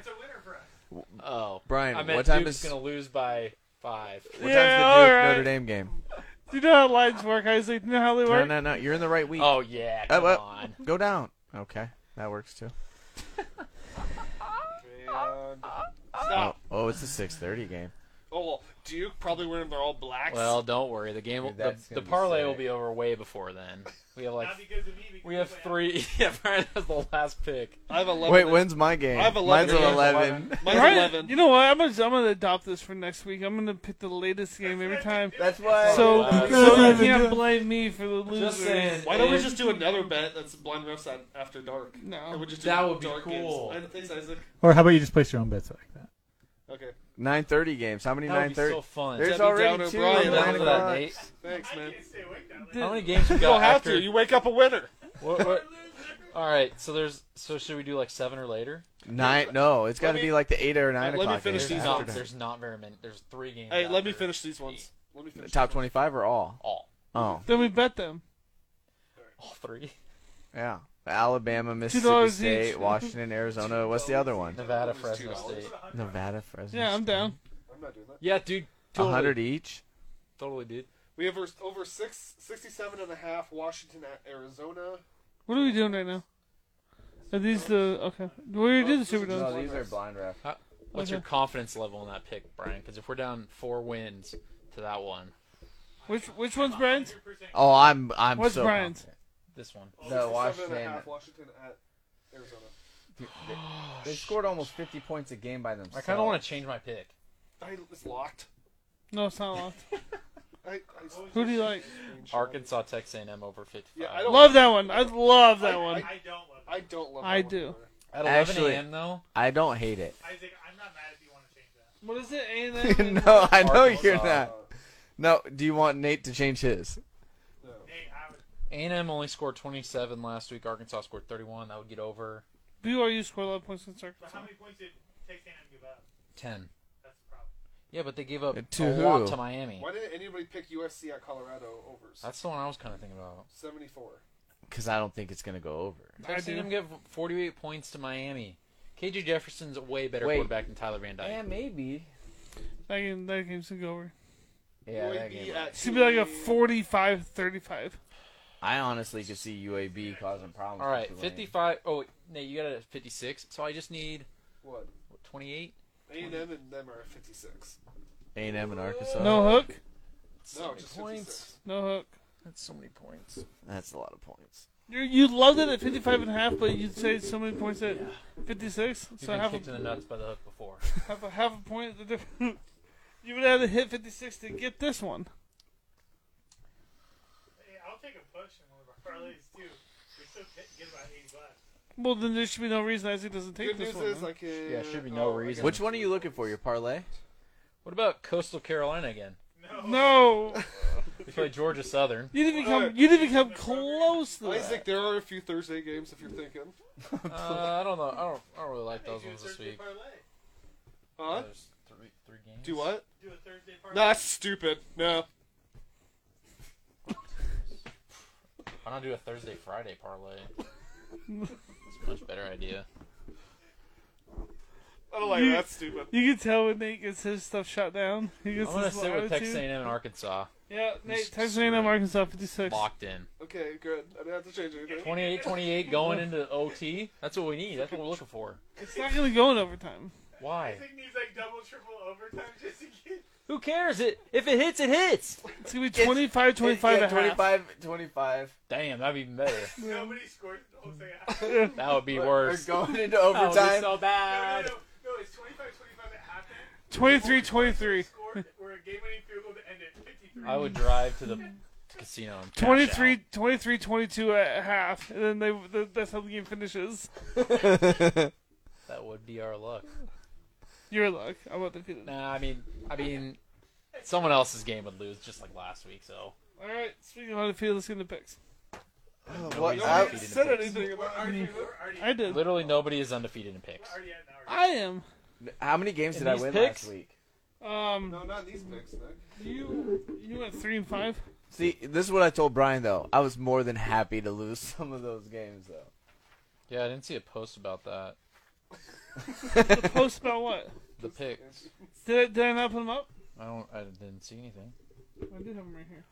Speaker 2: Oh,
Speaker 1: Brian,
Speaker 2: I meant
Speaker 1: what time
Speaker 2: Duke's
Speaker 1: is-
Speaker 2: gonna lose by five.
Speaker 1: what time's
Speaker 5: Yeah,
Speaker 1: the Duke
Speaker 5: all right.
Speaker 1: Notre Dame game?
Speaker 5: Do you know how lines work, Isaac? Do you know how they
Speaker 1: No,
Speaker 5: work?
Speaker 1: no, no. You're in the right week.
Speaker 2: Oh yeah,
Speaker 1: Oh,
Speaker 2: come
Speaker 1: well.
Speaker 2: on.
Speaker 1: Go down. Okay, that works too.
Speaker 4: And-
Speaker 1: Oh, oh it's a 6:30 game.
Speaker 4: Oh, well, Duke probably wearing their all blacks.
Speaker 2: Well, don't worry. The game, will,
Speaker 1: Dude,
Speaker 2: the,
Speaker 1: that's
Speaker 2: the
Speaker 1: gonna be
Speaker 2: parlay
Speaker 1: sick.
Speaker 2: will be over way before then. We have like
Speaker 3: because of me. Because
Speaker 2: we have three. Yeah, Brian has the last pick.
Speaker 4: I have eleven.
Speaker 1: Wait, when's my game?
Speaker 4: I have eleven.
Speaker 1: Mine's at
Speaker 4: Yours is
Speaker 1: 11.
Speaker 4: Mine's
Speaker 5: Right?
Speaker 4: eleven.
Speaker 5: You know what? I'm gonna I'm gonna adopt this for next week. I'm gonna pick the latest game every time.
Speaker 1: That's why.
Speaker 5: So,
Speaker 2: Uh,
Speaker 5: so you
Speaker 3: Because-
Speaker 5: can't blame me for the loser.
Speaker 2: Just saying.
Speaker 4: Why don't we just do another bet that's blind refs at after dark?
Speaker 5: No.
Speaker 4: And we just do
Speaker 2: That would be
Speaker 4: dark
Speaker 2: cool.
Speaker 4: Games. I- Thanks, Isaac.
Speaker 3: Or how about you just place your own bets like that?
Speaker 4: Okay.
Speaker 1: 9:30 games. How many
Speaker 2: That would be
Speaker 1: 9:30?
Speaker 2: so fun.
Speaker 1: There's
Speaker 4: Debbie
Speaker 1: already
Speaker 4: Downer,
Speaker 1: two.
Speaker 4: Brian,
Speaker 1: on
Speaker 2: Hey,
Speaker 4: that
Speaker 1: nine
Speaker 2: that was that,
Speaker 1: o'clock.
Speaker 2: Nate.
Speaker 4: Thanks, man.
Speaker 2: How many games we
Speaker 4: You
Speaker 2: got
Speaker 4: don't have
Speaker 2: after?
Speaker 4: to. You wake up a winner.
Speaker 2: What- what- All right, so there's so should we do like seven or later?
Speaker 1: Nine. No, it's got to
Speaker 4: Let
Speaker 1: be
Speaker 4: me-
Speaker 1: like the eight or nine
Speaker 4: let me
Speaker 1: o'clock.
Speaker 4: finish
Speaker 1: games
Speaker 2: There's
Speaker 4: these
Speaker 1: after
Speaker 2: not,
Speaker 4: up.
Speaker 1: that.
Speaker 2: there's not very many. There's three games.
Speaker 4: Hey, let me
Speaker 2: after.
Speaker 4: finish these ones. Let me finish.
Speaker 1: Top 25 or all?
Speaker 2: all
Speaker 1: Oh,
Speaker 5: Then we bet them.
Speaker 2: all three.
Speaker 1: yeah. Alabama, Mississippi
Speaker 5: dollars
Speaker 1: State,
Speaker 5: each.
Speaker 1: Washington, Arizona. What's the other one?
Speaker 2: Nevada,
Speaker 4: That was
Speaker 2: Fresno
Speaker 4: $2.
Speaker 2: State.
Speaker 1: Nevada, Fresno.
Speaker 5: Yeah, I'm down.
Speaker 4: I'm not doing that.
Speaker 2: Yeah, dude.
Speaker 1: A
Speaker 2: Totally,
Speaker 1: hundred each.
Speaker 2: totally, dude.
Speaker 4: We have over- over six, 67 and a half. Washington at Arizona.
Speaker 5: What are we doing right now? Are these the okay? We already did the
Speaker 4: Those are
Speaker 5: Superdome.
Speaker 4: No, these are
Speaker 1: blind ref.
Speaker 2: How, what's
Speaker 5: Okay.
Speaker 2: your confidence level in that pick, Brian? Because if we're down four wins to that one,
Speaker 5: Which which one's Brian's?
Speaker 1: Oh, I'm I'm
Speaker 5: What's
Speaker 1: so.
Speaker 5: Brian's?
Speaker 2: this one.
Speaker 1: No,
Speaker 4: 67 and a
Speaker 1: Washington.
Speaker 4: half, Washington at Arizona.
Speaker 1: They scored almost 50 points a game by themselves.
Speaker 2: I kind of want to change my pick.
Speaker 4: I, it's locked.
Speaker 5: No, it's not locked.
Speaker 4: I, I,
Speaker 5: Who do you like?
Speaker 2: Arkansas, Texas A&M over 55.
Speaker 4: Yeah, I don't-
Speaker 5: Love that one. I love that one.
Speaker 3: I don't love
Speaker 4: I don't love.
Speaker 5: I
Speaker 4: that one
Speaker 5: do.
Speaker 4: either.
Speaker 2: At 11
Speaker 1: Actually-
Speaker 2: a.m. though,
Speaker 1: I don't hate it.
Speaker 3: Isaac, I'm not mad if you want to change that.
Speaker 5: What is it? A and M.
Speaker 1: no, I know
Speaker 2: Arkansas.
Speaker 1: you're not.
Speaker 4: uh,
Speaker 1: No, do you want Nate to change his?
Speaker 3: Hey, I would.
Speaker 2: A&M only scored 27 last week. Arkansas scored 31. That would get over
Speaker 5: BYU scored a lot of points against
Speaker 3: But
Speaker 5: Arkansas.
Speaker 3: how many points did Texas A&M give up?
Speaker 2: 10.
Speaker 3: That's the problem.
Speaker 2: Yeah, but they gave up
Speaker 1: To
Speaker 2: a lot
Speaker 1: who?
Speaker 2: to Miami.
Speaker 4: Why didn't anybody pick USC at Colorado overs?
Speaker 2: That's the one I was kind of thinking about.
Speaker 4: Seventy-four.
Speaker 1: Because I don't think it's gonna go over.
Speaker 2: I've seen
Speaker 5: do.
Speaker 2: them give 48 points to Miami. KJ Jefferson's a way better
Speaker 1: Wait.
Speaker 2: quarterback than Tyler Van Dyke.
Speaker 1: maybe.
Speaker 5: That game, that game's gonna go over.
Speaker 1: Yeah, that
Speaker 4: UAB
Speaker 2: uh,
Speaker 1: game.
Speaker 4: at
Speaker 5: It's gonna be like a
Speaker 4: Tulane.
Speaker 5: 45-35.
Speaker 1: I honestly could see UAB causing problems.
Speaker 2: All right,
Speaker 1: for Tulane.
Speaker 2: 55. Oh, wait, Nate, you got it at 56. So I just need
Speaker 4: What?
Speaker 2: 28.
Speaker 4: A and M and them are at fifty-six.
Speaker 1: A&M and Arkansas.
Speaker 5: No hook.
Speaker 2: That's
Speaker 4: No,
Speaker 2: so many
Speaker 4: just
Speaker 2: points.
Speaker 5: No hook.
Speaker 2: That's so many points.
Speaker 1: That's a lot of points.
Speaker 5: You you loved it at 55 and a half, but you'd say so many points at 56.
Speaker 2: You've
Speaker 5: So
Speaker 2: been
Speaker 5: half
Speaker 2: kicked
Speaker 5: a,
Speaker 2: in the nuts by the hook before.
Speaker 5: half a half a point. The difference. You would have to hit 56 to get this one.
Speaker 3: Hey, I'll take a push in one of our parlays too. We still get get about 80 bucks.
Speaker 5: Well, then there should be no reason Isaac doesn't take
Speaker 4: Good
Speaker 5: this
Speaker 4: news
Speaker 5: one.
Speaker 4: is uh,
Speaker 5: huh?
Speaker 4: I can.
Speaker 2: Yeah, should be no
Speaker 4: I
Speaker 2: reason.
Speaker 4: guess-
Speaker 1: Which one are you looking for? Your parlay?
Speaker 2: What about Coastal Carolina again?
Speaker 5: no,
Speaker 2: We play Georgia Southern.
Speaker 5: you didn't
Speaker 4: All
Speaker 5: become
Speaker 4: right.
Speaker 5: you didn't become close to that.
Speaker 4: Isaac, there are a few Thursday games if you're thinking.
Speaker 2: Uh, I don't know. I don't, I don't really like those ones this week.
Speaker 3: parlay.
Speaker 4: Huh?
Speaker 2: There's three, three games.
Speaker 4: Do what?
Speaker 3: Do a Thursday parlay.
Speaker 4: No, that's stupid. No.
Speaker 2: Why not do a Thursday Friday parlay? That's a much better idea.
Speaker 4: I don't like
Speaker 5: You-
Speaker 4: that. That's stupid.
Speaker 5: You can tell when Nate gets his stuff shot down. He gets
Speaker 2: I'm gonna
Speaker 5: his
Speaker 2: sit
Speaker 5: little
Speaker 2: with Texas
Speaker 5: attitude.
Speaker 2: A&M and Arkansas.
Speaker 5: Yeah, Nate,
Speaker 2: Just
Speaker 5: Texas
Speaker 2: screw
Speaker 5: A&M,
Speaker 2: it.
Speaker 5: Arkansas, 56.
Speaker 2: Locked in.
Speaker 4: Okay, good. I didn't have to change anything.
Speaker 2: 28-28 going into OT. That's what we need. That's what we're looking for.
Speaker 5: It's not gonna go in overtime.
Speaker 2: Why?
Speaker 3: Isaac needs like double, triple overtime just to get.
Speaker 2: Who cares? It if it hits, it hits.
Speaker 5: It's gonna be 25, 25
Speaker 1: Yeah,
Speaker 5: and a half.
Speaker 1: 25, 25.
Speaker 2: Damn, that'd be even better.
Speaker 3: Nobody scored the whole second half.
Speaker 2: That would be
Speaker 1: We're
Speaker 2: worse.
Speaker 1: going into
Speaker 2: That would
Speaker 1: overtime.
Speaker 2: be so
Speaker 3: No,
Speaker 2: bad.
Speaker 3: no, no, it's 25, 25 at halftime.
Speaker 5: 23, 23.
Speaker 3: Scored. We're a game-winning field goal to end it. 53.
Speaker 2: I would drive to the casino. and cash
Speaker 5: 23,
Speaker 2: out.
Speaker 5: 23 22 at half, and then they th- that's how the game finishes.
Speaker 2: That would be our luck.
Speaker 5: Your luck. I want the feeling.
Speaker 2: Nah, I mean, I mean, someone else's game would lose, just like last week. So
Speaker 5: All right. Speaking of undefeated, let's get into picks.
Speaker 1: What?
Speaker 2: Nobody's
Speaker 1: I,
Speaker 2: undefeated in
Speaker 5: Said
Speaker 2: picks.
Speaker 5: anything about
Speaker 3: already-
Speaker 5: I did.
Speaker 2: Literally, nobody is undefeated in picks.
Speaker 5: I am.
Speaker 1: how many games
Speaker 2: In
Speaker 1: did I
Speaker 2: these
Speaker 1: win
Speaker 2: picks?
Speaker 1: last week?
Speaker 5: Um,
Speaker 4: No, not these picks, Nick.
Speaker 5: you you went three and five.
Speaker 1: See, this is what I told Brian though. I was more than happy to lose some of those games though.
Speaker 2: Yeah, I didn't see a post about that.
Speaker 5: The post about what?
Speaker 2: The picks.
Speaker 5: Did I, did I not put them up?
Speaker 2: I don't. I didn't see anything.
Speaker 5: I did have them right here.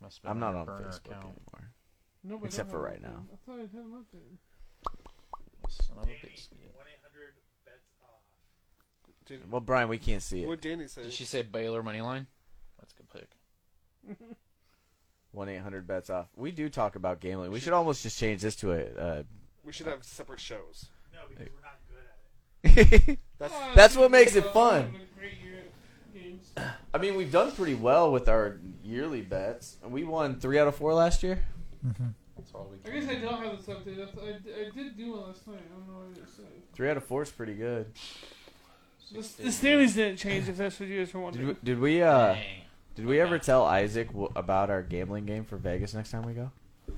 Speaker 2: Must have been
Speaker 1: I'm not
Speaker 2: my
Speaker 1: on
Speaker 2: burner
Speaker 1: Facebook
Speaker 2: account.
Speaker 1: anymore,
Speaker 5: No, but I
Speaker 1: except
Speaker 5: don't
Speaker 1: for
Speaker 5: have
Speaker 1: right
Speaker 5: them.
Speaker 1: now.
Speaker 5: I thought I had them up there.
Speaker 2: Son of a bitch.
Speaker 1: Well, Brian, we can't see it.
Speaker 4: What Danny say?
Speaker 2: Did she say Baylor money line? That's a good pick.
Speaker 1: One eight hundred bets off. We do talk about gambling. We should almost just change this to a. Uh,
Speaker 4: We should have separate shows.
Speaker 3: No, because we're not good at it.
Speaker 4: That's
Speaker 1: That's what makes it
Speaker 5: Uh,
Speaker 1: fun.
Speaker 5: having a great year at games.
Speaker 1: I mean, we've done pretty well with our yearly bets. We won three out of four last year.
Speaker 2: That's all we
Speaker 5: I
Speaker 2: can.
Speaker 5: guess I don't have this updated. I, I, I did do one last night. I don't know what it said.
Speaker 1: Three out of four is pretty good.
Speaker 5: The, the standings didn't change, if that's what you guys were
Speaker 1: Did
Speaker 5: wondering.
Speaker 1: we, did we uh
Speaker 2: Dang.
Speaker 1: did we ever tell Isaac w- about our gambling game for Vegas next time we go? That's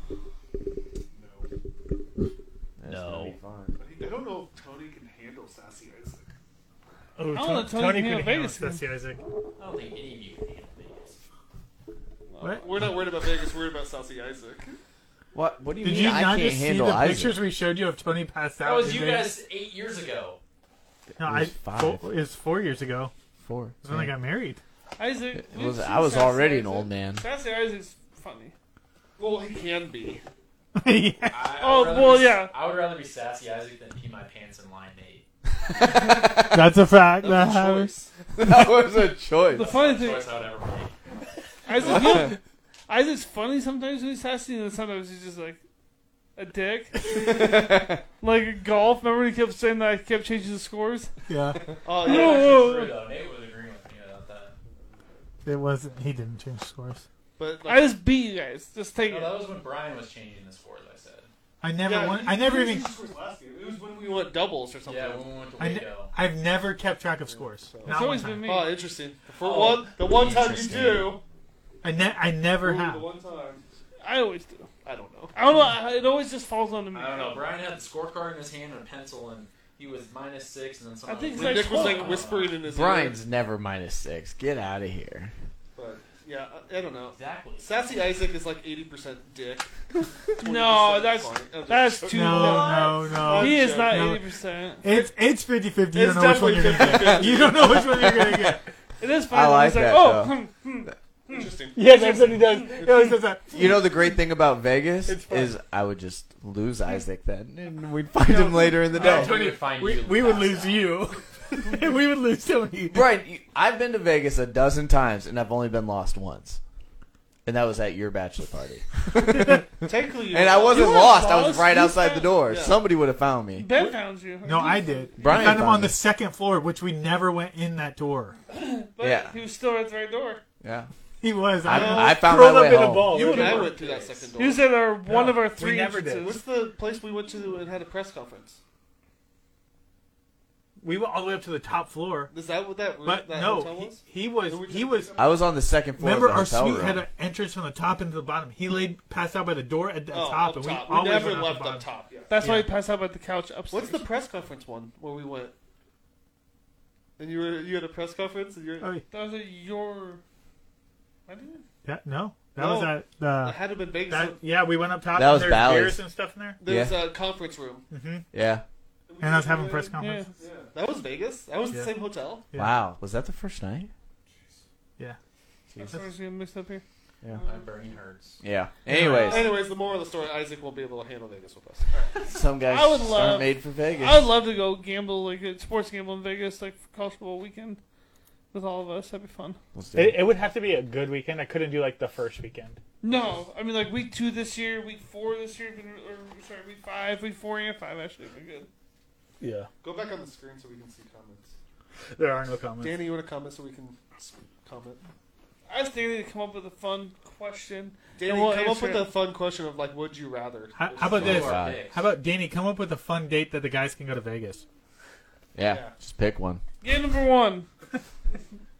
Speaker 1: gonna
Speaker 2: No.
Speaker 1: be fun.
Speaker 4: I don't know if Tony can handle sassy Isaac.
Speaker 3: Oh,
Speaker 5: I wanna
Speaker 3: Tony,
Speaker 5: tell you
Speaker 3: Tony
Speaker 5: me
Speaker 3: could
Speaker 5: about
Speaker 3: handle
Speaker 5: Vegas.
Speaker 3: Stacey Isaac.
Speaker 2: I don't think any of you can handle Vegas.
Speaker 3: What?
Speaker 4: We're not worried about Vegas. We're worried about sassy Isaac.
Speaker 1: What what do you
Speaker 3: Did
Speaker 1: mean
Speaker 3: you
Speaker 1: I
Speaker 3: not
Speaker 1: can't
Speaker 3: just see the
Speaker 1: handle Isaac?
Speaker 3: pictures we showed you of Tony passed out?
Speaker 2: That was
Speaker 3: in
Speaker 2: you
Speaker 3: Vegas?
Speaker 2: guys eight years ago.
Speaker 3: No,
Speaker 1: It
Speaker 3: I,
Speaker 1: was five.
Speaker 3: four, it was four years ago.
Speaker 1: Four.
Speaker 3: It was when I got married.
Speaker 5: Isaac.
Speaker 1: It was,
Speaker 5: you've
Speaker 1: I
Speaker 5: seen
Speaker 1: was
Speaker 5: Sassy
Speaker 1: already an
Speaker 5: Isaac.
Speaker 1: old man.
Speaker 5: Sassy Isaac's funny.
Speaker 4: Well, he can be.
Speaker 3: yeah.
Speaker 2: I, I
Speaker 5: Oh,
Speaker 2: would rather
Speaker 5: well,
Speaker 2: be-
Speaker 5: yeah.
Speaker 2: I would rather be sassy Isaac than pee my pants in line eight.
Speaker 3: That's a fact.
Speaker 4: That's
Speaker 3: That
Speaker 4: a
Speaker 3: happens.
Speaker 4: choice.
Speaker 1: that was a choice.
Speaker 5: The funny thing,
Speaker 2: Choice I would ever make.
Speaker 5: Isaac, you, Isaac's funny sometimes when he's sassy, and then sometimes he's just like a dick. like golf. Remember when he kept saying that I kept changing the scores?
Speaker 3: Yeah.
Speaker 4: Oh,
Speaker 5: No,
Speaker 4: yeah.
Speaker 5: whoa, whoa.
Speaker 2: True, though. Nate was agreeing with me about that.
Speaker 3: It wasn't. He didn't change scores.
Speaker 4: But
Speaker 5: I
Speaker 4: like,
Speaker 5: just beat you guys. Just take
Speaker 2: No,
Speaker 5: it.
Speaker 2: that was when Brian was changing the scores. I said.
Speaker 3: I never
Speaker 4: yeah,
Speaker 3: won.
Speaker 4: he-
Speaker 3: I never
Speaker 4: he
Speaker 3: even.
Speaker 4: changed his last year. It was when we went doubles or something.
Speaker 2: Yeah, when we went to
Speaker 3: I ne-
Speaker 2: Waco.
Speaker 3: I've never kept track of scores.
Speaker 5: it's
Speaker 3: Not one
Speaker 5: always been
Speaker 3: time.
Speaker 5: me.
Speaker 4: Oh, interesting. The, fir-
Speaker 2: Oh,
Speaker 4: one, the one time you
Speaker 2: interesting.
Speaker 4: do.
Speaker 3: I, ne- I never
Speaker 4: Ooh, The
Speaker 3: have.
Speaker 4: one time.
Speaker 5: I always do.
Speaker 4: I don't know.
Speaker 5: I don't know. I- It always just falls onto me.
Speaker 2: I don't know. Brian had the scorecard in his hand and a pencil, and he was minus six, and then someone.
Speaker 5: I think
Speaker 2: was-
Speaker 5: Like,
Speaker 4: Nick was like
Speaker 5: oh.
Speaker 4: whispering in his ear.
Speaker 1: Brian's never minus six. Get out of here.
Speaker 4: But yeah, I, I don't know.
Speaker 2: exactly.
Speaker 4: Sassy Isaac is like 80% dick. 20%
Speaker 5: No, that's-
Speaker 4: funny. I'm just
Speaker 5: That's
Speaker 4: joking.
Speaker 5: too
Speaker 3: No, no, no.
Speaker 5: He is not
Speaker 3: No.
Speaker 5: eighty percent.
Speaker 3: It's it's 50 50. You
Speaker 4: It's
Speaker 3: don't know which one you're going
Speaker 4: definitely
Speaker 3: to get.
Speaker 4: 50-50.
Speaker 3: You don't know which one you're going to get.
Speaker 5: It is
Speaker 1: I
Speaker 5: funny.
Speaker 1: like
Speaker 5: it's like,
Speaker 1: that,
Speaker 5: oh,
Speaker 1: though.
Speaker 5: hmm,
Speaker 4: Interesting.
Speaker 3: Yeah, that's what he does. He always does that.
Speaker 1: You know the great thing about Vegas
Speaker 3: It's fun.
Speaker 1: is I would just lose Isaac then, and we'd find him later in the
Speaker 2: No,
Speaker 1: day.
Speaker 2: we would find
Speaker 3: We,
Speaker 2: you.
Speaker 3: we would
Speaker 2: passed
Speaker 3: lose
Speaker 2: out.
Speaker 3: you. and we would lose Tony.
Speaker 1: Brian, you, I've been to Vegas a dozen times, and I've only been lost once, and that was at your bachelor party.
Speaker 4: Technically, you
Speaker 1: And I
Speaker 4: were-
Speaker 1: wasn't
Speaker 5: You weren't
Speaker 1: lost; I was
Speaker 5: lost.
Speaker 1: right
Speaker 5: You
Speaker 1: outside the
Speaker 5: found-
Speaker 1: door.
Speaker 4: yeah.
Speaker 1: Somebody would have found me.
Speaker 5: Ben found you.
Speaker 3: No,
Speaker 5: He-
Speaker 3: I did.
Speaker 1: Brian
Speaker 3: I found him
Speaker 1: found
Speaker 3: on the
Speaker 1: it.
Speaker 3: second floor, which we never went in that door.
Speaker 5: But
Speaker 1: Yeah.
Speaker 5: he was still at the right door.
Speaker 1: Yeah,
Speaker 3: He was.
Speaker 1: I- I found my way home.
Speaker 4: You and I went through that second door.
Speaker 5: You said our one
Speaker 3: No,
Speaker 5: of our
Speaker 3: we
Speaker 5: three
Speaker 3: never did.
Speaker 5: entrances.
Speaker 4: What's the place we went to and had a press conference?
Speaker 3: We went all the way up to the top floor.
Speaker 4: Is that what that,
Speaker 3: But
Speaker 4: that hotel
Speaker 3: no,
Speaker 4: was?
Speaker 3: he, he was.
Speaker 4: Who we
Speaker 3: He
Speaker 4: just-
Speaker 3: was.
Speaker 1: I was on the second floor.
Speaker 3: Remember,
Speaker 1: of the
Speaker 3: our
Speaker 1: hotel
Speaker 3: suite
Speaker 1: room.
Speaker 3: had an entrance from the top into the bottom. He laid passed out by the door at the
Speaker 4: Oh,
Speaker 3: top,
Speaker 4: up
Speaker 3: and we
Speaker 4: top.
Speaker 3: always
Speaker 4: never
Speaker 3: went out
Speaker 4: left
Speaker 3: the
Speaker 4: up
Speaker 3: bottom.
Speaker 4: top. Yeah.
Speaker 5: That's why
Speaker 3: Yeah.
Speaker 5: he passed out at the couch upstairs.
Speaker 4: What's the press conference one where we went? And you were you had a press conference and you're
Speaker 3: Oh,
Speaker 5: That was at your. I didn't.
Speaker 3: yeah, no, that
Speaker 4: No.
Speaker 3: was at the.
Speaker 4: I had to been Vegas.
Speaker 3: that, yeah, we went up top.
Speaker 1: That
Speaker 3: and
Speaker 1: was
Speaker 3: there's
Speaker 1: Bally's.
Speaker 3: beers and stuff in there.
Speaker 4: there was
Speaker 1: Yeah.
Speaker 4: a conference room.
Speaker 1: Yeah.
Speaker 3: And I was having a press
Speaker 5: Yeah.
Speaker 3: conference.
Speaker 4: That was Vegas. That was
Speaker 3: Yeah.
Speaker 4: the same hotel.
Speaker 3: Yeah.
Speaker 1: Wow. Was that the first night?
Speaker 3: Yeah.
Speaker 5: That's why I was getting mixed up here.
Speaker 2: My brain hurts.
Speaker 1: Yeah. Anyways,
Speaker 4: Anyways, the moral of the story: Isaac won't be able to handle Vegas with us.
Speaker 1: some guys
Speaker 5: I would
Speaker 1: aren't
Speaker 5: love-
Speaker 1: made for Vegas.
Speaker 5: I would love to go gamble, like a sports gamble in Vegas, like for college football weekend with all of us. That'd be fun.
Speaker 1: Let's do it.
Speaker 3: would have to be a good weekend. I couldn't do like the first weekend.
Speaker 5: No, I mean like week two this year, week four this year, or sorry, week five, week four and five actually would be good.
Speaker 3: Yeah,
Speaker 4: Go back on the screen so we can see comments.
Speaker 3: there are no comments.
Speaker 4: Danny, you want to comment so we can s- comment?
Speaker 5: I I just think they need to come up with a fun question.
Speaker 4: Danny,
Speaker 5: And we'll
Speaker 4: come up
Speaker 5: answer
Speaker 4: with
Speaker 5: it.
Speaker 4: a fun question of like, would you rather?
Speaker 3: How, how about
Speaker 2: Those
Speaker 3: this?
Speaker 2: are our
Speaker 1: God.
Speaker 2: picks.
Speaker 3: How about Danny? Come up with a fun date that the guys can go to Vegas.
Speaker 1: Yeah,
Speaker 4: Yeah.
Speaker 1: just pick one.
Speaker 5: Game number one.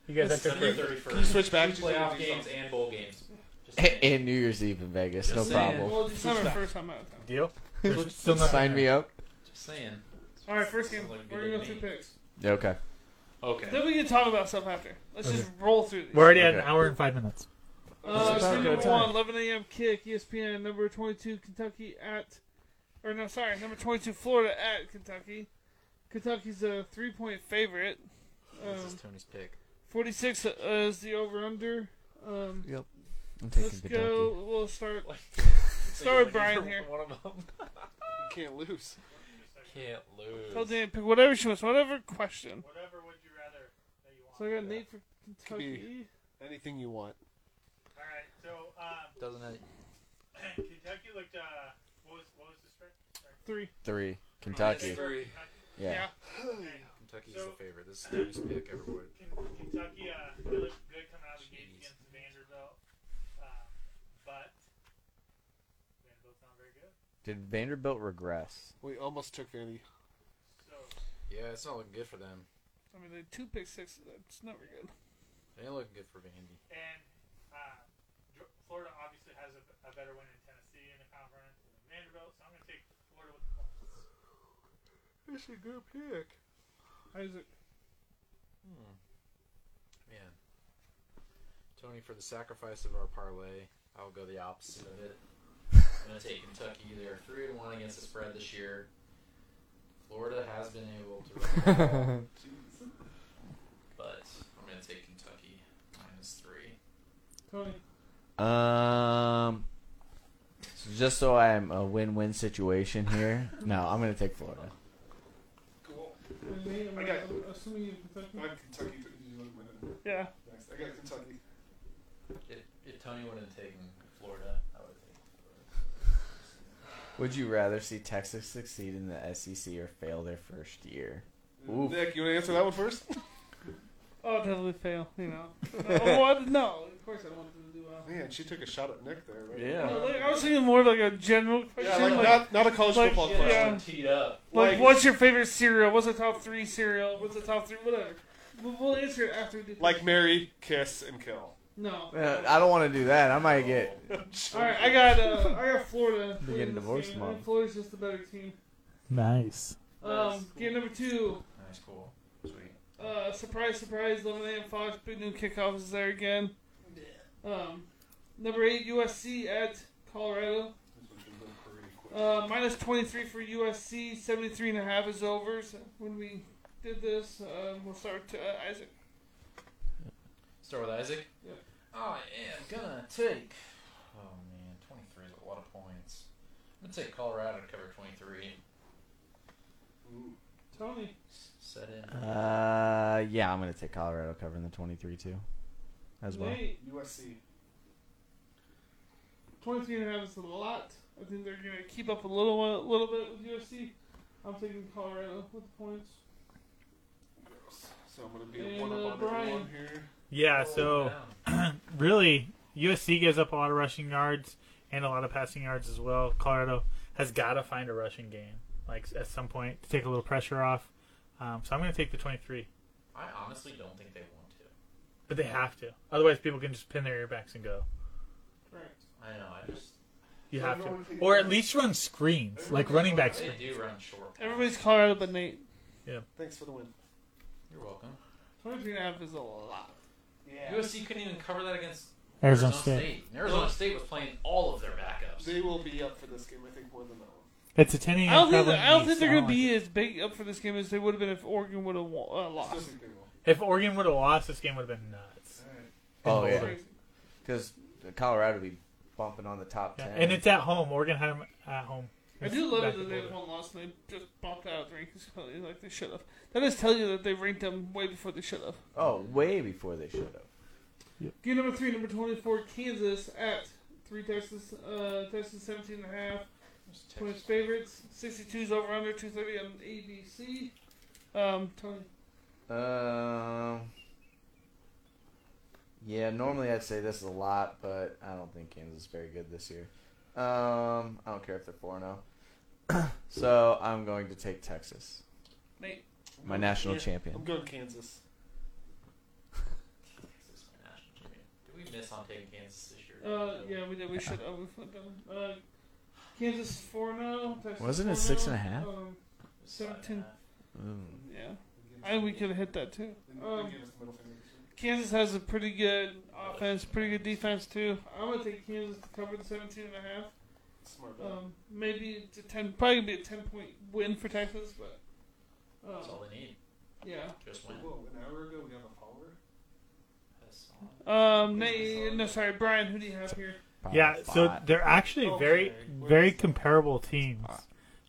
Speaker 3: You guys have
Speaker 2: December
Speaker 3: to.
Speaker 2: 31st.
Speaker 4: Can you switch back?
Speaker 2: Two playoff games and bowl games. Just saying.
Speaker 1: In New Year's Eve in Vegas,
Speaker 2: Just
Speaker 1: no
Speaker 2: saying.
Speaker 1: problem.
Speaker 5: Well, December first, I'm out. of town.
Speaker 3: Deal. There's Still nothing
Speaker 1: Sign
Speaker 3: there.
Speaker 1: me up.
Speaker 2: Just saying.
Speaker 5: All right, first game.
Speaker 2: Sounds like a
Speaker 5: We're
Speaker 2: good
Speaker 5: gonna go
Speaker 2: idea.
Speaker 5: through picks.
Speaker 1: Yeah, okay.
Speaker 2: Okay.
Speaker 5: Then we can talk about stuff after. Let's just roll through these.
Speaker 3: We're already at an
Speaker 1: Okay.
Speaker 3: hour and five minutes.
Speaker 5: Uh,
Speaker 3: It's about
Speaker 5: game
Speaker 3: go
Speaker 5: number
Speaker 3: time.
Speaker 5: one, 11 a.m. kick, E ESPN. Number 22, Kentucky at, or no, sorry, number 22, Florida at Kentucky. Kentucky's a three-point favorite.
Speaker 2: This
Speaker 5: Um,
Speaker 2: is Tony's pick.
Speaker 5: 46 uh, is the over/under. Um,
Speaker 1: I'm taking
Speaker 5: let's
Speaker 1: Kentucky.
Speaker 5: go. We'll start. Start with Brian here.
Speaker 2: One of them.
Speaker 4: can't lose.
Speaker 2: Can't lose.
Speaker 5: Tell Dan pick whatever she wants, whatever question.
Speaker 3: Whatever would you rather that you want?
Speaker 5: So I got Nate for
Speaker 4: Could be.
Speaker 5: Kentucky.
Speaker 4: Anything you want.
Speaker 3: All right. So um,
Speaker 2: Doesn't it?
Speaker 3: Kentucky looked. Uh, what was what was the spread?
Speaker 5: Three.
Speaker 1: Three. Kentucky.
Speaker 2: Very-
Speaker 1: Yeah.
Speaker 5: Yeah.
Speaker 2: Kentucky's the favorite. This is Tony's pick. Everyone.
Speaker 3: Kentucky uh, they looked good coming out of the gate
Speaker 2: Jeez.
Speaker 3: against Vanderbilt, um, but Vanderbilt's not very good.
Speaker 1: Did Vanderbilt regress?
Speaker 4: We almost took Vandy.
Speaker 3: So
Speaker 2: Yeah, it's not looking good for them.
Speaker 5: I mean, they had two pick sixes. That's never good.
Speaker 2: It ain't looking good for Vandy.
Speaker 3: and uh, Ge- Florida obviously has a, a better win in Tennessee in the conference than Vanderbilt, so I'm going to take Florida with the points.
Speaker 4: It's a good pick.
Speaker 5: Isaac.
Speaker 2: Man. Tony, for the sacrifice of our parlay, I'll go the opposite of it. I'm going to take Kentucky. They're 3 and 1 against the spread this year. Florida has been able to. run the ball, but I'm going to take Kentucky minus 3.
Speaker 5: Tony.
Speaker 1: Um, so just so I'm a win-win situation here. No, I'm gonna take Florida.
Speaker 4: Cool.
Speaker 5: Nate, I'm,
Speaker 4: I got-
Speaker 5: I'm assuming you have Kentucky.
Speaker 4: I got Kentucky. You look my-
Speaker 5: Yeah.
Speaker 4: Next. I got Kentucky.
Speaker 2: If, if Tony wouldn't have taken Florida, I would have taken
Speaker 1: Would you rather see Texas succeed in the SEC or fail their first year? Oof.
Speaker 4: Nick, you want to answer that one first?
Speaker 5: Oh, definitely fail. You know. No, oh, I- no, of course I wanted them to do well.
Speaker 4: Man, she took a shot at Nick there. Right?
Speaker 1: Yeah.
Speaker 5: No, like, I was thinking more of like a general question.
Speaker 4: Yeah, like,
Speaker 5: like,
Speaker 4: not, not a college
Speaker 5: like,
Speaker 4: football
Speaker 5: yeah.
Speaker 4: question.
Speaker 5: Yeah.
Speaker 2: Teed up.
Speaker 5: like,
Speaker 4: like-
Speaker 5: what's your favorite cereal? What's the top three cereal? What's the top three? Whatever. We'll, we'll answer it after we do.
Speaker 4: Like marry, kiss, and kill.
Speaker 5: no.
Speaker 1: Uh, I don't want to do that. I might get.
Speaker 5: All right, I got uh, I got Florida.
Speaker 1: You're getting divorced,
Speaker 5: team.
Speaker 1: Mom.
Speaker 5: I think Florida's just a better team.
Speaker 3: nice.
Speaker 5: Um, game number two.
Speaker 2: Nice, cool. Sweet.
Speaker 5: Uh, surprise, surprise! 11 a.m. Fox. Big noon kickoff is there again. Um, number eight USC at Colorado. Uh, minus 23 for USC. 73 and a half is over. So when we did this, um, we'll start to uh, Isaac.
Speaker 2: Start with Isaac.
Speaker 5: Yeah.
Speaker 2: I am gonna take. Oh man, twenty three is a lot of points. I'm gonna take Colorado to cover twenty three.
Speaker 5: Tony.
Speaker 2: Set in.
Speaker 1: Uh, yeah, I'm gonna take Colorado covering the 23 too, as well.
Speaker 5: Nate.
Speaker 4: USC.
Speaker 5: 23 and a half is a lot. I think they're going to keep up a little a little bit with USC. I'm taking Colorado with the points.
Speaker 4: So I'm gonna be
Speaker 5: And,
Speaker 4: one
Speaker 5: uh,
Speaker 4: up on
Speaker 5: Brian.
Speaker 4: everyone here.
Speaker 3: Yeah. So really, USC gives up a lot of rushing yards and a lot of passing yards as well. Colorado has got to find a rushing game, like at some point, to take a little pressure off. Um, so I'm going to take the 23,
Speaker 2: I honestly don't think they want to.
Speaker 3: but they have to. Otherwise, people can just pin their earbacks and go.
Speaker 5: Correct.
Speaker 2: I know. I just
Speaker 3: You have to, or at least run screens, like running back
Speaker 2: they
Speaker 3: screens.
Speaker 2: do run short.
Speaker 5: Everybody's Colorado but Nate.
Speaker 4: Thanks for the win.
Speaker 2: You're welcome.
Speaker 5: 23 and a half is a lot.
Speaker 2: USC couldn't even cover that against
Speaker 3: Arizona
Speaker 2: State.
Speaker 3: State.
Speaker 2: And Arizona State was playing all of their backups.
Speaker 4: They will be up for this game, I think, more than that one.
Speaker 3: It's a 10 a.m.
Speaker 5: I don't think,
Speaker 3: travel
Speaker 5: I don't
Speaker 3: east.
Speaker 5: think they're
Speaker 3: I
Speaker 5: going
Speaker 3: don't
Speaker 5: to
Speaker 3: like it.
Speaker 5: be as big up for this game as they would have been if Oregon would have uh,
Speaker 4: Still
Speaker 5: lost.
Speaker 4: think they will.
Speaker 3: If Oregon would have lost, this game would have been nuts.
Speaker 1: Oh
Speaker 3: And
Speaker 1: yeah,
Speaker 3: Boulder.
Speaker 5: Crazy.
Speaker 1: because Colorado be bumping on the top
Speaker 3: Yeah,
Speaker 1: 10.
Speaker 3: And it's at home. Oregon had 'em at home.
Speaker 5: I do love
Speaker 3: Back
Speaker 5: it
Speaker 3: to
Speaker 5: that they had
Speaker 3: Boulder.
Speaker 5: one loss and they just bumped out of the rankings completely like they should have. That does tell you that they ranked them way before they should have.
Speaker 1: oh, way before they should have.
Speaker 5: Game number three, number 24, Kansas at 3 Texas, uh, Texas 17 and a half. Twins favorites, 62's over under 230 on ABC. Um, Tony.
Speaker 1: Um, Yeah, normally I'd say this is a lot, but I don't think Kansas is very good this year. Um, I don't care if they're 4 0. so I'm going to take Texas,
Speaker 5: Nate,
Speaker 1: my national
Speaker 4: Yeah, I'm
Speaker 1: champion.
Speaker 4: going Kansas.
Speaker 2: Texas is my national champion. Did we miss on taking Kansas this year?
Speaker 5: uh, yeah, we did. We should. Oh, we flipped them. Uh, Kansas four oh, 0
Speaker 1: Wasn't it six and a half?
Speaker 5: Um,
Speaker 2: Seventeen.
Speaker 5: 17.
Speaker 1: Mm,
Speaker 5: yeah, I we could have hit that too. Um,
Speaker 4: Give us the middle finger.
Speaker 5: Kansas has a pretty good offense, pretty good defense too. I'm gonna take Kansas to cover the 17 and a half.
Speaker 4: Smart bet.
Speaker 5: Um, maybe it's a 10, probably be a 10 point win for Texas, but um,
Speaker 2: That's all they need.
Speaker 5: yeah.
Speaker 2: Just win.
Speaker 4: Whoa, an hour ago we got a follower?
Speaker 2: That's all.
Speaker 5: Um, Nate, no, sorry, Brian, who do you have here?
Speaker 3: Yeah, so
Speaker 1: Five.
Speaker 3: they're actually
Speaker 4: Okay.
Speaker 3: very,
Speaker 4: Where
Speaker 3: very
Speaker 4: is it?
Speaker 3: comparable teams.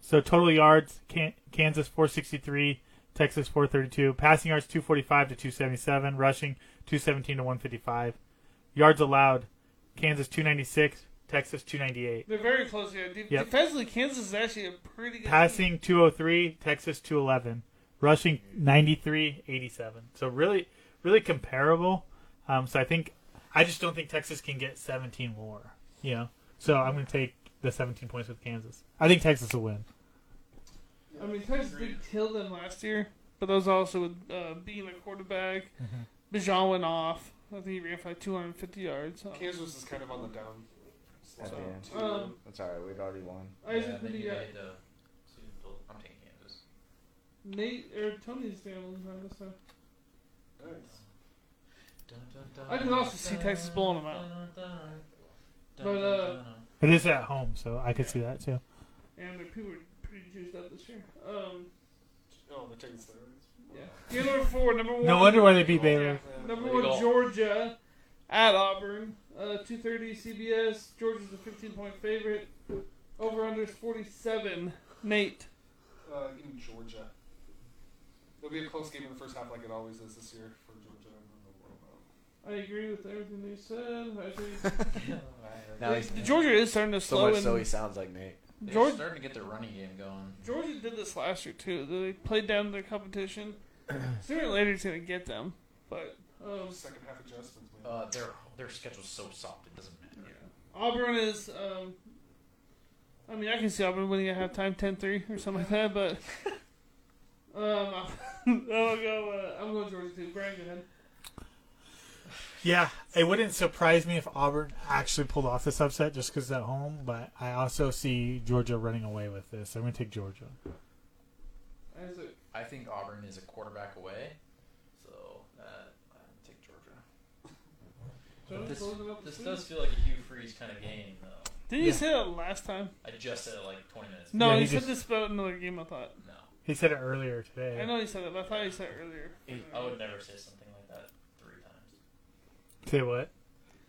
Speaker 3: So total yards, Can- Kansas 463, Texas 432, passing yards 245 to 277, rushing 217 to 155, yards allowed, Kansas 296, Texas 298,
Speaker 5: They're very close here. De-
Speaker 3: Yep.
Speaker 5: Defensively, Kansas is actually a pretty good team.
Speaker 3: passing 203, Texas 211, rushing 93, 87. So really, really comparable. Um, so I think, I just don't think Texas can get 17 more. You know, so I'm going to take the 17 points with Kansas. I think Texas will win.
Speaker 5: I mean, Texas did kill them last year, but that was also with uh, being a quarterback. Bijan went off. I think he ran for like 250 yards. So.
Speaker 4: Kansas is kind of on the down. slide,
Speaker 1: Okay, yeah.
Speaker 4: too.
Speaker 5: Um,
Speaker 1: That's alright, we've already won.
Speaker 5: Isaac,
Speaker 2: Yeah,
Speaker 5: who
Speaker 2: then
Speaker 5: do
Speaker 2: you
Speaker 5: you got?
Speaker 2: made, uh, two people. I'm taking Kansas.
Speaker 5: Nate or Tony's down one time this time.
Speaker 4: nice.
Speaker 2: Dun, dun, dun,
Speaker 5: I can also see
Speaker 2: dun,
Speaker 5: Texas blowing 'em out.
Speaker 2: dun, dun, dun,
Speaker 5: But, uh,
Speaker 2: dun, dun.
Speaker 3: It is at home, so I could see that too.
Speaker 5: And their people are pretty juiced up this year. Um,
Speaker 4: Oh, they're taking steroids.
Speaker 5: yeah. Game number four, number one.
Speaker 3: No wonder why they beat Baylor.
Speaker 5: Number
Speaker 2: There you
Speaker 5: one,
Speaker 2: go.
Speaker 5: Georgia at Auburn. Uh, 2.30 CBS. Georgia's a 15-point favorite. Over-under is 47. Nate.
Speaker 4: Uh, give me Georgia. It'll be a close game in the first half, like it always is this year for Georgia. I don't know what about.
Speaker 5: I agree with everything they said. I think
Speaker 1: Now he's
Speaker 5: the Georgia is starting to
Speaker 1: so
Speaker 5: slow.
Speaker 1: much
Speaker 5: and
Speaker 1: so he sounds like Nate.
Speaker 2: They're
Speaker 5: Georgia,
Speaker 2: starting to get their running game going.
Speaker 5: Georgia did this last year, too. They played down their competition. Sooner or later, it's going to get them. But um,
Speaker 4: Second half adjustments, man.
Speaker 2: Uh, their their schedule's so soft it doesn't matter.
Speaker 5: Auburn is. Um, I mean, I can see Auburn winning at halftime, 10-3 or something like that. But um, I'll go. Uh, I'm going Georgia too. Brian, go ahead.
Speaker 3: Yeah, it wouldn't surprise me if Auburn actually pulled off this upset just because at home. But I also see Georgia running away with this. I'm going to take Georgia.
Speaker 5: Isaac.
Speaker 2: I think Auburn is a quarterback away, so uh, I take Georgia.
Speaker 5: Georgia's
Speaker 2: This,
Speaker 5: closing up the
Speaker 2: this
Speaker 5: season.
Speaker 2: does feel like a Hugh Freeze kind of game, though.
Speaker 5: Didn't you
Speaker 3: Yeah.
Speaker 5: say that last time?
Speaker 2: I just said it like 20 minutes. ago.
Speaker 5: No,
Speaker 3: Yeah,
Speaker 5: he,
Speaker 3: he
Speaker 5: said
Speaker 3: just-
Speaker 5: this about another game. I thought.
Speaker 2: No,
Speaker 3: He said it earlier today.
Speaker 5: I know he said that, but I thought he said it earlier.
Speaker 2: I would never say something like that three times.
Speaker 3: Say what?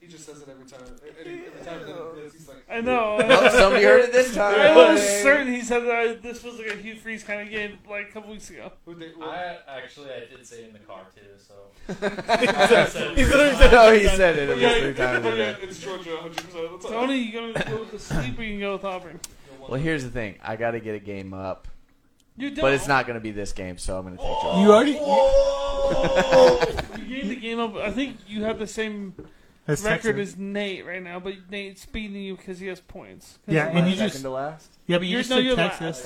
Speaker 4: He just says it every time. Every, every time that it is, he's like,
Speaker 5: I know.
Speaker 1: Nope, somebody heard it this time.
Speaker 5: I was certain he said that I, this was like a Hugh Freeze kind of game like a couple weeks ago.
Speaker 4: who they, well,
Speaker 2: I actually I did say in the car too, so
Speaker 3: He's literally said-
Speaker 1: no, he said it at least
Speaker 4: yeah,
Speaker 1: three times
Speaker 4: yeah,
Speaker 1: today.
Speaker 4: it's Georgia 100% of the time.
Speaker 5: Tony, you gonna go with the sleep or you can go with Auburn?
Speaker 1: Well, here's the thing. I got to get a game up,
Speaker 5: You don't.
Speaker 1: but it's not going to be this game, so I'm going to take Georgia.
Speaker 3: You already.
Speaker 5: You gave the game up. I think you have the same
Speaker 3: That's
Speaker 5: record
Speaker 3: Texas.
Speaker 5: as Nate right now, but Nate's beating you because he has points. 'Cause
Speaker 3: Yeah,
Speaker 5: of
Speaker 3: and
Speaker 5: that.
Speaker 3: you just-
Speaker 1: Second to last.
Speaker 3: yeah, but you
Speaker 5: You're-
Speaker 3: just
Speaker 5: no,
Speaker 3: said
Speaker 5: you're
Speaker 3: Texas.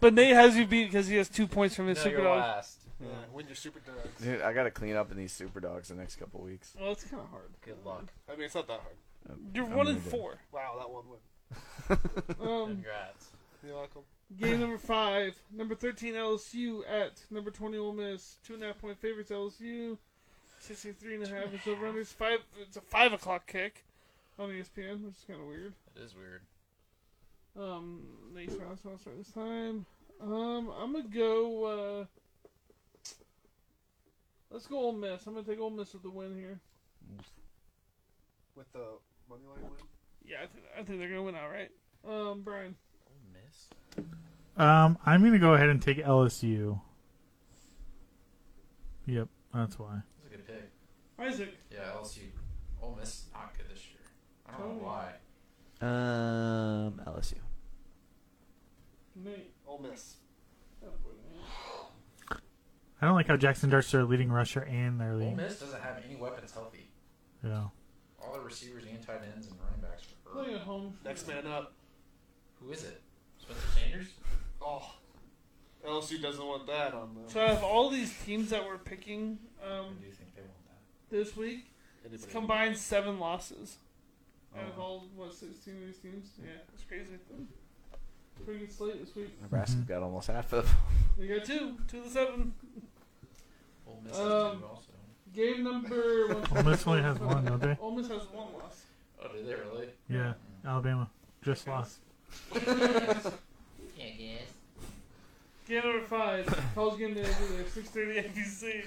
Speaker 5: but Nate has you beat because he has two points from his
Speaker 2: no,
Speaker 5: super
Speaker 2: you're
Speaker 5: dog.
Speaker 2: last.
Speaker 4: Yeah, when you're super done.
Speaker 1: Dude, I got to clean up in these super dogs the next couple weeks.
Speaker 3: Mm-hmm.
Speaker 5: Well, it's kind of hard.
Speaker 2: Good luck.
Speaker 4: I mean, it's not that hard.
Speaker 5: You're
Speaker 1: I'm
Speaker 5: one and
Speaker 1: gonna do it.
Speaker 5: four.
Speaker 4: Wow, that one win.
Speaker 5: Um,
Speaker 2: Congrats.
Speaker 4: You're welcome.
Speaker 5: game number five, number thirteen LSU at number twenty Ole Miss, two and a half point favorites LSU, sixty-three and a half is over runners. Five. It's a five o'clock kick on E ESPN, which is kind of weird.
Speaker 2: That is weird.
Speaker 5: Um, Nate's my last sponsor this time. Um, I'm gonna go. Uh, let's go Ole Miss. I'm gonna take Ole Miss with the win here.
Speaker 4: With the money line win?
Speaker 5: Yeah, I think I think they're gonna win outright. Um, Brian,
Speaker 2: Ole Miss.
Speaker 3: Um, I'm going to go ahead and take LSU. Yep, that's why.
Speaker 2: That's a good pick.
Speaker 5: Isaac,
Speaker 2: Yeah, LSU. Ole Miss is not good this year. I don't
Speaker 5: Totally.
Speaker 2: know why.
Speaker 1: Um, LSU.
Speaker 5: Nate.
Speaker 4: Ole Miss.
Speaker 5: Oh, boy, Nate.
Speaker 3: I don't like how Jackson Dart's their leading rusher and their
Speaker 2: Ole
Speaker 3: leading.
Speaker 2: Miss doesn't have any weapons healthy.
Speaker 3: Yeah.
Speaker 2: All their receivers and tight ends and running backs are hurt.
Speaker 5: Play at home.
Speaker 4: Next man up.
Speaker 2: Who is it? Spencer Sanders?
Speaker 4: Oh, LSU doesn't want that on them.
Speaker 5: So out of all these teams that we're picking
Speaker 2: I
Speaker 5: um,
Speaker 2: do think they want that.
Speaker 5: this week, it's
Speaker 4: Anybody.
Speaker 5: combined seven losses. Out of
Speaker 2: Oh.
Speaker 5: all what sixteen of these teams, yeah, it's crazy. Pretty good slate this week.
Speaker 1: Nebraska's got almost half of
Speaker 5: We got two, two of the seven.
Speaker 2: Ole Miss
Speaker 5: Um,
Speaker 2: has two also.
Speaker 5: Game number. One,
Speaker 3: Ole Miss only has one, don't they?
Speaker 5: Ole Miss has one loss.
Speaker 2: Oh, did they really?
Speaker 3: Yeah. Alabama just lost.
Speaker 2: Yeah, yes.
Speaker 5: Game number five. College game day over there. Six thirty ABC.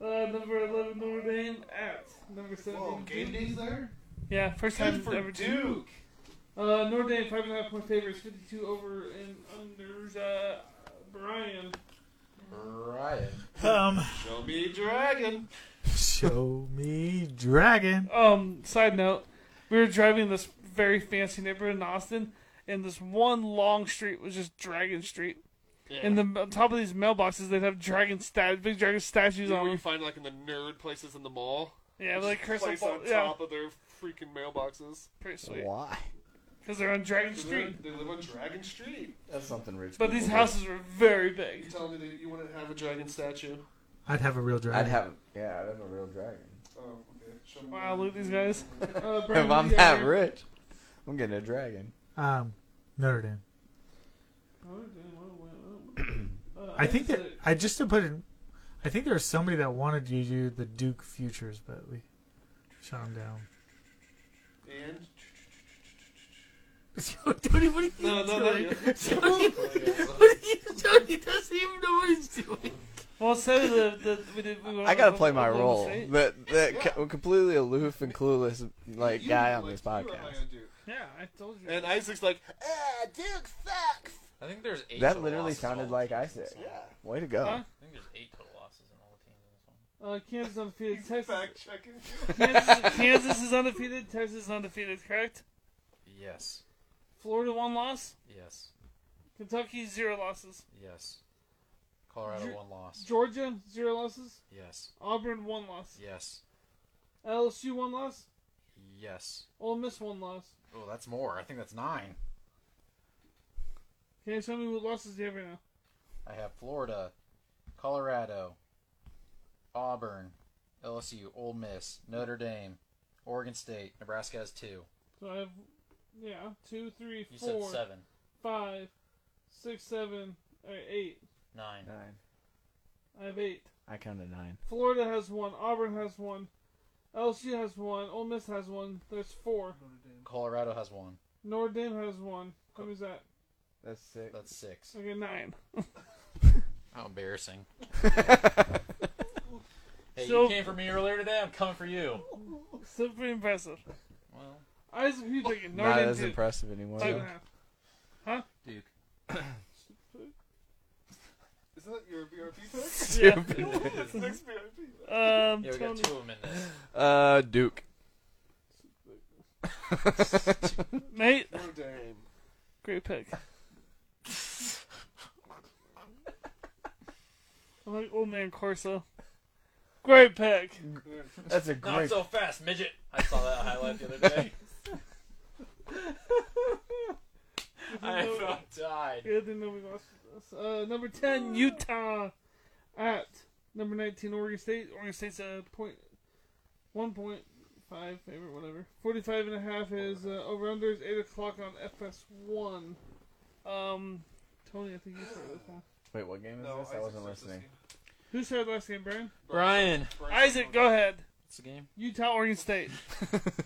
Speaker 5: Uh, number eleven Notre Dame at number seventeen.
Speaker 4: Whoa, game day's there?
Speaker 5: Yeah, first
Speaker 4: Good
Speaker 5: time
Speaker 4: for
Speaker 5: ever two.
Speaker 4: Duke.
Speaker 5: Uh, Notre Dame five and a half point favorites, fifty-two over and unders. Uh, Brian.
Speaker 2: Brian.
Speaker 3: Um,
Speaker 4: Show me dragon.
Speaker 3: show me dragon.
Speaker 5: Um, side note, we were driving in this very fancy neighborhood in Austin, and this one long street was just Dragon Street.
Speaker 4: Yeah.
Speaker 5: And the on top of these mailboxes, they'd have dragon stat, big dragon statues
Speaker 4: You know
Speaker 5: on
Speaker 4: what you
Speaker 5: them.
Speaker 4: find like in the nerd places in the mall?
Speaker 5: Yeah, like
Speaker 4: Just
Speaker 5: crystal
Speaker 4: place
Speaker 5: ball.
Speaker 4: on
Speaker 5: Yeah,
Speaker 4: top of their freaking mailboxes.
Speaker 5: pretty sweet.
Speaker 1: Why?
Speaker 5: Because they're on Dragon
Speaker 4: So they're-
Speaker 5: Street.
Speaker 4: They live on Dragon Street.
Speaker 1: That's something rich.
Speaker 5: But
Speaker 1: people
Speaker 5: these
Speaker 1: do.
Speaker 5: houses were very
Speaker 4: You
Speaker 5: big.
Speaker 4: telling me that you wouldn't have a dragon statue?
Speaker 3: I'd have a real dragon.
Speaker 1: I'd have. Yeah, I'd have a real dragon.
Speaker 4: Oh, okay. Show me
Speaker 5: Wow, look at these guys. Uh, Brian,
Speaker 1: if I'm
Speaker 5: you
Speaker 1: that
Speaker 5: got-
Speaker 1: rich, I'm getting a dragon.
Speaker 3: um, Notre Dame.
Speaker 5: Oh, damn, oh, wow, wow. Uh,
Speaker 3: I think that
Speaker 5: said-
Speaker 3: I just to put in. I think there was somebody that wanted you to do the Duke futures, but we shot him down.
Speaker 4: And
Speaker 3: Tony, what are you
Speaker 4: no, no, no.
Speaker 3: Tony doesn't even know what he's doing.
Speaker 5: Well, so the, the we did. We went
Speaker 1: I gotta
Speaker 5: with
Speaker 1: play my
Speaker 5: Oklahoma
Speaker 1: role.
Speaker 5: State.
Speaker 1: That that co- completely aloof and clueless like
Speaker 4: You
Speaker 1: guy
Speaker 4: were
Speaker 1: on
Speaker 4: like-
Speaker 1: this
Speaker 4: you were high
Speaker 1: podcast.
Speaker 4: on Duke.
Speaker 5: Yeah, I told you.
Speaker 4: And Isaac's like, "Ah,
Speaker 2: I think there's eight.
Speaker 1: That
Speaker 2: total
Speaker 1: literally
Speaker 2: losses
Speaker 1: sounded
Speaker 2: all-
Speaker 1: like I said. Way to go.
Speaker 5: Huh?
Speaker 2: I think there's eight total losses in all the teams in this one.
Speaker 5: uh, Kansas undefeated.
Speaker 4: fact
Speaker 5: Texas,
Speaker 4: checking.
Speaker 5: Kansas, Kansas is undefeated. Texas is undefeated. Correct.
Speaker 2: Yes.
Speaker 5: Florida one loss.
Speaker 2: Yes.
Speaker 5: Kentucky zero losses.
Speaker 2: Yes. Colorado
Speaker 5: Ju-
Speaker 2: one loss.
Speaker 5: Georgia zero losses.
Speaker 2: Yes.
Speaker 5: Auburn one loss.
Speaker 2: Yes.
Speaker 5: LSU one loss.
Speaker 2: Yes.
Speaker 5: Ole Miss one loss.
Speaker 2: Oh, that's more. I think that's nine.
Speaker 5: Can you tell me what losses you have right now?
Speaker 2: I have Florida, Colorado, Auburn, LSU, Ole Miss, Notre Dame, Oregon State. Nebraska has two.
Speaker 5: So I have, yeah, two, three,
Speaker 2: You
Speaker 5: four,
Speaker 2: said seven,
Speaker 5: five, six, seven, all right, eight.
Speaker 2: nine.
Speaker 1: Nine.
Speaker 5: I have eight.
Speaker 1: I counted nine.
Speaker 5: Florida has one. Auburn has one. LSU has one. Ole Miss has one. There's four.
Speaker 2: Colorado has one.
Speaker 5: Notre Dame has one. How many's that?
Speaker 1: That's six.
Speaker 2: That's six.
Speaker 5: Okay, nine.
Speaker 2: How embarrassing. Hey,
Speaker 5: So-
Speaker 2: you came for me earlier today. I'm coming for you.
Speaker 5: Still pretty impressive.
Speaker 2: Well,
Speaker 5: Isaac, who you picking? Notre
Speaker 1: Not
Speaker 5: Dame
Speaker 1: as
Speaker 5: Duke.
Speaker 1: impressive anymore.
Speaker 5: Five
Speaker 1: though.
Speaker 5: and a half.
Speaker 2: Duke.
Speaker 4: Isn't that your BRP pick?
Speaker 1: Stupid.
Speaker 4: That's next BRP.
Speaker 5: Um,
Speaker 2: Yeah, we got
Speaker 5: Tony.
Speaker 2: two of them in this.
Speaker 1: Uh, Duke.
Speaker 5: Nate,
Speaker 4: Notre Dame.
Speaker 5: great pick. I'm like old man Corso. Great pick.
Speaker 1: That's a
Speaker 2: Not
Speaker 1: great.
Speaker 2: so fast, midget. I saw that highlight the other day. I about died.
Speaker 5: Good to know we lost this. Uh, number 10, Utah at number 19, Oregon State. Oregon State's a point, 1.5 favorite, whatever. 45 and a half is uh, over under is 8 o'clock on FS1. Um, Tony, I think you started this one.
Speaker 1: Wait, what game is
Speaker 4: No,
Speaker 1: this? I
Speaker 4: Isaac
Speaker 1: wasn't
Speaker 4: starts this
Speaker 1: listening.
Speaker 4: game.
Speaker 5: Who started last game, Brian?
Speaker 2: Brian.
Speaker 5: Isaac, go ahead.
Speaker 2: What's the game?
Speaker 5: Utah, Oregon State.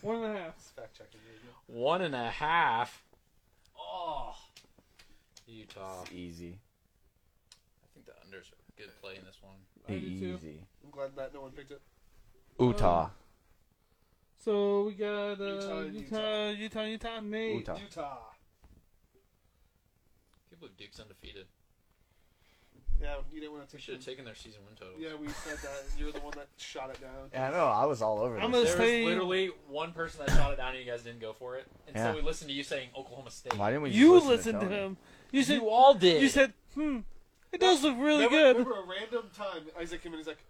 Speaker 5: one and a half.
Speaker 4: Fact checking. there you go.
Speaker 2: One and a half. Oh. Utah.
Speaker 1: It's easy.
Speaker 2: I think the unders are a good play in this one.
Speaker 5: I do too.
Speaker 1: Easy.
Speaker 4: I'm glad that no one picked it.
Speaker 1: Utah.
Speaker 5: So we got uh,
Speaker 4: Utah,
Speaker 5: Utah, Utah, Utah, Nate.
Speaker 1: Utah.
Speaker 4: Utah.
Speaker 2: I can't believe Duke's undefeated.
Speaker 4: Yeah, you didn't want to
Speaker 2: We
Speaker 4: take
Speaker 2: should
Speaker 4: it.
Speaker 2: have taken their season win total.
Speaker 4: Yeah, we said that. and You're the one that shot it down.
Speaker 1: Yeah, I know. I was all over
Speaker 5: I'm
Speaker 1: this.
Speaker 5: gonna
Speaker 2: There was
Speaker 5: say
Speaker 2: literally one person that shot it down and you guys didn't go for it. And
Speaker 1: Yeah.
Speaker 2: so we listened to you saying Oklahoma State.
Speaker 1: Why didn't we? just
Speaker 5: you
Speaker 1: listen
Speaker 5: listened to
Speaker 1: Tony?
Speaker 5: him. You said
Speaker 2: You all did.
Speaker 5: You said, hmm, It does look really
Speaker 4: remember,
Speaker 5: good.
Speaker 4: Remember a random time Isaac came in. He's like,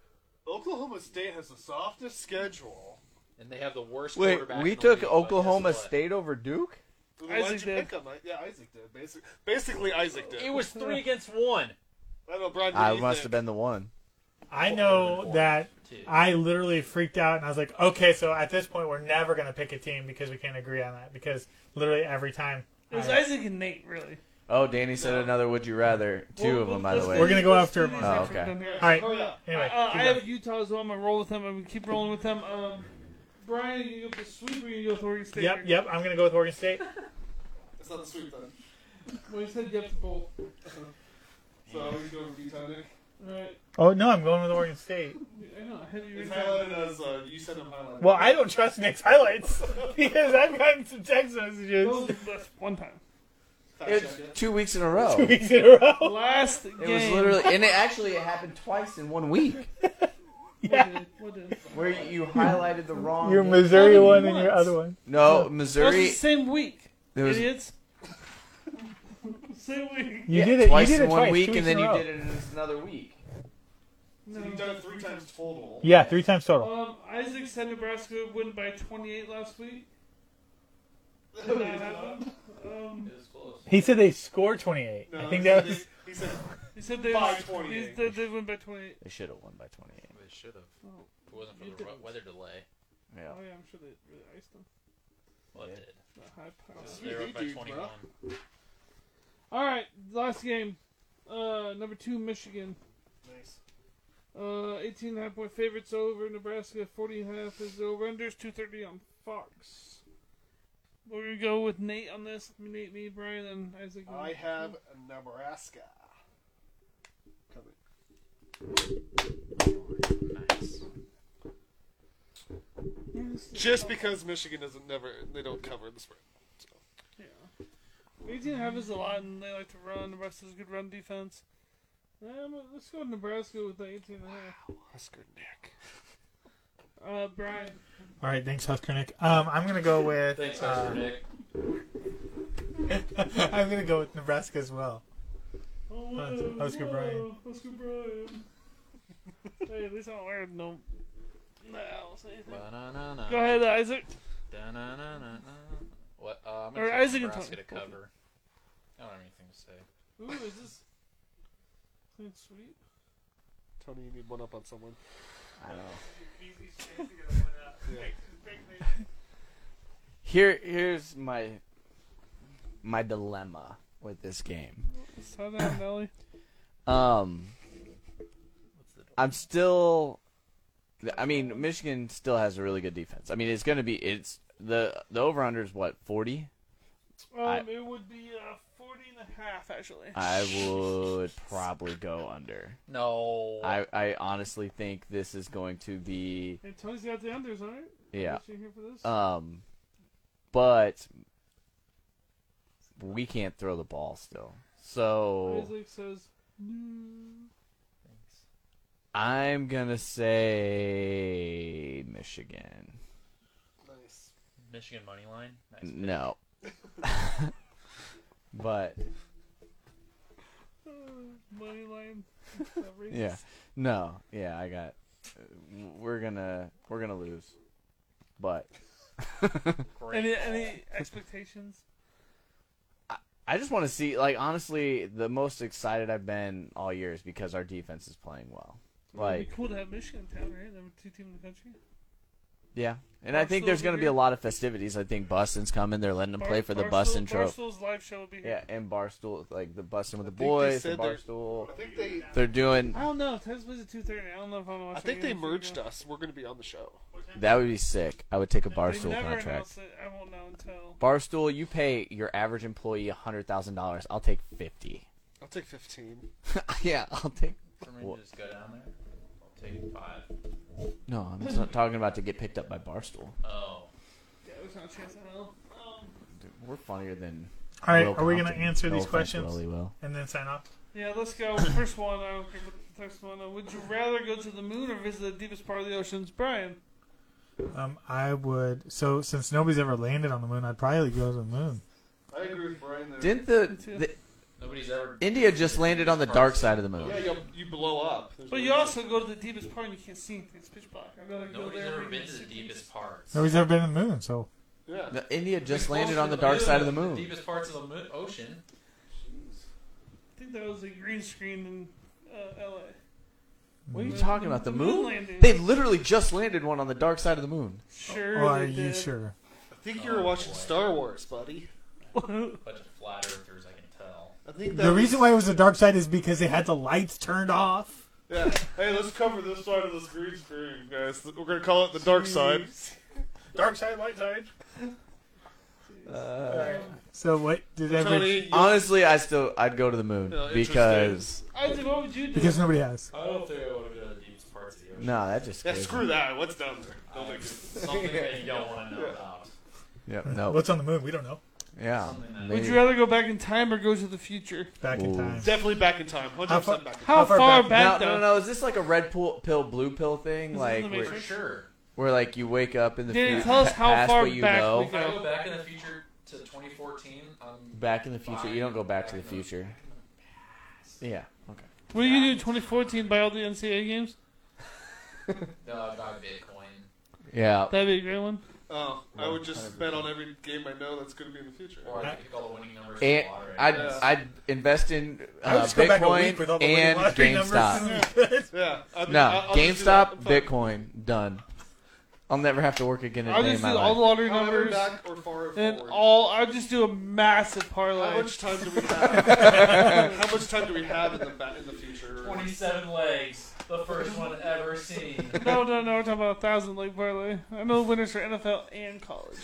Speaker 4: Oklahoma State has the softest schedule.
Speaker 2: And they have the worst
Speaker 1: Wait,
Speaker 2: quarterback.
Speaker 1: we
Speaker 2: in the
Speaker 1: took
Speaker 2: league, but
Speaker 1: Oklahoma
Speaker 2: guess what?
Speaker 1: State over Duke?
Speaker 4: Why did
Speaker 5: Isaac
Speaker 4: you
Speaker 5: did.
Speaker 4: pick on I- Yeah, Isaac did. Basically, basically Isaac did.
Speaker 2: It was three against one.
Speaker 4: I don't know, Brian. what
Speaker 1: I
Speaker 4: do you
Speaker 1: must
Speaker 4: think?
Speaker 1: have been the one.
Speaker 3: I know that I literally freaked out and I was like, okay, so at this point we're never gonna pick a team because we can't agree on that because literally every time
Speaker 5: It was
Speaker 3: I-
Speaker 5: Isaac and Nate, really.
Speaker 1: Oh, Danny said another would you rather. Two
Speaker 5: Well,
Speaker 1: of them,
Speaker 5: well,
Speaker 1: by the
Speaker 5: let's
Speaker 1: way.
Speaker 5: do
Speaker 3: We're gonna go
Speaker 5: these-
Speaker 3: after
Speaker 5: let's do
Speaker 3: him.
Speaker 1: Oh,
Speaker 5: these after we're
Speaker 1: okay.
Speaker 5: done here.
Speaker 3: All right.
Speaker 4: Oh yeah.
Speaker 3: Anyway,
Speaker 5: Uh,
Speaker 3: keep
Speaker 5: I
Speaker 3: going.
Speaker 5: have Utah as well. I'm gonna roll with them. I'm gonna keep rolling with them. Um, Brian, you go with the sweep or you go with Oregon State?
Speaker 3: yep, yep. I'm gonna go with Oregon State.
Speaker 4: It's not the sweep then.
Speaker 5: Well, you said you have to bowl.
Speaker 4: So we go with Utah. Nick.
Speaker 5: All right.
Speaker 3: Oh no, I'm going with Oregon State.
Speaker 5: I know. I had you
Speaker 4: He's
Speaker 5: written
Speaker 4: highlighted
Speaker 5: down.
Speaker 4: as uh, you sent him highlighted.
Speaker 3: Well, I don't trust Nick's highlights because I've gotten some text messages
Speaker 5: Those left one time.
Speaker 4: Fact
Speaker 1: It's
Speaker 4: check it.
Speaker 1: two weeks in a row.
Speaker 3: two weeks in a row.
Speaker 5: Last game.
Speaker 1: It was literally, and it actually it happened twice in one week,
Speaker 5: What did- what did- that
Speaker 1: where you highlighted the wrong.
Speaker 3: Your
Speaker 1: game.
Speaker 3: Missouri
Speaker 5: Only
Speaker 3: one and your
Speaker 5: once.
Speaker 3: other one.
Speaker 1: No,
Speaker 5: was the
Speaker 1: Missouri.
Speaker 5: same week.
Speaker 1: There was
Speaker 5: Idiots. same week.
Speaker 3: You
Speaker 1: yeah,
Speaker 3: did it.
Speaker 1: twice
Speaker 3: you did it
Speaker 1: in one
Speaker 3: twice,
Speaker 1: week, and
Speaker 3: two weeks in
Speaker 1: then
Speaker 3: a
Speaker 1: you
Speaker 3: row.
Speaker 1: did it in another week.
Speaker 5: No.
Speaker 4: You've done it three times total.
Speaker 3: Yeah, three times total.
Speaker 5: Um, Isaac said Nebraska win by 28 last week. Did that happen? Um,
Speaker 2: It was close.
Speaker 3: He said they scored 28.
Speaker 4: No,
Speaker 3: I think
Speaker 4: he said
Speaker 3: that was.
Speaker 4: they- He said
Speaker 5: he said they
Speaker 4: By
Speaker 5: he
Speaker 4: 28.
Speaker 5: said they win by 28.
Speaker 1: They should have won by twenty-eight.
Speaker 2: They should have. If
Speaker 5: Oh,
Speaker 2: it wasn't for
Speaker 5: You
Speaker 2: the
Speaker 5: didn't.
Speaker 2: weather delay.
Speaker 1: Yeah.
Speaker 5: oh yeah, I'm sure they really iced them.
Speaker 2: Well, it did.
Speaker 5: That high power.
Speaker 2: So they were up by
Speaker 4: Dude,
Speaker 2: 21.
Speaker 4: bro.
Speaker 5: All right, last game. Uh, number two, Michigan.
Speaker 4: Nice.
Speaker 5: Uh, 18 and a half point favorites over Nebraska. 40 and a half is the over-unders. 230 on Fox. We're going to go with Nate on this. Nate, me, Brian, and Isaac.
Speaker 4: I have Nebraska. Covered.
Speaker 2: Nice.
Speaker 5: Yes.
Speaker 4: Just because Michigan doesn't never they don't cover the spread. So.
Speaker 5: Yeah. 18 and a half is a lot, and they like to run. Nebraska's a good run defense. Um, let's go with Nebraska with the 18 and a half.
Speaker 4: Husker Nick.
Speaker 5: Uh, Brian.
Speaker 3: All right, thanks, Husker Nick. Um, I'm gonna go with.
Speaker 2: Thanks,
Speaker 3: uh,
Speaker 2: Mr. Nick.
Speaker 3: I'm gonna go with Nebraska as well.
Speaker 5: Oh,
Speaker 3: That's-
Speaker 5: wow,
Speaker 3: that's good, Brian.
Speaker 5: wow, That's good, Brian. hey, at least I don't wear no. No, I'll say anything.
Speaker 2: Ba-na-na-na.
Speaker 5: Go ahead, Isaac.
Speaker 2: Da-na-na-na-na. What? Uh, I'm
Speaker 5: Or
Speaker 2: going to
Speaker 5: Isaac and
Speaker 2: Nebraska to
Speaker 5: Tony.
Speaker 2: cover. I don't have anything to say.
Speaker 5: Ooh, is this. That's sweet.
Speaker 4: Tony, you need one up on someone.
Speaker 1: I know.
Speaker 4: Yeah.
Speaker 1: Here, here's my my dilemma with this game.
Speaker 5: Southern Valley.
Speaker 1: Um, I'm still. I mean, Michigan still has a really good defense. I mean, it's going to be it's the the over under is what forty.
Speaker 5: Um,
Speaker 1: I-
Speaker 5: it would be uh, 40 and a half, actually.
Speaker 1: I would probably go under.
Speaker 2: No.
Speaker 1: I I honestly think this is going to be
Speaker 5: and Tony's got the unders, alright?
Speaker 1: yeah.
Speaker 5: Is she here for this?
Speaker 1: Um, but we can't throw the ball still. So
Speaker 5: Isaac says, no.
Speaker 1: I'm gonna say Michigan.
Speaker 4: Nice.
Speaker 2: Michigan money line. Nice.
Speaker 1: No. but
Speaker 5: Money line.
Speaker 1: yeah, no, yeah, I got. We're gonna we're gonna lose, but
Speaker 2: Great.
Speaker 5: Any, any expectations?
Speaker 1: I just want to see. Like honestly, the most excited I've been all year is because our defense is playing well.
Speaker 5: It'd
Speaker 4: Mm-hmm.
Speaker 1: Like
Speaker 5: be cool to have Michigan in town, right? Number two team in the country.
Speaker 1: yeah, and I think there's gonna be a lot of festivities. I think Bustin's coming. They're letting them play for the Bustin' trophy.
Speaker 5: Barstool's live show will be
Speaker 1: Yeah,
Speaker 5: here.
Speaker 1: and Barstool like the Bustin' with the
Speaker 4: I think they
Speaker 1: boys, the
Speaker 4: said they're-
Speaker 1: Barstool.
Speaker 4: I think they
Speaker 1: They're doing
Speaker 5: I don't know. Times plays at two thirty. I don't know if I'm watching.
Speaker 4: I think they merged us. We're gonna be on the show.
Speaker 1: that would be sick. I would take a
Speaker 5: they
Speaker 1: Barstool
Speaker 5: never
Speaker 1: contract.
Speaker 5: announced it. I won't know until.
Speaker 1: Barstool, you pay your average employee hundred thousand dollars. I'll take fifty.
Speaker 4: I'll take fifteen.
Speaker 1: yeah, I'll take.
Speaker 2: For me to just go down there. Take five.
Speaker 1: No, I'm just not talking about to get picked up by Barstool.
Speaker 2: Oh.
Speaker 5: Yeah, there's not a chance in hell. Um,
Speaker 1: Dude, we're funnier than.
Speaker 3: All right,
Speaker 1: Will
Speaker 3: are we gonna
Speaker 1: Compton.
Speaker 3: answer
Speaker 1: No
Speaker 3: these
Speaker 1: offense,
Speaker 3: questions
Speaker 1: Willie Will.
Speaker 3: and then sign off?
Speaker 5: yeah, let's go. First one. I don't care about the first one. Uh, Would you rather go to the moon or visit the deepest part of the oceans, Brian?
Speaker 3: Um, I would. So since nobody's ever landed on the moon, I'd probably go to the moon.
Speaker 4: I agree with Brian there.
Speaker 1: Didn't the,
Speaker 5: too.
Speaker 1: the
Speaker 2: Nobody's ever.
Speaker 1: India just landed on the dark side of the moon.
Speaker 4: Yeah, you, you blow up. There's
Speaker 5: But
Speaker 4: no-
Speaker 5: you also go to the deepest part and you can't see anything. It's pitch black. I'd rather go
Speaker 2: Nobody's
Speaker 5: there.
Speaker 2: ever
Speaker 5: and
Speaker 2: been
Speaker 5: see
Speaker 2: to the deepest parts.
Speaker 3: Nobody's ever been to the moon, so
Speaker 4: yeah.
Speaker 1: No, India just landed on the dark side of the moon.
Speaker 2: deepest parts of the mo- ocean.
Speaker 5: I think that was a green screen in uh, L.A.
Speaker 1: What are you talking about? The moon?
Speaker 5: landing.
Speaker 1: They literally just landed one on the dark side of the moon.
Speaker 5: Sure.
Speaker 3: Or are
Speaker 5: they
Speaker 3: you
Speaker 5: did.
Speaker 3: sure?
Speaker 4: I think you were watching Star Wars, buddy.
Speaker 2: Bunch of flat earthers, I can tell.
Speaker 4: I think that
Speaker 3: The
Speaker 4: was-
Speaker 3: reason why it was the dark side is because they had the lights turned off.
Speaker 4: Yeah. Hey, let's cover this side of this green screen, guys. We're gonna call it the dark side. Dark side, light side.
Speaker 3: So what did everybody?
Speaker 4: Tony, you-
Speaker 1: Honestly, I still I'd go to the moon
Speaker 4: Yeah, interesting.
Speaker 1: because
Speaker 5: Isaac, what would you do?
Speaker 3: Because nobody has.
Speaker 2: I don't think I want to go to the deepest parts of the ocean.
Speaker 1: no, that just
Speaker 4: yeah,
Speaker 1: scares
Speaker 4: screw
Speaker 1: me.
Speaker 4: that. What's down there? Don't make
Speaker 2: Something that you don't want to know about.
Speaker 1: Yeah, no,
Speaker 3: What's on the moon? We don't know.
Speaker 1: yeah.
Speaker 5: would
Speaker 1: maybe.
Speaker 5: you rather go back in time or go to the future?
Speaker 3: Back in
Speaker 1: Ooh.
Speaker 3: time.
Speaker 4: Definitely back in time. Hundred
Speaker 3: How far-
Speaker 4: percent back. In time.
Speaker 5: How, far, back,
Speaker 1: No,
Speaker 5: though?
Speaker 1: no, no. Is this like a red pill, pill blue pill thing?
Speaker 5: This is
Speaker 1: Like
Speaker 5: the
Speaker 1: where,
Speaker 2: For
Speaker 5: Matrix.
Speaker 2: sure.
Speaker 1: where like you wake up in the
Speaker 5: Did it
Speaker 1: future,
Speaker 5: tell us how
Speaker 1: past
Speaker 5: far
Speaker 1: what you
Speaker 5: back
Speaker 1: know.
Speaker 5: we
Speaker 2: If I go back in the future to 2014, I'm
Speaker 1: Back in the future. You don't go back to the
Speaker 2: Fine.
Speaker 1: future. Yeah. Okay.
Speaker 5: What do you do in 2014 buy all the NCAA games?
Speaker 2: no, uh, I buy Bitcoin.
Speaker 1: Yeah.
Speaker 5: That'd be a great one.
Speaker 4: Oh, I would just bet on every game I know that's gonna be in the future.
Speaker 2: Or I could pick all the winning numbers
Speaker 1: And
Speaker 2: in the lottery.
Speaker 1: I'd
Speaker 4: Yeah.
Speaker 1: I'd invest in
Speaker 3: I would
Speaker 1: uh,
Speaker 3: just go back a week with
Speaker 1: Bitcoin
Speaker 3: all the winning
Speaker 1: and
Speaker 3: lottery numbers
Speaker 1: GameStop.
Speaker 3: and it'd be good.
Speaker 4: Yeah. I mean, I-
Speaker 1: No,
Speaker 4: I'll just do that.
Speaker 1: GameStop,
Speaker 4: I'm fine.
Speaker 1: Bitcoin, done. I'll never have to work again in a
Speaker 5: I'll
Speaker 1: day
Speaker 5: just
Speaker 1: in
Speaker 5: do
Speaker 1: my
Speaker 5: all the
Speaker 1: life.
Speaker 5: lottery
Speaker 4: However,
Speaker 5: numbers
Speaker 4: back or far
Speaker 5: and
Speaker 4: forward.
Speaker 5: all. I'll just do a massive parlay.
Speaker 4: How much time do we have? How much time do we have in the back in the future?
Speaker 2: 27 legs, the first one ever seen.
Speaker 5: no, no, no. We're talking about a thousand leg parlay. I know winners for NFL and college.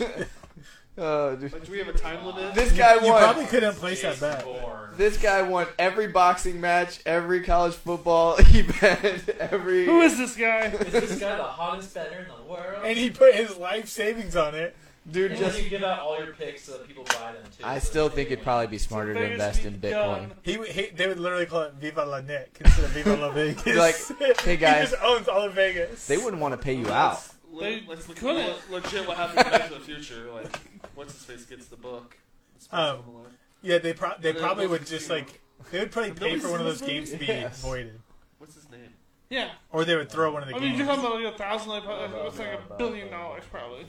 Speaker 1: Uh, dude.
Speaker 4: Like, do we have a time limit?
Speaker 1: this guy
Speaker 3: You
Speaker 1: won.
Speaker 3: probably couldn't place that
Speaker 2: Jason
Speaker 3: bet.
Speaker 2: Bourne.
Speaker 1: This guy won every boxing match, every college football event, every.
Speaker 5: Who is this guy?
Speaker 2: Is this guy the hottest better in the world?
Speaker 3: And he put his life savings on it.
Speaker 1: dude?
Speaker 2: And
Speaker 1: Just
Speaker 2: you give out all your picks so that people buy them too.
Speaker 1: I
Speaker 2: so
Speaker 1: still
Speaker 2: they
Speaker 1: think it'd
Speaker 2: win.
Speaker 1: probably be smarter to
Speaker 5: Vegas
Speaker 1: invest in
Speaker 5: beat
Speaker 1: Bitcoin.
Speaker 5: Dunn.
Speaker 3: He, would- he they would literally call it Viva la Nick instead of Viva la Vegas.
Speaker 1: Like, hey, guys.
Speaker 3: he just owns all of Vegas.
Speaker 1: They wouldn't want to pay you out.
Speaker 5: They
Speaker 4: let's look
Speaker 5: couldn't.
Speaker 4: at le- legit what happened in Back to the Future. Like, once his face gets the book. it's based
Speaker 3: Um,
Speaker 4: on the line.
Speaker 3: Yeah, they pro- they
Speaker 4: They're
Speaker 3: probably
Speaker 4: both
Speaker 3: would just
Speaker 4: casino.
Speaker 3: like they would probably pay
Speaker 4: Nobody
Speaker 3: for one of
Speaker 4: seen
Speaker 3: those
Speaker 4: this
Speaker 3: games to be
Speaker 1: Yes.
Speaker 3: voided,
Speaker 4: What's his name?
Speaker 5: Yeah.
Speaker 3: or they would throw one of the
Speaker 5: I mean,
Speaker 3: games.
Speaker 5: you're talking about like a thousand leg parlay. It's like a billion dollars probably.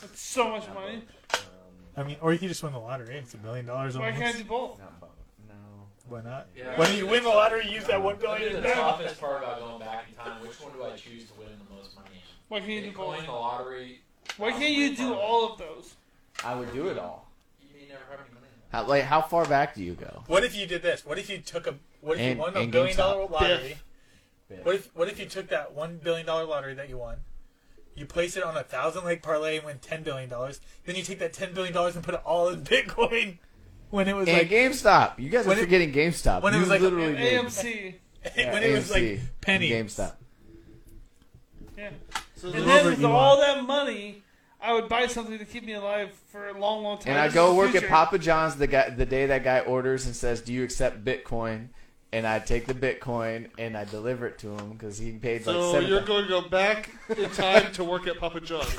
Speaker 5: That's so much money.
Speaker 3: I mean, or you could just win the lottery. It's a billion dollars.
Speaker 5: Why
Speaker 3: almost.
Speaker 5: can't I do both?
Speaker 3: Why not?
Speaker 2: Yeah.
Speaker 3: Why do you win the lottery? Use that one
Speaker 2: That'd be
Speaker 3: billion.
Speaker 2: the toughest part about going back in time. Which one do I choose to win the most money?
Speaker 5: Why can't you do both?
Speaker 2: Bitcoin, the lottery.
Speaker 5: Why can't you do all of those?
Speaker 1: I would do it all.
Speaker 2: You may never have any money. in that.
Speaker 1: How, like, how far back do you go?
Speaker 3: What if you did this? What if you took a what if
Speaker 1: And-
Speaker 3: you won a
Speaker 1: and
Speaker 3: billion
Speaker 1: GameStop.
Speaker 3: dollar lottery?
Speaker 1: Biff.
Speaker 3: What if what if you took that one billion dollar lottery that you won? You place it on a thousand leg parlay and win ten billion dollars. Then you take that ten billion dollars and put it all in Bitcoin. When it was
Speaker 1: And
Speaker 3: like
Speaker 1: GameStop. You guys are
Speaker 3: When it-
Speaker 1: forgetting GameStop.
Speaker 3: when it
Speaker 1: You
Speaker 3: was like-
Speaker 1: literally did.
Speaker 5: AMC.
Speaker 1: Yeah,
Speaker 3: when it was
Speaker 1: AMC,
Speaker 3: like pennies.
Speaker 1: GameStop.
Speaker 5: Yeah.
Speaker 4: So
Speaker 5: And
Speaker 4: the,
Speaker 5: then
Speaker 3: Robert
Speaker 5: with
Speaker 3: Elon.
Speaker 5: all that money, I would buy something to keep me alive for a long, long time.
Speaker 1: And I
Speaker 5: This
Speaker 1: go
Speaker 5: is the
Speaker 1: work at
Speaker 5: future.
Speaker 1: Papa John's the guy the day that guy orders and says, "Do you accept Bitcoin?" And I take the Bitcoin and I deliver it to him because he paid like
Speaker 4: so
Speaker 1: seven.
Speaker 4: you're going to go back in time to work at Papa John's.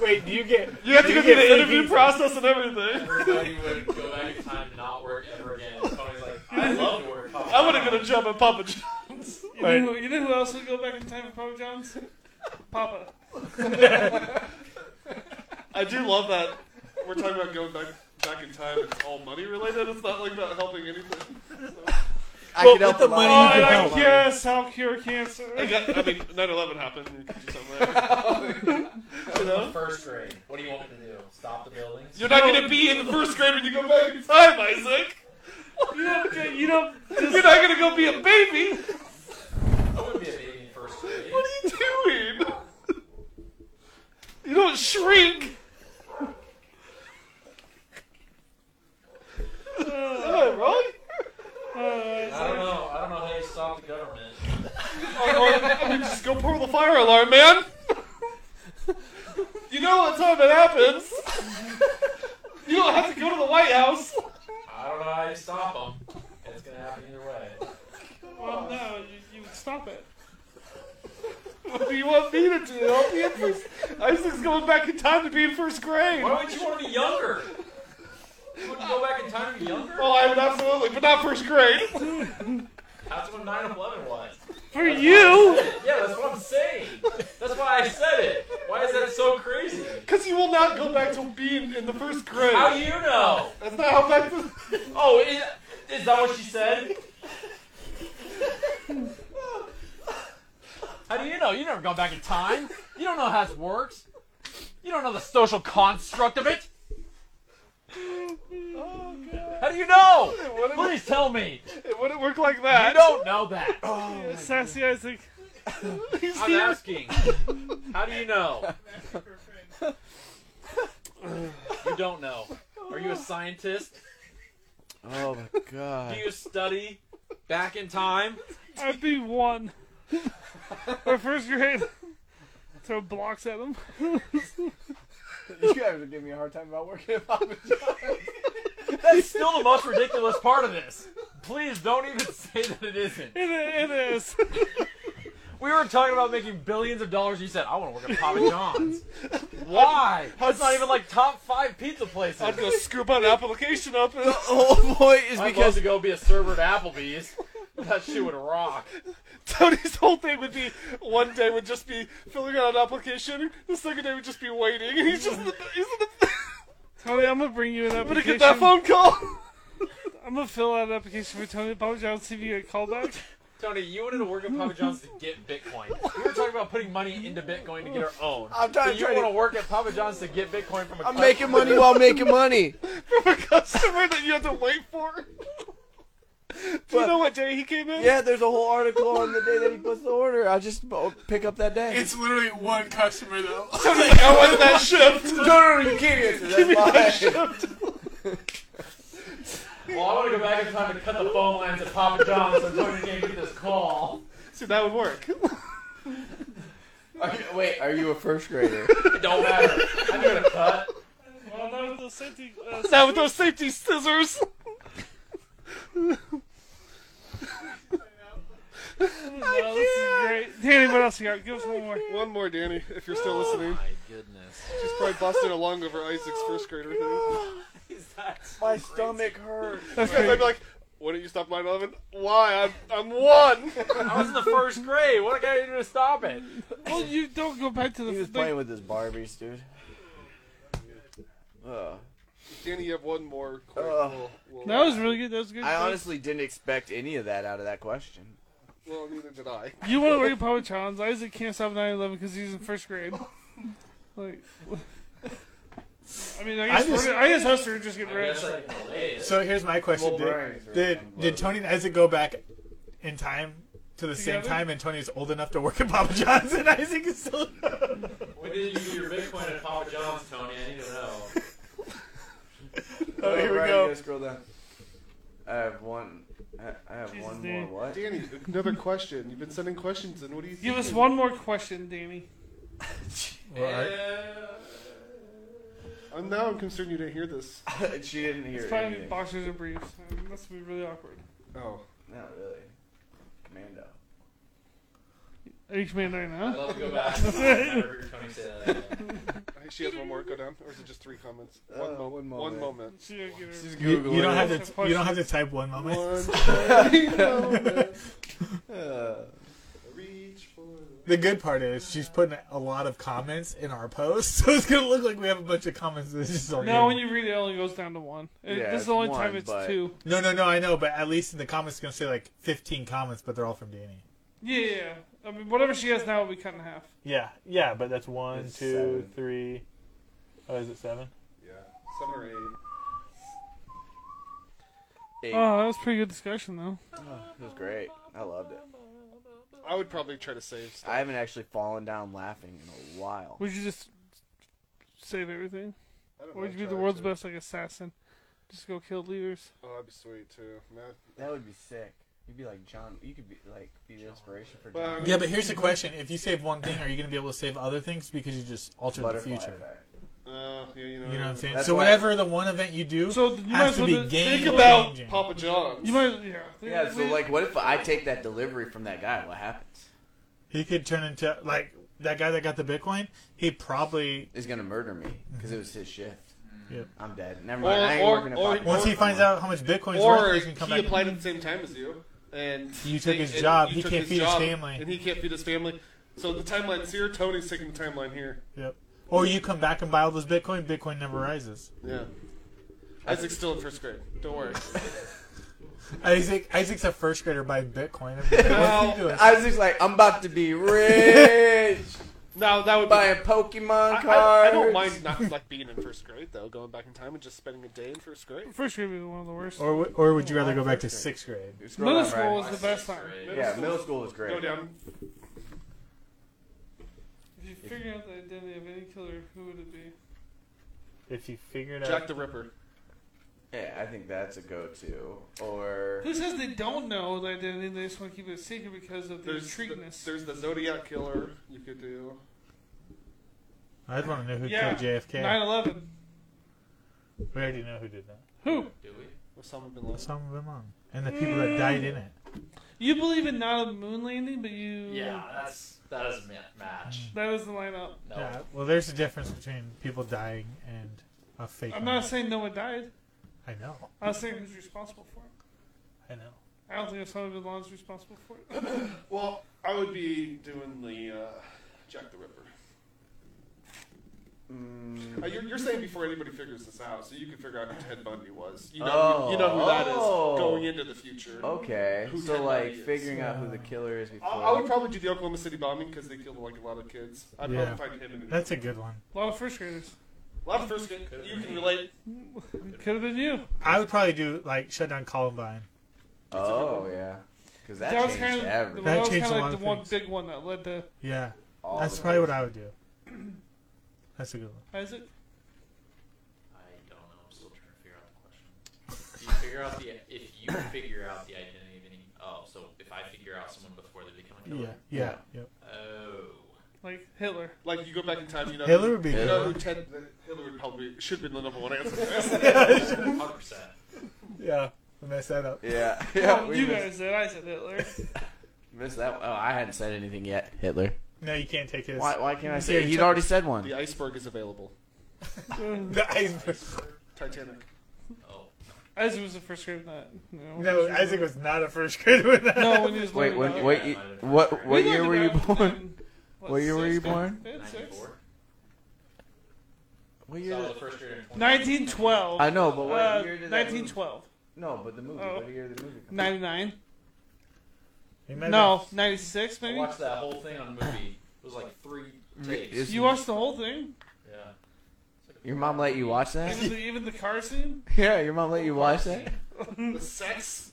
Speaker 3: Wait, do you get
Speaker 4: You have to go
Speaker 3: You
Speaker 4: through
Speaker 3: get
Speaker 4: the
Speaker 3: free
Speaker 4: interview
Speaker 3: pizza.
Speaker 4: process and everything.
Speaker 2: Everybody would go back in time to not work ever again. Tony's like, I love to work.
Speaker 4: I would have got a job at Papa John's.
Speaker 5: You know, who, you know who else would go back in time for Papa John's? Papa.
Speaker 4: I do love that we're talking about going back back in time. It's all money related. It's not like about helping anything.
Speaker 1: I
Speaker 3: Well,
Speaker 1: could help
Speaker 3: with
Speaker 1: a
Speaker 3: the
Speaker 1: lot.
Speaker 3: money
Speaker 5: Oh,
Speaker 3: you could
Speaker 5: and I
Speaker 3: help.
Speaker 5: guess I'll cure cancer.
Speaker 4: I, got, I mean, 9/11 happened. You could do something. Like you know,
Speaker 2: First grade. What do you want me to do? Stop the buildings?
Speaker 4: you're not going to be in the first grade when you go back in time, Isaac.
Speaker 5: You don't. You don't.
Speaker 4: You're not going to go be a baby.
Speaker 2: I wouldn't be a baby in first grade.
Speaker 4: What are you doing? You don't shrink. Am I wrong?
Speaker 2: I don't know. I don't know how you stop the government.
Speaker 4: I mean, just go pull the fire alarm, man. You know what time it happens. You don't have to go to the White House.
Speaker 2: I don't know how you stop them. It's gonna happen either way.
Speaker 5: Well, Oh, no. You, you stop it.
Speaker 4: What do you want me to do? I'll be in first. Isaac's going back in time to be in first grade.
Speaker 2: Why would you want to be younger? You wouldn't go back in time to be younger?
Speaker 4: Oh, I would absolutely, but not first grade.
Speaker 2: That's what 9 11 was.
Speaker 5: For you,
Speaker 2: Yeah, that's what I'm saying. That's why I said it. Why is that so crazy?
Speaker 4: Because you will not go back to being in the first grade.
Speaker 2: How do you know?
Speaker 4: That's not how back to.
Speaker 2: Oh, is, is that what she said? How do you know? You never gone back in time. You don't know how this works. You don't know the social construct of it.
Speaker 4: Oh,
Speaker 2: How do you know? Please tell me.
Speaker 4: It wouldn't work like
Speaker 2: I
Speaker 4: that.
Speaker 2: don't know that.
Speaker 5: sassy Isaac.
Speaker 4: He's
Speaker 2: I'm
Speaker 4: here.
Speaker 2: asking. How do you know? You don't know. Are you a scientist?
Speaker 1: Oh my
Speaker 2: Do
Speaker 1: god.
Speaker 2: you study back in time?
Speaker 5: I'd be one. My first grade. Throw blocks at him.
Speaker 1: You guys are giving me a hard time about working at Papa
Speaker 2: That's still the most ridiculous part of this. Please don't even say that it isn't.
Speaker 5: It, it is.
Speaker 2: We were talking about making billions of dollars. You said, I want to work at Papa John's. Why? That's not even like top five pizza places.
Speaker 4: I'm gonna scoop an application up and
Speaker 1: The whole point is
Speaker 2: I'd love
Speaker 1: because
Speaker 2: to go be a server at Applebee's. That shit would rock.
Speaker 4: Tony's whole thing would be one day would just be filling out an application, the second day would just be waiting, and he's just in the, he's in the,
Speaker 5: Tony, I'm gonna bring you an application.
Speaker 4: gonna get that phone call.
Speaker 5: I'm gonna fill out an application for Tony Papa John. See if you get called back.
Speaker 2: Tony, you wanted to work at Papa John's to get Bitcoin. We were talking about putting money into Bitcoin to get our own.
Speaker 1: I'm trying
Speaker 2: So
Speaker 1: to
Speaker 2: you
Speaker 1: try to-
Speaker 2: want to work at Papa John's to get Bitcoin from a
Speaker 1: I'm making money while making money.
Speaker 4: from a customer that you have to wait for. Do you know what day he came in?
Speaker 1: Yeah, there's a whole article on the day that he puts the order. I'll just b- oh, pick up that day.
Speaker 7: It's literally one customer though.
Speaker 4: I want that shift.
Speaker 1: no, no, no, you can't answer. That's mine.
Speaker 2: Well, I want to go back in time and cut the phone lines at Papa John's so Tony can't get this call.
Speaker 4: See, that would work.
Speaker 1: Are you- wait, are you a first grader?
Speaker 2: It don't matter. I'm going to cut.
Speaker 5: Well, not with those safety. Uh,
Speaker 4: Now with those safety scissors.
Speaker 5: no, uh, this is great. Danny, what else you got? Give us one more.
Speaker 4: One more, Danny, if you're still listening.
Speaker 2: My goodness.
Speaker 4: She's probably busting along over Isaac's first grader thing.
Speaker 2: Is that
Speaker 1: My stomach hurts.
Speaker 5: That's
Speaker 4: Because I'd
Speaker 5: great.
Speaker 4: be like, why don't you stop 9 11? Why? I'm, I'm one.
Speaker 2: I was in the first grade. What can I do to stop it?
Speaker 5: Well, you don't go back to
Speaker 1: He
Speaker 5: the.
Speaker 1: was
Speaker 5: Like,
Speaker 1: playing with his Barbies, dude. Ugh.
Speaker 4: Danny, you have one more. Quick.
Speaker 1: Ugh.
Speaker 4: We'll- we'll-
Speaker 5: that was really good. That was good.
Speaker 1: I honestly didn't expect any of that out of that question.
Speaker 4: Well, neither did I.
Speaker 5: You want to work at Papa John's? Isaac can't stop 9/11 because he's in first grade. Like, I mean, I guess
Speaker 3: I just-
Speaker 5: we're, gonna- I guess us are just getting ready.
Speaker 2: I can relate it.
Speaker 3: So here's my question:
Speaker 1: Wolverines
Speaker 3: did,
Speaker 1: are
Speaker 3: did did Tony and Isaac go back in time to the same
Speaker 5: Together?
Speaker 3: time? And Tony is old enough to work at Papa John's, and Isaac is still.
Speaker 2: When did you do your Bitcoin at Papa John's, Tony? I need to know.
Speaker 1: Oh,
Speaker 3: here we
Speaker 1: Brian,
Speaker 3: go.
Speaker 1: you gotta Scroll down. I have one. I, I have
Speaker 5: Jesus,
Speaker 1: one
Speaker 5: dude.
Speaker 1: more. What?
Speaker 4: Danny, another question. You've been sending questions in. What do you
Speaker 5: Give
Speaker 4: think?
Speaker 5: us one more question, Danny.
Speaker 4: I'm now I'm concerned you didn't hear this.
Speaker 1: she didn't hear
Speaker 5: It's probably gonna be
Speaker 1: anything.
Speaker 5: boxers or briefs. I mean, that's gonna be really awkward.
Speaker 4: Oh.
Speaker 1: Not really. Commando.
Speaker 5: Are you commander right
Speaker 2: I'd
Speaker 5: now?
Speaker 2: love to go back. I heard Tony say that.
Speaker 4: Hey, She has one more. Go down. Or is it just three comments?
Speaker 1: Uh,
Speaker 4: One, mo-
Speaker 1: one
Speaker 4: One
Speaker 1: moment.
Speaker 4: moment.
Speaker 5: She didn't get her.
Speaker 3: You, you don't have
Speaker 5: That's
Speaker 3: to.
Speaker 5: a
Speaker 3: You don't have to type one moment.
Speaker 4: One tiny moment.
Speaker 1: Uh,
Speaker 4: Reach for
Speaker 3: The good part is she's putting a lot of comments in our post, so it's gonna look like we have a bunch of comments. That's just all
Speaker 5: No,
Speaker 3: you.
Speaker 5: when you read it, it only goes down to one. It-
Speaker 1: Yeah,
Speaker 5: this
Speaker 1: it's
Speaker 5: is the only
Speaker 1: one,
Speaker 5: time it's
Speaker 1: but-
Speaker 5: two.
Speaker 3: no, no, no. I know, but at least in the comments, it's gonna say like 15 comments, but they're all from Danny.
Speaker 5: Yeah, yeah, yeah. I mean, whatever she has now will be cut in half.
Speaker 3: Yeah, yeah, but that's one,
Speaker 1: It's two, seven.
Speaker 3: three. Oh, is it seven?
Speaker 4: Yeah. Seven or eight.
Speaker 1: eight.
Speaker 5: Oh, that was pretty good discussion though.
Speaker 1: It was great. I loved it.
Speaker 4: I would probably try to save stuff.
Speaker 1: I haven't actually fallen down laughing in a while.
Speaker 5: Would you just save everything?
Speaker 4: I don't
Speaker 5: Or
Speaker 4: know,
Speaker 5: would you be
Speaker 4: try
Speaker 5: the
Speaker 4: to
Speaker 5: world's
Speaker 4: too.
Speaker 5: best like assassin? Just go kill leaders.
Speaker 4: Oh, that'd be sweet too. Man.
Speaker 1: That would be sick. You'd be like John. You could be like be the inspiration for
Speaker 4: Well, I
Speaker 1: John.
Speaker 4: mean,
Speaker 3: Yeah, but here's the question: If you save one thing, are you gonna be able to save other things because you just altered the
Speaker 1: Butterfly
Speaker 3: future?
Speaker 1: effect.
Speaker 4: Uh, yeah, you know.
Speaker 3: You know what I'm saying?
Speaker 1: That's
Speaker 3: so
Speaker 1: why-
Speaker 3: whatever the one event you do
Speaker 5: So you might
Speaker 3: has
Speaker 5: as
Speaker 3: to
Speaker 5: well
Speaker 3: be
Speaker 5: just
Speaker 3: game
Speaker 5: think
Speaker 4: Think about
Speaker 3: changing.
Speaker 4: Papa John's.
Speaker 5: You might, yeah.
Speaker 1: Yeah. So like, what if I take that delivery from that guy? What happens?
Speaker 3: He could turn into like that guy that got the Bitcoin. He probably
Speaker 1: He's gonna murder me because it was his shift.
Speaker 3: Yep.
Speaker 1: I'm dead. Never
Speaker 4: Or-
Speaker 1: mind. I ain't
Speaker 4: or-
Speaker 1: working at
Speaker 4: or-
Speaker 1: Pop-
Speaker 4: or-
Speaker 3: Once he finds out how much Bitcoin's
Speaker 4: Or
Speaker 3: worth,
Speaker 4: he
Speaker 3: he's gonna come back.
Speaker 4: applied at the same time as you, and
Speaker 3: You took
Speaker 4: they-
Speaker 3: his
Speaker 4: and
Speaker 3: job.
Speaker 4: you
Speaker 3: He
Speaker 4: took
Speaker 3: can't feed his
Speaker 4: job,
Speaker 3: family.
Speaker 4: and he can't feed his family. So the timeline's here. Tony's taking the timeline here.
Speaker 3: Yep. Or you come back and buy all this Bitcoin. Bitcoin never rises.
Speaker 4: Yeah. Isaac's still in first grade. Don't worry.
Speaker 3: Isaac, Isaac's a first grader buying Bitcoin. What's he doing?
Speaker 1: Isaac's like, I'm about to be rich,
Speaker 4: No, that would be.
Speaker 1: buying Pokemon
Speaker 4: I,
Speaker 1: cards.
Speaker 4: I, I don't mind not like being in first grade though. Going back in time and just spending a day in first grade.
Speaker 5: First grade was one of the worst.
Speaker 3: Or, w- or would you rather go back to sixth grade?
Speaker 1: You're scrolling
Speaker 5: Middle
Speaker 1: up,
Speaker 5: school
Speaker 1: right?
Speaker 5: was the best time.
Speaker 1: Yeah, middle school was
Speaker 4: Go
Speaker 1: great.
Speaker 4: down.
Speaker 5: If you figure out the identity of any killer, who would it be?
Speaker 3: If you figured
Speaker 4: Jack
Speaker 3: out,
Speaker 4: the Ripper.
Speaker 1: Yeah, I think that's a go-to. Or
Speaker 5: Who says they don't know the identity? They just want to keep it a secret because of the
Speaker 4: There's the,
Speaker 5: intrigueness.
Speaker 4: there's the Zodiac Killer. You could do.
Speaker 3: I'd want to know who
Speaker 5: Yeah.
Speaker 3: killed JFK.
Speaker 5: 9/11.
Speaker 3: We already know who did that.
Speaker 5: Who?
Speaker 2: Do we?
Speaker 4: Osama bin Laden.
Speaker 3: Osama bin Laden and the people that died in it.
Speaker 5: You believe in not a moon landing, but you
Speaker 2: Yeah, that's that is ma- match.
Speaker 5: That is the lineup.
Speaker 2: No,
Speaker 3: Yeah. Well, there's a difference between people dying and a fake.
Speaker 5: I'm
Speaker 3: one.
Speaker 5: not saying no one died.
Speaker 3: I know.
Speaker 5: I was saying who's responsible for it.
Speaker 3: I know.
Speaker 5: I don't think Osama bin Laden's responsible for it.
Speaker 4: Well, I would be doing the uh, Jack the Ripper.
Speaker 3: Mm.
Speaker 4: Uh, you're, you're saying before anybody figures this out, so you can figure out who Ted Bundy was. You know, who- you know who that is
Speaker 1: Oh.
Speaker 4: going into the future.
Speaker 1: okay,
Speaker 4: Who
Speaker 1: so
Speaker 4: Ted
Speaker 1: like
Speaker 4: Bundy is.
Speaker 1: figuring out who the killer is before.
Speaker 4: I, I would probably do the Oklahoma City bombing because they killed like a lot of kids. I'd
Speaker 3: Yeah.
Speaker 4: probably find him. In
Speaker 3: That's a good one.
Speaker 5: A lot of first graders.
Speaker 4: a lot of first kid. You can relate.
Speaker 5: Could have been you.
Speaker 3: I would probably do like shut down Columbine.
Speaker 1: oh yeah, because that,
Speaker 5: That was
Speaker 1: changed
Speaker 5: kind of
Speaker 1: everything.
Speaker 3: That
Speaker 5: that was
Speaker 3: changed
Speaker 5: kind
Speaker 3: a
Speaker 5: of
Speaker 3: lot
Speaker 5: like the
Speaker 3: of
Speaker 5: one
Speaker 3: things.
Speaker 5: big one that led to
Speaker 3: Yeah.
Speaker 1: All
Speaker 3: That's
Speaker 1: the-
Speaker 3: probably what I would do. That's a good one.
Speaker 5: Isaac.
Speaker 2: I don't know. I'm still trying to figure out the question. If you figure out the if you figure out the identity of any oh, so if I figure out someone before they become a
Speaker 3: Yeah.
Speaker 2: killer.
Speaker 3: Yeah. Yep.
Speaker 2: Oh.
Speaker 5: Like Hitler.
Speaker 4: Like you go back in time, you know.
Speaker 3: Hitler would be
Speaker 4: You
Speaker 3: good.
Speaker 4: know who Ted Hitler would probably should have been the number one answer. That's-
Speaker 2: Hundred percent.
Speaker 3: Yeah. We messed that up.
Speaker 1: Yeah, yeah,
Speaker 5: Well,
Speaker 1: we
Speaker 5: you
Speaker 1: missed,
Speaker 5: guys did. I said Hitler.
Speaker 1: missed that. One. Oh, I hadn't said anything yet. Hitler.
Speaker 3: No, you can't take his.
Speaker 1: Why? Why can't I say?
Speaker 3: Yeah,
Speaker 1: it?
Speaker 3: you
Speaker 1: He'd
Speaker 3: took-
Speaker 1: already said
Speaker 4: the
Speaker 1: one.
Speaker 4: iceberg is available.
Speaker 5: Uh,
Speaker 3: The iceberg.
Speaker 4: Titanic.
Speaker 2: Oh.
Speaker 5: Isaac was the first grader in that. No,
Speaker 3: No, Isaac was not a first grader with that.
Speaker 5: No, when he was
Speaker 1: Wait,
Speaker 5: learning
Speaker 1: what?
Speaker 5: about it.
Speaker 1: What? You, what?
Speaker 5: We
Speaker 1: What year
Speaker 5: learned
Speaker 1: were you
Speaker 5: about it
Speaker 1: born?
Speaker 5: in, what,
Speaker 1: What year were you
Speaker 5: sixth,
Speaker 1: born?
Speaker 5: fifth, sixth?
Speaker 2: 94?
Speaker 1: What
Speaker 2: So
Speaker 1: year?
Speaker 2: I was
Speaker 1: did-
Speaker 2: the first grader in 20.
Speaker 5: 1912.
Speaker 1: I know, but what
Speaker 5: Uh,
Speaker 1: year did that movie-
Speaker 5: 1912.
Speaker 1: No, but the movie.
Speaker 5: Oh.
Speaker 1: What year did the movie come?
Speaker 5: 99.
Speaker 3: He might
Speaker 5: No, 96
Speaker 2: I
Speaker 5: maybe.
Speaker 2: watched that whole thing on movie. It was like three takes.
Speaker 1: Is-
Speaker 5: You watched the whole thing,
Speaker 2: yeah.
Speaker 1: Your mom let you watch that?
Speaker 5: even the, even the car scene.
Speaker 1: Yeah, your mom let you watch that?
Speaker 4: The sex.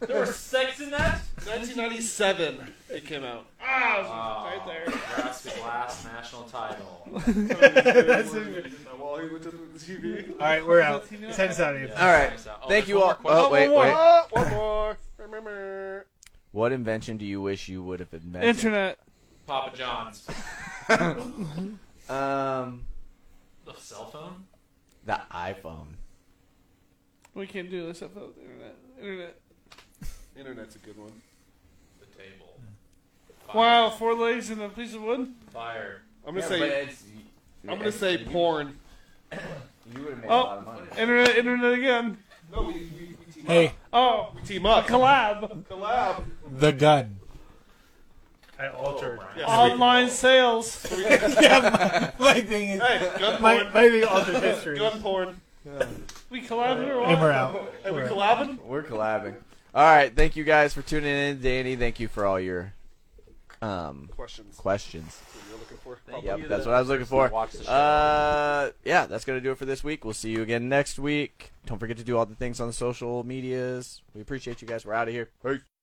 Speaker 2: There was sex in that?
Speaker 4: 1997. It came out.
Speaker 5: Ah, I was
Speaker 2: Wow.
Speaker 5: right there.
Speaker 2: That's Oh, his last national title.
Speaker 3: That's it.
Speaker 4: While he went to the TV.
Speaker 3: All right, we're out. Let's head us out of here.
Speaker 1: All right.
Speaker 2: Oh,
Speaker 1: Thank
Speaker 2: there's
Speaker 1: you
Speaker 2: one
Speaker 1: all.
Speaker 2: more question.
Speaker 1: Oh, wait, wait.
Speaker 4: Oh, one more. Remember.
Speaker 1: What invention do you wish you would have invented?
Speaker 5: Internet.
Speaker 2: Papa John's.
Speaker 1: Um,
Speaker 2: The cell phone?
Speaker 1: the iPhone.
Speaker 5: We can't do this without the internet. Internet.
Speaker 4: Internet's a good one.
Speaker 2: The table.
Speaker 5: Wow, four legs and a piece of wood.
Speaker 2: Fire.
Speaker 4: I'm gonna
Speaker 1: Yeah, but
Speaker 4: say.
Speaker 1: it's-
Speaker 4: I'm gonna say porn.
Speaker 1: You would have made
Speaker 5: Oh.
Speaker 1: a lot of money.
Speaker 5: Internet, internet again.
Speaker 4: No, we, we, we team
Speaker 3: Hey,
Speaker 5: Oh,
Speaker 4: Team up.
Speaker 5: collab.
Speaker 4: Collab.
Speaker 3: the gun. I altered.
Speaker 5: Online sales.
Speaker 3: yeah, my, my thing is
Speaker 4: Hey, gun
Speaker 3: my,
Speaker 4: porn.
Speaker 3: my thing altered history.
Speaker 4: Gun porn.
Speaker 5: We collab here.
Speaker 3: And we're
Speaker 5: Wow.
Speaker 3: out.
Speaker 4: Hey, we
Speaker 3: We're out.
Speaker 4: collabing?
Speaker 1: We're collabing. All right. Thank you guys for tuning in. Danny, thank you for all your um
Speaker 4: Questions.
Speaker 1: questions.
Speaker 4: That's what you're looking for.
Speaker 2: Thank
Speaker 1: Yep,
Speaker 2: you
Speaker 1: that's
Speaker 2: to
Speaker 1: what I was looking for.
Speaker 2: Watch the show.
Speaker 1: Uh, yeah, that's gonna do it for this week. We'll see you again next week. Don't forget to do all the things on the social medias. We appreciate you guys. We're out of here. Peace.